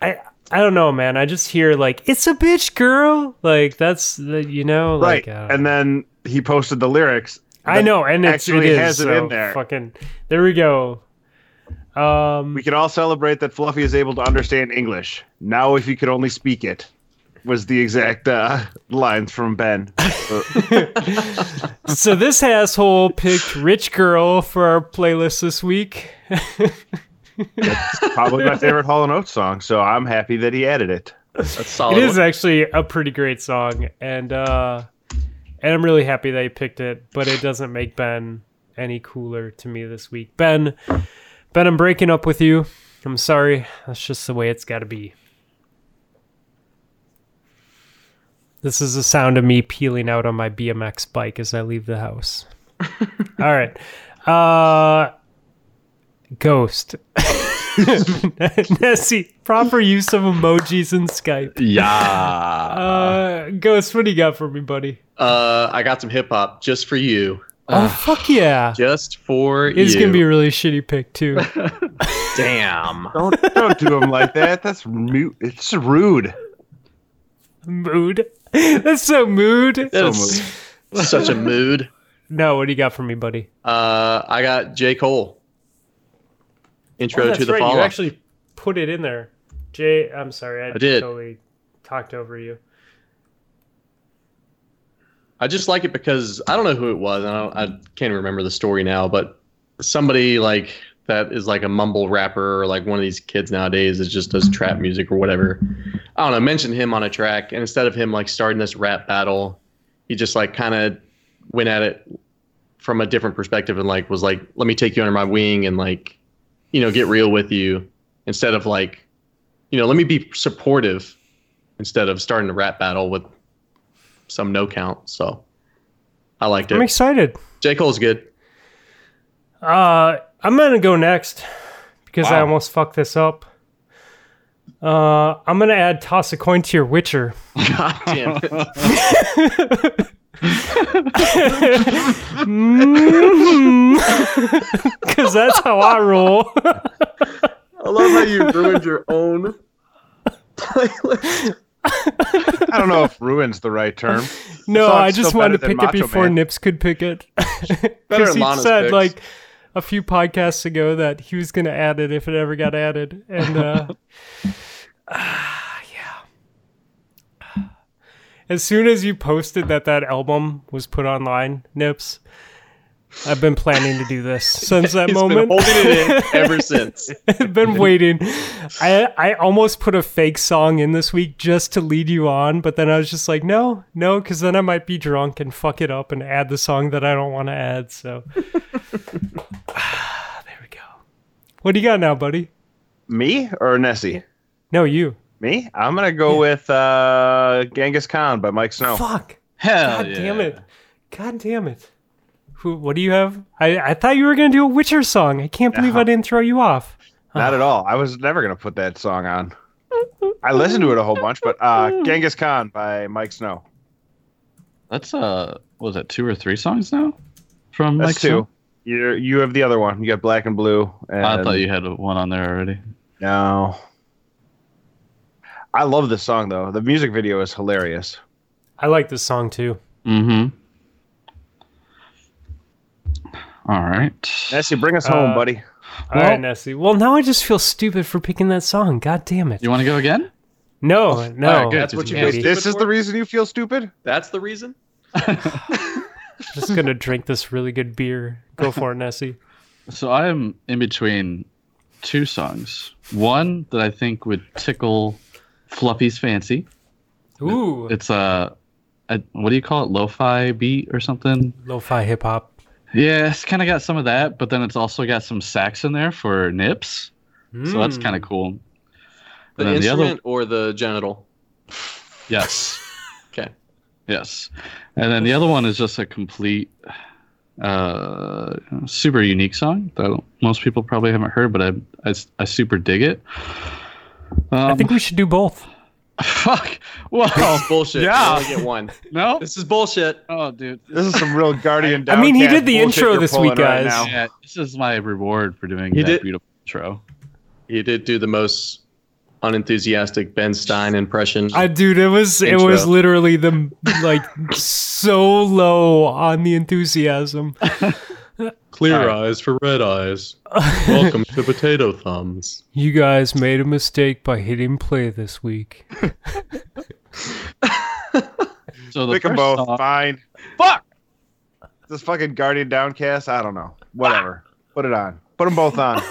[SPEAKER 1] I I don't know, man. I just hear like, "It's a bitch, girl." Like that's the you know,
[SPEAKER 3] Right.
[SPEAKER 1] Like, uh,
[SPEAKER 3] and then he posted the lyrics.
[SPEAKER 1] I know, and it's, it
[SPEAKER 3] actually
[SPEAKER 1] is,
[SPEAKER 3] has it
[SPEAKER 1] so
[SPEAKER 3] in there.
[SPEAKER 1] Fucking, there we go. Um,
[SPEAKER 3] We can all celebrate that Fluffy is able to understand English. Now, if you could only speak it, was the exact uh, lines from Ben.
[SPEAKER 1] so this asshole picked "Rich Girl" for our playlist this week.
[SPEAKER 3] Probably my favorite Hall and Oates song, so I'm happy that he added it.
[SPEAKER 4] That's solid.
[SPEAKER 1] it is actually a pretty great song and uh and i'm really happy that you picked it but it doesn't make ben any cooler to me this week ben ben i'm breaking up with you i'm sorry that's just the way it's got to be this is the sound of me peeling out on my bmx bike as i leave the house all right uh Ghost. Nessie, proper use of emojis in Skype.
[SPEAKER 4] Yeah.
[SPEAKER 1] Uh, Ghost, what do you got for me, buddy?
[SPEAKER 4] Uh, I got some hip hop just for you.
[SPEAKER 1] oh, fuck yeah.
[SPEAKER 4] Just for you.
[SPEAKER 1] It's going to be a really shitty pick, too.
[SPEAKER 4] damn.
[SPEAKER 3] Don't don't do him like that. That's mu- it's rude.
[SPEAKER 1] mood. That's so mood.
[SPEAKER 4] That's such a mood.
[SPEAKER 1] No, what do you got for me, buddy?
[SPEAKER 4] Uh, I got J Cole. Intro to the fall.
[SPEAKER 1] Oh, You actually put it in there. Jay, I'm sorry. I,
[SPEAKER 4] did.
[SPEAKER 1] totally talked over you.
[SPEAKER 4] I just like it because I don't know who it was. and I, don't, I can't even remember the story now, but somebody like that is like a mumble rapper or like one of these kids nowadays that just does trap music or whatever. I don't know. Mentioned him on a track, and instead of him like starting this rap battle, he just like kind of went at it from a different perspective and like was like, "Let me take you under my wing and like, you know, get real with you." Instead of like, you know, let me be supportive instead of starting a rap battle with some no count. So I liked
[SPEAKER 1] I'm
[SPEAKER 4] it.
[SPEAKER 1] excited.
[SPEAKER 4] J. Cole's good.
[SPEAKER 1] Uh, I'm gonna go next because I almost fucked this up. Uh, I'm gonna add toss a coin to your Witcher.
[SPEAKER 4] God damn it.
[SPEAKER 1] Mm-hmm. Because that's how I roll.
[SPEAKER 4] I love how you ruined your own playlist.
[SPEAKER 3] I don't know if ruin's the right term.
[SPEAKER 1] no,
[SPEAKER 3] Sounds
[SPEAKER 1] I just
[SPEAKER 3] still
[SPEAKER 1] wanted to
[SPEAKER 3] better than
[SPEAKER 1] pick it
[SPEAKER 3] Macho
[SPEAKER 1] before
[SPEAKER 3] Man.
[SPEAKER 1] Nips could pick it.
[SPEAKER 4] Better
[SPEAKER 1] Because
[SPEAKER 4] than
[SPEAKER 1] he
[SPEAKER 4] Lana's
[SPEAKER 1] said
[SPEAKER 4] picks.
[SPEAKER 1] like a few podcasts ago that he was gonna add it if it ever got added, and uh, ah, yeah. As soon as you posted that that album was put online, Nips, I've been planning to do this since that
[SPEAKER 4] He's
[SPEAKER 1] moment.
[SPEAKER 4] been holding it in ever since.
[SPEAKER 1] I've been waiting. I I almost put a fake song in this week just to lead you on, but then I was just like, no, no, because then I might be drunk and fuck it up and add the song that I don't want to add. So Ah, there we go. What do you got now, buddy?
[SPEAKER 3] Me or Nessie?
[SPEAKER 1] No, you.
[SPEAKER 3] Me? I'm gonna go with uh, Genghis Khan by Mike Snow.
[SPEAKER 1] Fuck.
[SPEAKER 4] Hell
[SPEAKER 1] God damn it. God damn it. Who? What do you have? I I thought you were gonna do a Witcher song. I can't believe I didn't throw you off.
[SPEAKER 3] Not at all. I was never gonna put that song on. I listened to it a whole bunch, but uh, Genghis Khan by Mike Snow.
[SPEAKER 2] That's uh, what was that two or three songs now? From
[SPEAKER 3] That's
[SPEAKER 2] like
[SPEAKER 3] two. You you have the other one. You got Black and Blue. And
[SPEAKER 2] I thought you had one on there already.
[SPEAKER 3] No. I love this song though. The music video is hilarious.
[SPEAKER 1] I like this song too.
[SPEAKER 2] Mm-hmm. All right.
[SPEAKER 3] Nessie, bring us home,
[SPEAKER 1] Uh,
[SPEAKER 3] buddy.
[SPEAKER 1] All right,
[SPEAKER 2] Well-
[SPEAKER 1] Nessie. Well, now I just feel stupid for picking that song. God damn it.
[SPEAKER 2] You want to go again?
[SPEAKER 1] No, no.
[SPEAKER 2] All right, good.
[SPEAKER 4] That's what you
[SPEAKER 1] Andy.
[SPEAKER 4] feel
[SPEAKER 1] Wait,
[SPEAKER 4] stupid
[SPEAKER 3] This is
[SPEAKER 4] for?
[SPEAKER 3] the reason you feel stupid.
[SPEAKER 4] That's the reason?
[SPEAKER 1] just gonna drink this really good beer. Go for it, Nessie.
[SPEAKER 2] So I am in between two songs. One that I think would tickle Fluffy's fancy.
[SPEAKER 1] Ooh,
[SPEAKER 2] It's a, a what do you call it? Lo-fi beat or something?
[SPEAKER 1] lo-fi hip hop.
[SPEAKER 2] Yeah, it's kind of got some of that, but then it's also got some sax in there for nips. So
[SPEAKER 1] Hmm.
[SPEAKER 2] that's kind of cool.
[SPEAKER 4] The
[SPEAKER 2] And then the other-
[SPEAKER 4] instrument or the genital?
[SPEAKER 2] Yes.
[SPEAKER 4] Okay.
[SPEAKER 2] Yes. And then the other one is just a complete, uh, super unique song that I don't- most people probably haven't heard, but I, I, I super dig it. Um,
[SPEAKER 1] I think we should do both.
[SPEAKER 2] fuck. Well,
[SPEAKER 4] This is bullshit.
[SPEAKER 2] yeah.
[SPEAKER 4] Oh, Yeah. only get one.
[SPEAKER 2] no.
[SPEAKER 4] This is bullshit.
[SPEAKER 2] Oh, dude.
[SPEAKER 3] This is some real Guardian.
[SPEAKER 1] I mean, he
[SPEAKER 3] Downcast
[SPEAKER 1] did the
[SPEAKER 3] bullshit
[SPEAKER 1] intro
[SPEAKER 3] you're
[SPEAKER 1] this
[SPEAKER 3] pulling
[SPEAKER 1] week,
[SPEAKER 3] right
[SPEAKER 1] guys.
[SPEAKER 3] now.
[SPEAKER 2] Yeah, this is my reward for doing
[SPEAKER 4] You
[SPEAKER 2] that
[SPEAKER 4] did-
[SPEAKER 2] beautiful intro.
[SPEAKER 4] You did do the most unenthusiastic Ben Stein impression.
[SPEAKER 1] I dude, it was it
[SPEAKER 4] Intro.
[SPEAKER 1] was literally the like so low on the enthusiasm.
[SPEAKER 4] Clear eyes for red eyes. Welcome to Potato Thumbs.
[SPEAKER 1] You guys made a mistake by hitting play this week.
[SPEAKER 2] So the
[SPEAKER 3] Pick them
[SPEAKER 2] first
[SPEAKER 3] both.
[SPEAKER 2] song-
[SPEAKER 3] Fine. Fuck. This fucking Guardian Downcast. I don't know. Whatever. Put it on. Put them both on.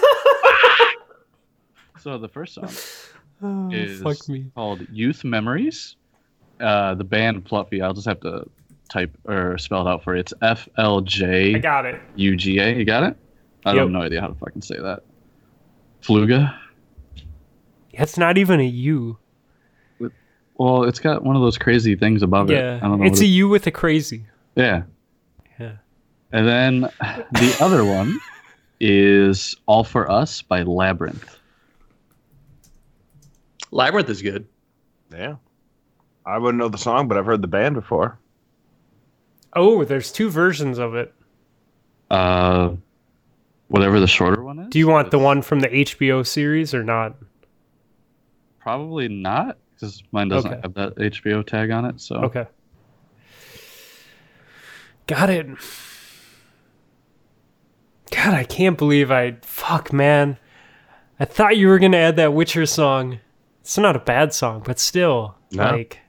[SPEAKER 2] so the first song
[SPEAKER 1] Oh,
[SPEAKER 2] is
[SPEAKER 1] fuck me.
[SPEAKER 2] called Youth Memories. Uh, the band Fluffy. I'll just have to type or spell it out for you. It's F L J
[SPEAKER 1] got it.
[SPEAKER 2] U G A. You got it? I
[SPEAKER 1] Yep.
[SPEAKER 2] don't have no idea how to fucking say that. Fluga.
[SPEAKER 1] That's not even a U.
[SPEAKER 2] Well, it's got one of those crazy things above
[SPEAKER 1] Yeah,
[SPEAKER 2] it. I don't know.
[SPEAKER 1] it's a
[SPEAKER 2] what it-
[SPEAKER 1] U with a crazy.
[SPEAKER 2] yeah.
[SPEAKER 1] Yeah.
[SPEAKER 2] And then the other one is All for Us by Labyrinth.
[SPEAKER 4] Labyrinth is good.
[SPEAKER 3] Yeah. I wouldn't know the song, but I've heard the band before.
[SPEAKER 1] Oh, there's two versions of it.
[SPEAKER 2] Uh, whatever the shorter one is.
[SPEAKER 1] Do you want the
[SPEAKER 2] It's
[SPEAKER 1] one from the HBO series or not?
[SPEAKER 2] Probably not, because mine doesn't
[SPEAKER 1] Okay.
[SPEAKER 2] have that HBO tag on it. So
[SPEAKER 1] Okay. Got it. God, I can't believe I. Fuck, man. I thought you were going to add that Witcher song. It's not a bad song, but still.
[SPEAKER 3] No.
[SPEAKER 1] Like,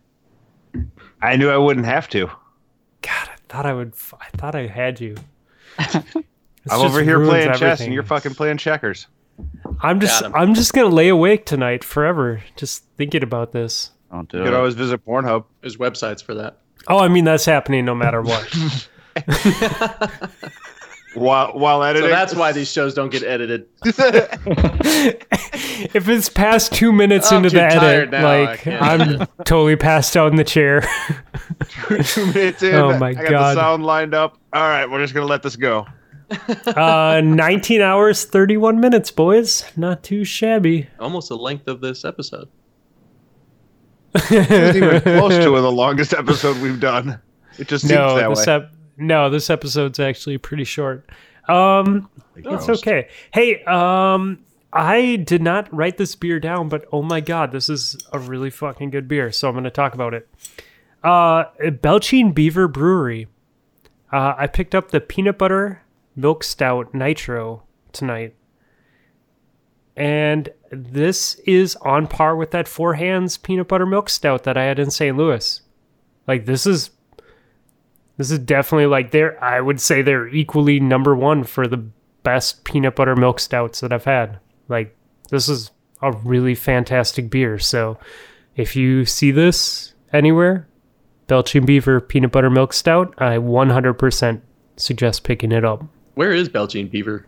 [SPEAKER 3] I knew I wouldn't have to.
[SPEAKER 1] God, I thought I would. f- I thought I had you. This
[SPEAKER 3] I'm
[SPEAKER 1] just
[SPEAKER 3] over here
[SPEAKER 1] ruins
[SPEAKER 3] playing chess
[SPEAKER 1] everything.
[SPEAKER 3] and you're fucking playing checkers.
[SPEAKER 1] I'm just.
[SPEAKER 4] Got 'em.
[SPEAKER 1] I'm just gonna lay awake tonight forever, just thinking about this.
[SPEAKER 2] don't
[SPEAKER 3] You
[SPEAKER 2] do
[SPEAKER 3] could
[SPEAKER 2] it.
[SPEAKER 3] always visit Pornhub.
[SPEAKER 4] There's websites for that.
[SPEAKER 1] Oh, I mean that's happening no matter what.
[SPEAKER 3] While while
[SPEAKER 4] So
[SPEAKER 3] editing.
[SPEAKER 4] that's why these shows don't get edited.
[SPEAKER 1] if it's past two minutes
[SPEAKER 4] Oh, I'm
[SPEAKER 1] into
[SPEAKER 4] too
[SPEAKER 1] the edit,
[SPEAKER 4] tired now, I
[SPEAKER 1] like
[SPEAKER 4] can't.
[SPEAKER 1] I'm totally passed out in the chair.
[SPEAKER 3] two minutes in.
[SPEAKER 1] Oh my
[SPEAKER 3] I got
[SPEAKER 1] God.
[SPEAKER 3] the sound lined up. All right, we're just gonna let this go.
[SPEAKER 1] Uh, 19 hours, 31 minutes, boys. Not too shabby.
[SPEAKER 4] Almost the length of this episode.
[SPEAKER 3] It's even close to the longest episode we've done. It just seems
[SPEAKER 1] no,
[SPEAKER 3] that
[SPEAKER 1] this
[SPEAKER 3] way.
[SPEAKER 1] ep- no, this episode's actually pretty short. Um, that's okay. Hey, um, I did not write this beer down, but oh my god, this is a really fucking good beer. So I'm going to talk about it. Uh, Belching Beaver Brewery. Uh, I picked up the peanut butter milk stout nitro tonight, and this is on par with that Four Hands peanut butter milk stout that I had in St. Louis. Like this is this is definitely like they're I would say they're equally number one for the best peanut butter milk stouts that I've had. Like this is a really fantastic beer. So if you see this anywhere, Belching Beaver peanut butter milk stout, I 100% suggest picking it up.
[SPEAKER 4] Where is Belgian Beaver?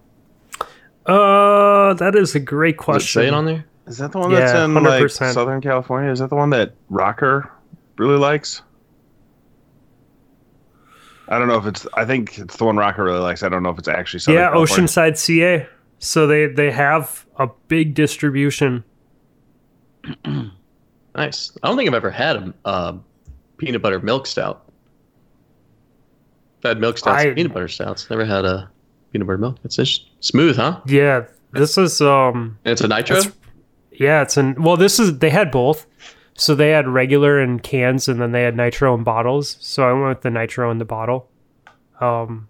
[SPEAKER 1] Uh, that is a great
[SPEAKER 4] Does it
[SPEAKER 1] question.
[SPEAKER 4] say it on there?
[SPEAKER 3] Is that the one
[SPEAKER 1] Yeah,
[SPEAKER 3] that's in like
[SPEAKER 1] 100%.
[SPEAKER 3] Southern California? Is that the one that Rocker really likes? I don't know if it's. I think it's the one Rocker really likes. I don't know if it's actually Southern
[SPEAKER 1] yeah,
[SPEAKER 3] California.
[SPEAKER 1] Oceanside CA. So they they have a big distribution.
[SPEAKER 4] Nice. I don't think I've ever had a um peanut butter milk stout. I've had milk stouts,
[SPEAKER 1] I-
[SPEAKER 4] and peanut butter stouts. Never had a peanut butter milk. It's just smooth, huh?
[SPEAKER 1] Yeah, this is um
[SPEAKER 4] And it's a nitro.
[SPEAKER 1] That's- Yeah, it's an well. This is they had both, so they had regular in cans, and then they had nitro in bottles. So I went with the nitro in the bottle. Um,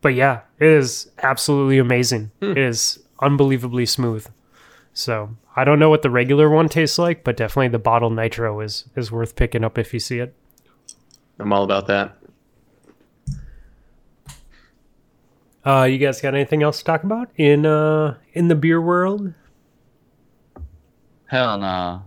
[SPEAKER 1] but yeah, it is absolutely amazing. It is unbelievably smooth. So I don't know what the regular one tastes like, but definitely the bottle nitro is is worth picking up if you see it.
[SPEAKER 4] I'm all about that.
[SPEAKER 1] Uh, you guys got anything else to talk about in uh in the beer world?
[SPEAKER 2] Hell nah.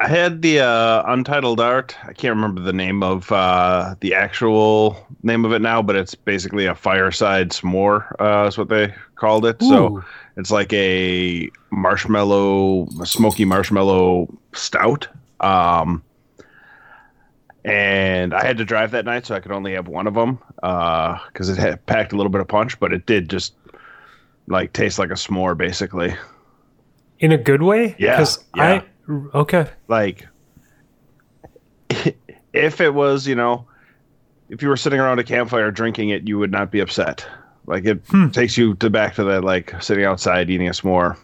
[SPEAKER 3] I had the uh, Untitled Art. I can't remember the name of uh, the actual name of it now, but it's basically a fireside s'more. Uh, is what they called it. So
[SPEAKER 1] Ooh.
[SPEAKER 3] it's like a marshmallow, smoky marshmallow stout. Um, and I had to drive that night, so I could only have one of them because it had packed a little bit of punch, but it did just like taste like a s'more, basically.
[SPEAKER 1] in a good way,
[SPEAKER 3] Yeah,
[SPEAKER 1] 'Cause
[SPEAKER 3] yeah.
[SPEAKER 1] I okay.
[SPEAKER 3] like if it was you know if you were sitting around a campfire drinking it you would not be upset like it takes you to back to that like sitting outside eating a s'more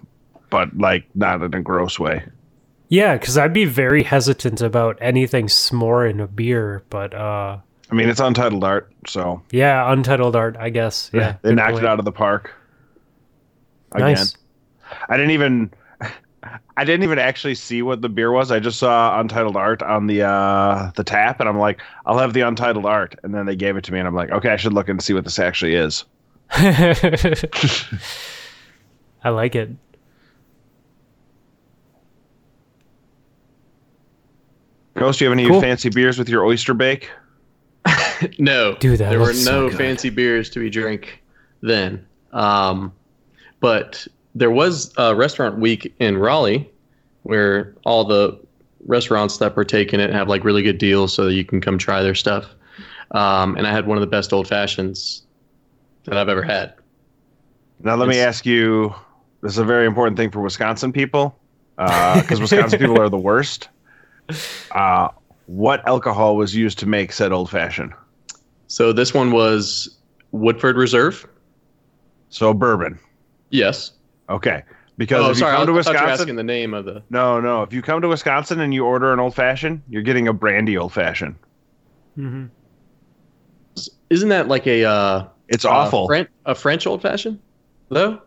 [SPEAKER 3] but like not in a gross way
[SPEAKER 1] Yeah, because I'd be very hesitant about anything s'more in a beer, but uh,
[SPEAKER 3] i mean it's untitled art so
[SPEAKER 1] yeah, untitled art, I guess. Yeah,
[SPEAKER 3] they
[SPEAKER 1] good
[SPEAKER 3] knocked
[SPEAKER 1] point.
[SPEAKER 3] it out of the park
[SPEAKER 1] Nice.
[SPEAKER 3] i didn't even i didn't even actually see what the beer was i just saw untitled art on the uh the tap and i'm like i'll have the untitled art and then they gave it to me and i'm like okay i should look and see what this actually is
[SPEAKER 1] I like it.
[SPEAKER 3] Ghost, do you have any
[SPEAKER 1] Cool.
[SPEAKER 3] fancy beers with your oyster bake?
[SPEAKER 4] No,
[SPEAKER 1] Dude, that
[SPEAKER 4] there were no
[SPEAKER 1] looks so good.
[SPEAKER 4] fancy beers to be drank then. Um, but there was a restaurant week in Raleigh where all the restaurants that partake in it have like really good deals, so that you can come try their stuff. Um, and I had one of the best old fashions that I've ever had.
[SPEAKER 3] Now let me ask you. This is a very important thing for Wisconsin people, because Wisconsin people are the worst. Uh, what alcohol was used to make said old fashioned?
[SPEAKER 4] So this one was Woodford Reserve.
[SPEAKER 3] So bourbon.
[SPEAKER 4] Yes.
[SPEAKER 3] Okay, because
[SPEAKER 4] Oh,
[SPEAKER 3] if
[SPEAKER 4] sorry.
[SPEAKER 3] you come
[SPEAKER 4] I,
[SPEAKER 3] to
[SPEAKER 4] I thought you were
[SPEAKER 3] Wisconsin,
[SPEAKER 4] asking the name of the.
[SPEAKER 3] No, no. If you come to Wisconsin and you order an old fashioned, you're getting a brandy old fashioned.
[SPEAKER 1] Mm-hmm.
[SPEAKER 4] Isn't that like a uh,
[SPEAKER 3] It's
[SPEAKER 4] A
[SPEAKER 3] awful.
[SPEAKER 4] French, a French old fashioned, though.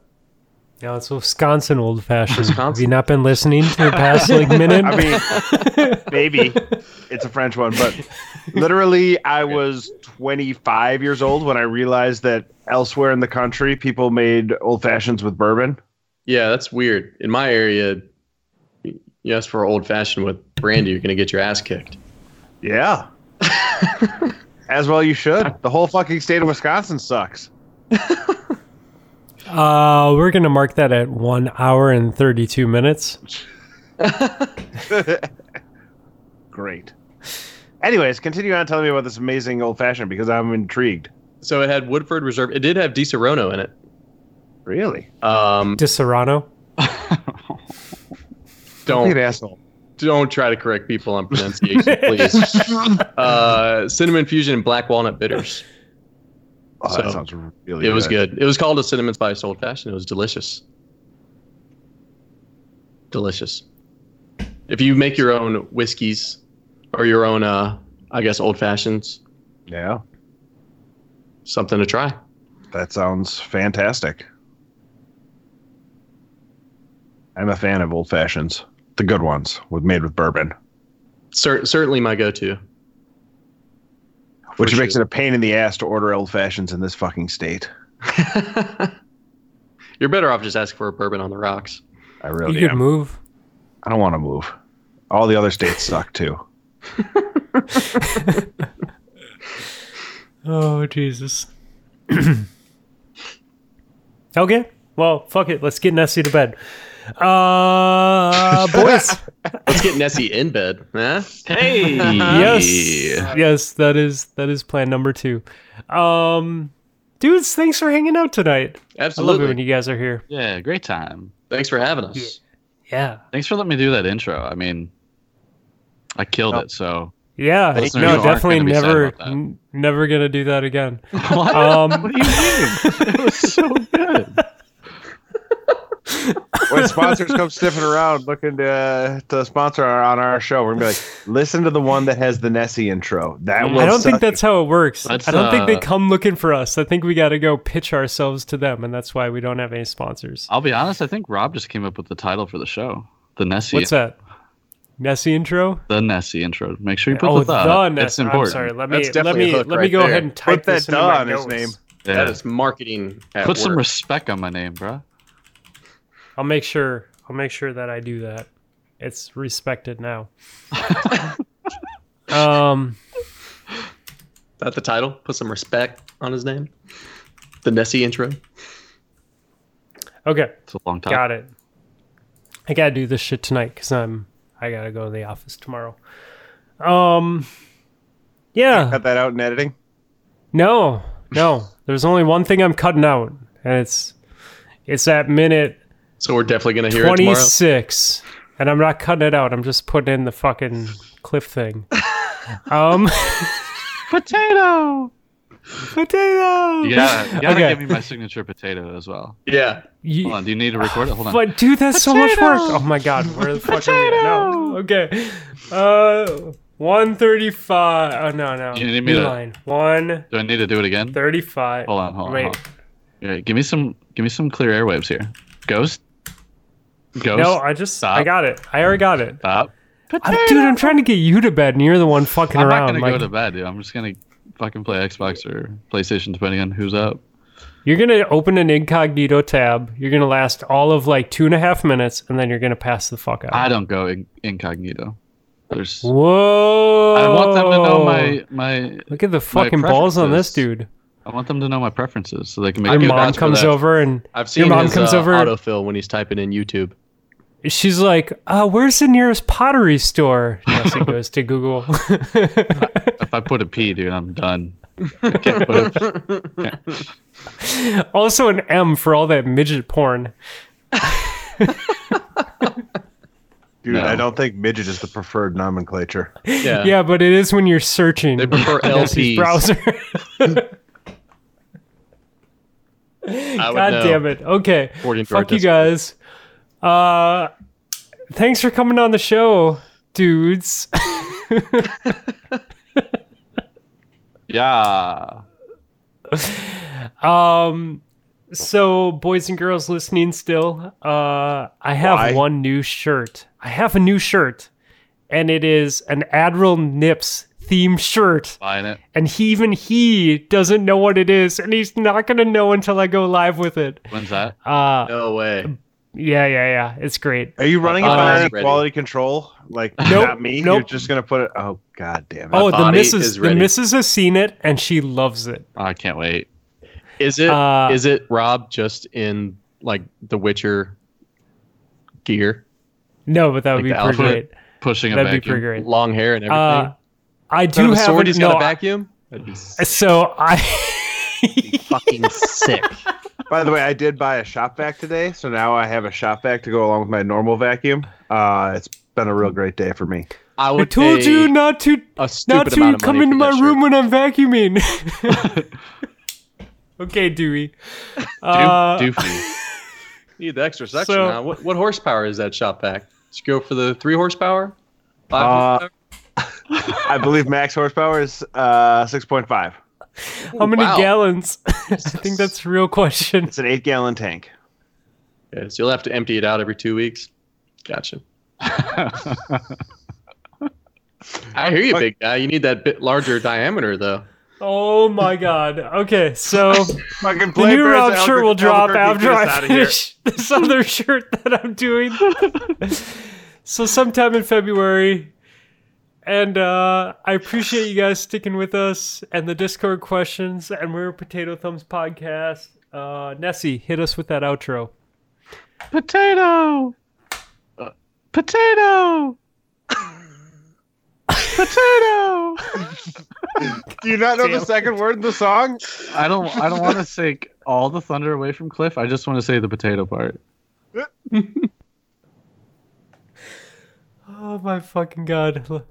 [SPEAKER 1] Now it's Wisconsin old fashioned. Have
[SPEAKER 4] Wisconsin.
[SPEAKER 1] you not been listening to the past like minute?
[SPEAKER 3] I mean, maybe it's a French one, but literally, I was 25 years old when I realized that elsewhere in the country, people made old fashions with bourbon.
[SPEAKER 4] Yeah, that's weird. In my area, yes, for old fashioned with brandy, you're gonna get your ass kicked.
[SPEAKER 3] Yeah. As well, you should. The whole fucking state of Wisconsin sucks.
[SPEAKER 1] uh, we're gonna mark that at one hour and thirty-two minutes.
[SPEAKER 3] Great. Anyways, continue on telling me about this amazing old fashioned because I'm intrigued.
[SPEAKER 4] So it had Woodford Reserve. It did have Di Serono in it.
[SPEAKER 3] Really?
[SPEAKER 4] Um,
[SPEAKER 1] To Serrano.
[SPEAKER 3] You're an
[SPEAKER 4] don't
[SPEAKER 3] asshole.
[SPEAKER 4] don't try to correct people on pronunciation, please. Uh, cinnamon fusion and black walnut bitters.
[SPEAKER 3] Oh, that
[SPEAKER 4] So,
[SPEAKER 3] sounds really
[SPEAKER 4] It was good. It was called a cinnamon spice old fashioned. It was delicious. Delicious. If you make your own whiskeys or your own, uh, I guess, old fashions,
[SPEAKER 3] Yeah.
[SPEAKER 4] something to try.
[SPEAKER 3] That sounds fantastic. I'm a fan of old fashions, the good ones with made with bourbon,
[SPEAKER 4] Cer- certainly my go to.
[SPEAKER 3] which
[SPEAKER 4] For
[SPEAKER 3] makes it a pain in the ass to order old fashions in this fucking state.
[SPEAKER 4] You're better off just asking for a bourbon on the rocks.
[SPEAKER 3] I
[SPEAKER 1] You
[SPEAKER 3] really
[SPEAKER 1] could
[SPEAKER 3] am.
[SPEAKER 1] move.
[SPEAKER 3] I don't want to move. All the other states suck too.
[SPEAKER 1] Oh Jesus. okay. Well, fuck it. Let's get Nessie to bed. Uh, boys.
[SPEAKER 4] Let's get Nessie in bed. Huh? Hey.
[SPEAKER 1] yes. Yes, that is that is plan number two. Um, dudes, thanks for hanging out tonight. I love
[SPEAKER 4] Absolutely.
[SPEAKER 1] it when you guys are here.
[SPEAKER 2] Yeah, great time.
[SPEAKER 4] Thanks for having us.
[SPEAKER 1] Yeah.
[SPEAKER 2] Thanks for letting me do that intro. I mean, I killed
[SPEAKER 1] Oh.
[SPEAKER 2] it. So
[SPEAKER 1] Yeah.
[SPEAKER 2] Listeners who
[SPEAKER 1] no,
[SPEAKER 2] aren't
[SPEAKER 1] definitely
[SPEAKER 2] gonna be sad
[SPEAKER 1] never
[SPEAKER 2] about that.
[SPEAKER 1] n- never gonna do that again.
[SPEAKER 2] what?
[SPEAKER 1] Um
[SPEAKER 2] do you mean? It was so good.
[SPEAKER 3] When sponsors come sniffing around looking to uh, to sponsor our, on our show, we're gonna be like, listen to the one that has the Nessie intro. That will
[SPEAKER 1] Mm. I don't think
[SPEAKER 3] suck you."
[SPEAKER 1] that's how it works.
[SPEAKER 2] Let's,
[SPEAKER 1] I don't think they
[SPEAKER 2] uh,
[SPEAKER 1] come looking for us. I think we got to go pitch ourselves to them, and that's why we don't have any sponsors.
[SPEAKER 2] I'll be honest. I think Rob just came up with the title for the show. The Nessie.
[SPEAKER 1] What's that? Nessie intro?
[SPEAKER 2] The Nessie intro. Make sure you put
[SPEAKER 1] oh,
[SPEAKER 2] the, the.
[SPEAKER 1] Nessie.
[SPEAKER 2] It's important.
[SPEAKER 1] I'm sorry. Let me
[SPEAKER 4] That's
[SPEAKER 1] let
[SPEAKER 4] definitely
[SPEAKER 1] me
[SPEAKER 4] a hook
[SPEAKER 1] let me
[SPEAKER 4] right
[SPEAKER 1] go
[SPEAKER 4] there.
[SPEAKER 1] ahead and type
[SPEAKER 3] Put that
[SPEAKER 1] this into
[SPEAKER 3] da
[SPEAKER 1] my
[SPEAKER 3] on his
[SPEAKER 1] notes.
[SPEAKER 3] name.
[SPEAKER 2] Yeah.
[SPEAKER 4] That is marketing. At
[SPEAKER 2] Put some
[SPEAKER 4] work.
[SPEAKER 2] respect on my name, bro.
[SPEAKER 1] I'll make sure I'll make sure that I do that. It's respected now. um
[SPEAKER 4] that the title. Put some respect on his name. The Nessie intro.
[SPEAKER 1] okay,
[SPEAKER 2] It's a long time.
[SPEAKER 1] got it. I got to do this shit tonight cuz I'm I got to go to the office tomorrow. Um yeah.
[SPEAKER 3] cut that out in editing.
[SPEAKER 1] No. No. There's only one thing I'm cutting out and it's it's that minute
[SPEAKER 4] So we're definitely gonna hear it tomorrow.
[SPEAKER 1] 26 and I'm not cutting it out. I'm just putting in the fucking cliff thing. Um
[SPEAKER 2] Potato.
[SPEAKER 1] potato.
[SPEAKER 2] You gotta, you gotta
[SPEAKER 1] Okay.
[SPEAKER 2] give me my signature potato as well.
[SPEAKER 4] Yeah.
[SPEAKER 1] You-
[SPEAKER 2] Hold on. Do you need to record it? Hold on.
[SPEAKER 1] But dude, that's so much work. Oh my god, where the fuck are we? at? No. Okay. Uh, one thirty-five. Oh no, no.
[SPEAKER 2] You need me
[SPEAKER 1] New
[SPEAKER 2] to-
[SPEAKER 1] line. One
[SPEAKER 2] Do I need to do it again?
[SPEAKER 1] thirty-five.
[SPEAKER 2] Hold on, hold on,
[SPEAKER 1] Wait.
[SPEAKER 2] hold All right, give me some. Give me some clear airwaves here. Ghost. Ghost.
[SPEAKER 1] No, I just I
[SPEAKER 2] Stop.
[SPEAKER 1] got it. I already got it.
[SPEAKER 2] Stop.
[SPEAKER 1] I'm- dude, I'm trying to get you to bed, and you're the one fucking
[SPEAKER 2] I'm not
[SPEAKER 1] around.
[SPEAKER 2] gonna
[SPEAKER 1] like,
[SPEAKER 2] go to bed, dude. I'm just gonna fucking play Xbox or PlayStation, depending on who's up.
[SPEAKER 1] You're gonna open an incognito tab. You're gonna last all of like two and a half minutes, and then you're gonna pass the fuck out.
[SPEAKER 2] I don't go in- incognito. There's.
[SPEAKER 1] Whoa!
[SPEAKER 2] I want them to know my my.
[SPEAKER 1] Look at the fucking balls on this dude.
[SPEAKER 2] I want them to know my preferences, so they can make.
[SPEAKER 1] Your
[SPEAKER 2] it
[SPEAKER 4] give
[SPEAKER 1] mom
[SPEAKER 4] vouch for
[SPEAKER 1] comes
[SPEAKER 4] that.
[SPEAKER 1] over and
[SPEAKER 4] I've seen
[SPEAKER 1] mom
[SPEAKER 4] his
[SPEAKER 1] comes
[SPEAKER 4] uh,
[SPEAKER 1] over-
[SPEAKER 4] autofill when he's typing in YouTube.
[SPEAKER 1] She's like, uh, where's the nearest pottery store? Nessie goes to Google.
[SPEAKER 2] if I put a P, dude, I'm done. I can't put a-
[SPEAKER 1] also an M for all that midget porn.
[SPEAKER 3] Dude,
[SPEAKER 2] No.
[SPEAKER 3] I don't think midget is the preferred nomenclature.
[SPEAKER 4] Yeah.
[SPEAKER 1] Yeah, but it is when you're searching.
[SPEAKER 4] They prefer
[SPEAKER 1] Nancy's
[SPEAKER 4] LPs.
[SPEAKER 1] browser.
[SPEAKER 4] I would
[SPEAKER 1] God
[SPEAKER 4] know.
[SPEAKER 1] damn it. Okay.
[SPEAKER 4] According to our
[SPEAKER 1] Fuck you guys. Uh, thanks for coming on the show, dudes.
[SPEAKER 2] Yeah.
[SPEAKER 1] Um, so boys and girls listening still, uh, I have
[SPEAKER 3] Why?
[SPEAKER 1] one new shirt. I have a new shirt, and it is an Admiral Nips theme shirt.
[SPEAKER 2] Buying it.
[SPEAKER 1] And he, even he doesn't know what it is, and he's not gonna know until I go live with it.
[SPEAKER 2] When's that?
[SPEAKER 1] Uh,
[SPEAKER 4] No way.
[SPEAKER 1] yeah, yeah, yeah. It's great.
[SPEAKER 3] Are you running it
[SPEAKER 4] Uh,
[SPEAKER 3] by
[SPEAKER 4] ready.
[SPEAKER 3] quality control? Like
[SPEAKER 1] Nope,
[SPEAKER 3] not me. You're
[SPEAKER 1] nope.
[SPEAKER 3] just gonna put it. Oh god damn it!
[SPEAKER 1] Oh, the
[SPEAKER 4] body
[SPEAKER 1] missus,
[SPEAKER 4] is
[SPEAKER 1] the
[SPEAKER 4] ready.
[SPEAKER 1] missus has seen it and she loves it.
[SPEAKER 2] Oh, I can't wait.
[SPEAKER 4] Is it? Is
[SPEAKER 1] Uh,
[SPEAKER 4] it Rob just in like The Witcher gear,
[SPEAKER 1] No, but that would
[SPEAKER 4] Like
[SPEAKER 1] be
[SPEAKER 4] the
[SPEAKER 1] pretty
[SPEAKER 4] outfit?
[SPEAKER 1] great.
[SPEAKER 2] Pushing a
[SPEAKER 1] That'd be
[SPEAKER 2] vacuum.
[SPEAKER 1] pretty great.
[SPEAKER 4] long hair and everything?
[SPEAKER 1] Uh, I
[SPEAKER 4] Son
[SPEAKER 1] do
[SPEAKER 4] of a
[SPEAKER 1] have
[SPEAKER 4] sword,
[SPEAKER 1] a,
[SPEAKER 4] he's got
[SPEAKER 1] no,
[SPEAKER 4] a vacuum. That'd be
[SPEAKER 1] I- so I
[SPEAKER 4] fucking sick.
[SPEAKER 3] By the way, I did buy a shop vac today, so now I have a shop vac to go along with my normal vacuum. Uh, it's been a real great day for me.
[SPEAKER 4] I
[SPEAKER 1] I
[SPEAKER 4] would
[SPEAKER 1] told
[SPEAKER 4] pay
[SPEAKER 1] you not to
[SPEAKER 4] a stupid
[SPEAKER 1] not to
[SPEAKER 4] amount of
[SPEAKER 1] come
[SPEAKER 4] money
[SPEAKER 1] into
[SPEAKER 4] for
[SPEAKER 1] my
[SPEAKER 4] that
[SPEAKER 1] room
[SPEAKER 4] shirt.
[SPEAKER 1] when I'm vacuuming. okay, Dewey. Uh,
[SPEAKER 2] Doof- doofy.
[SPEAKER 4] Need the extra section.
[SPEAKER 1] So-
[SPEAKER 4] huh? What, what horsepower is that shop pack? Just go for the three horsepower. Five
[SPEAKER 3] Uh,
[SPEAKER 4] horsepower?
[SPEAKER 3] I believe max horsepower is uh, six point five.
[SPEAKER 1] how many
[SPEAKER 4] Wow.
[SPEAKER 1] gallons? I think that's a real question.
[SPEAKER 3] It's an eight gallon tank.
[SPEAKER 4] Okay, so you'll have to empty it out every two weeks. Gotcha. I hear you, big guy. You need that bit larger diameter, though.
[SPEAKER 1] Oh my god. Okay, so
[SPEAKER 3] Fucking
[SPEAKER 1] the new
[SPEAKER 3] Bears
[SPEAKER 1] Rob
[SPEAKER 3] Albuquer-
[SPEAKER 1] shirt will drop
[SPEAKER 3] Albuquerque,
[SPEAKER 1] after
[SPEAKER 3] get
[SPEAKER 1] I
[SPEAKER 3] us outta here.
[SPEAKER 1] finish this other shirt that I'm doing. so sometime in February. And uh, I appreciate you guys sticking with us and the Discord questions. And we're Potato Thumbs Podcast. Uh, Nessie, hit us with that outro.
[SPEAKER 5] Potato.
[SPEAKER 2] Uh,
[SPEAKER 5] Potato. Potato.
[SPEAKER 3] Do you not know the second word in the song?
[SPEAKER 2] I don't. I don't want to take all the thunder away from Cliff. I just want to say the potato part.
[SPEAKER 1] Oh my fucking god.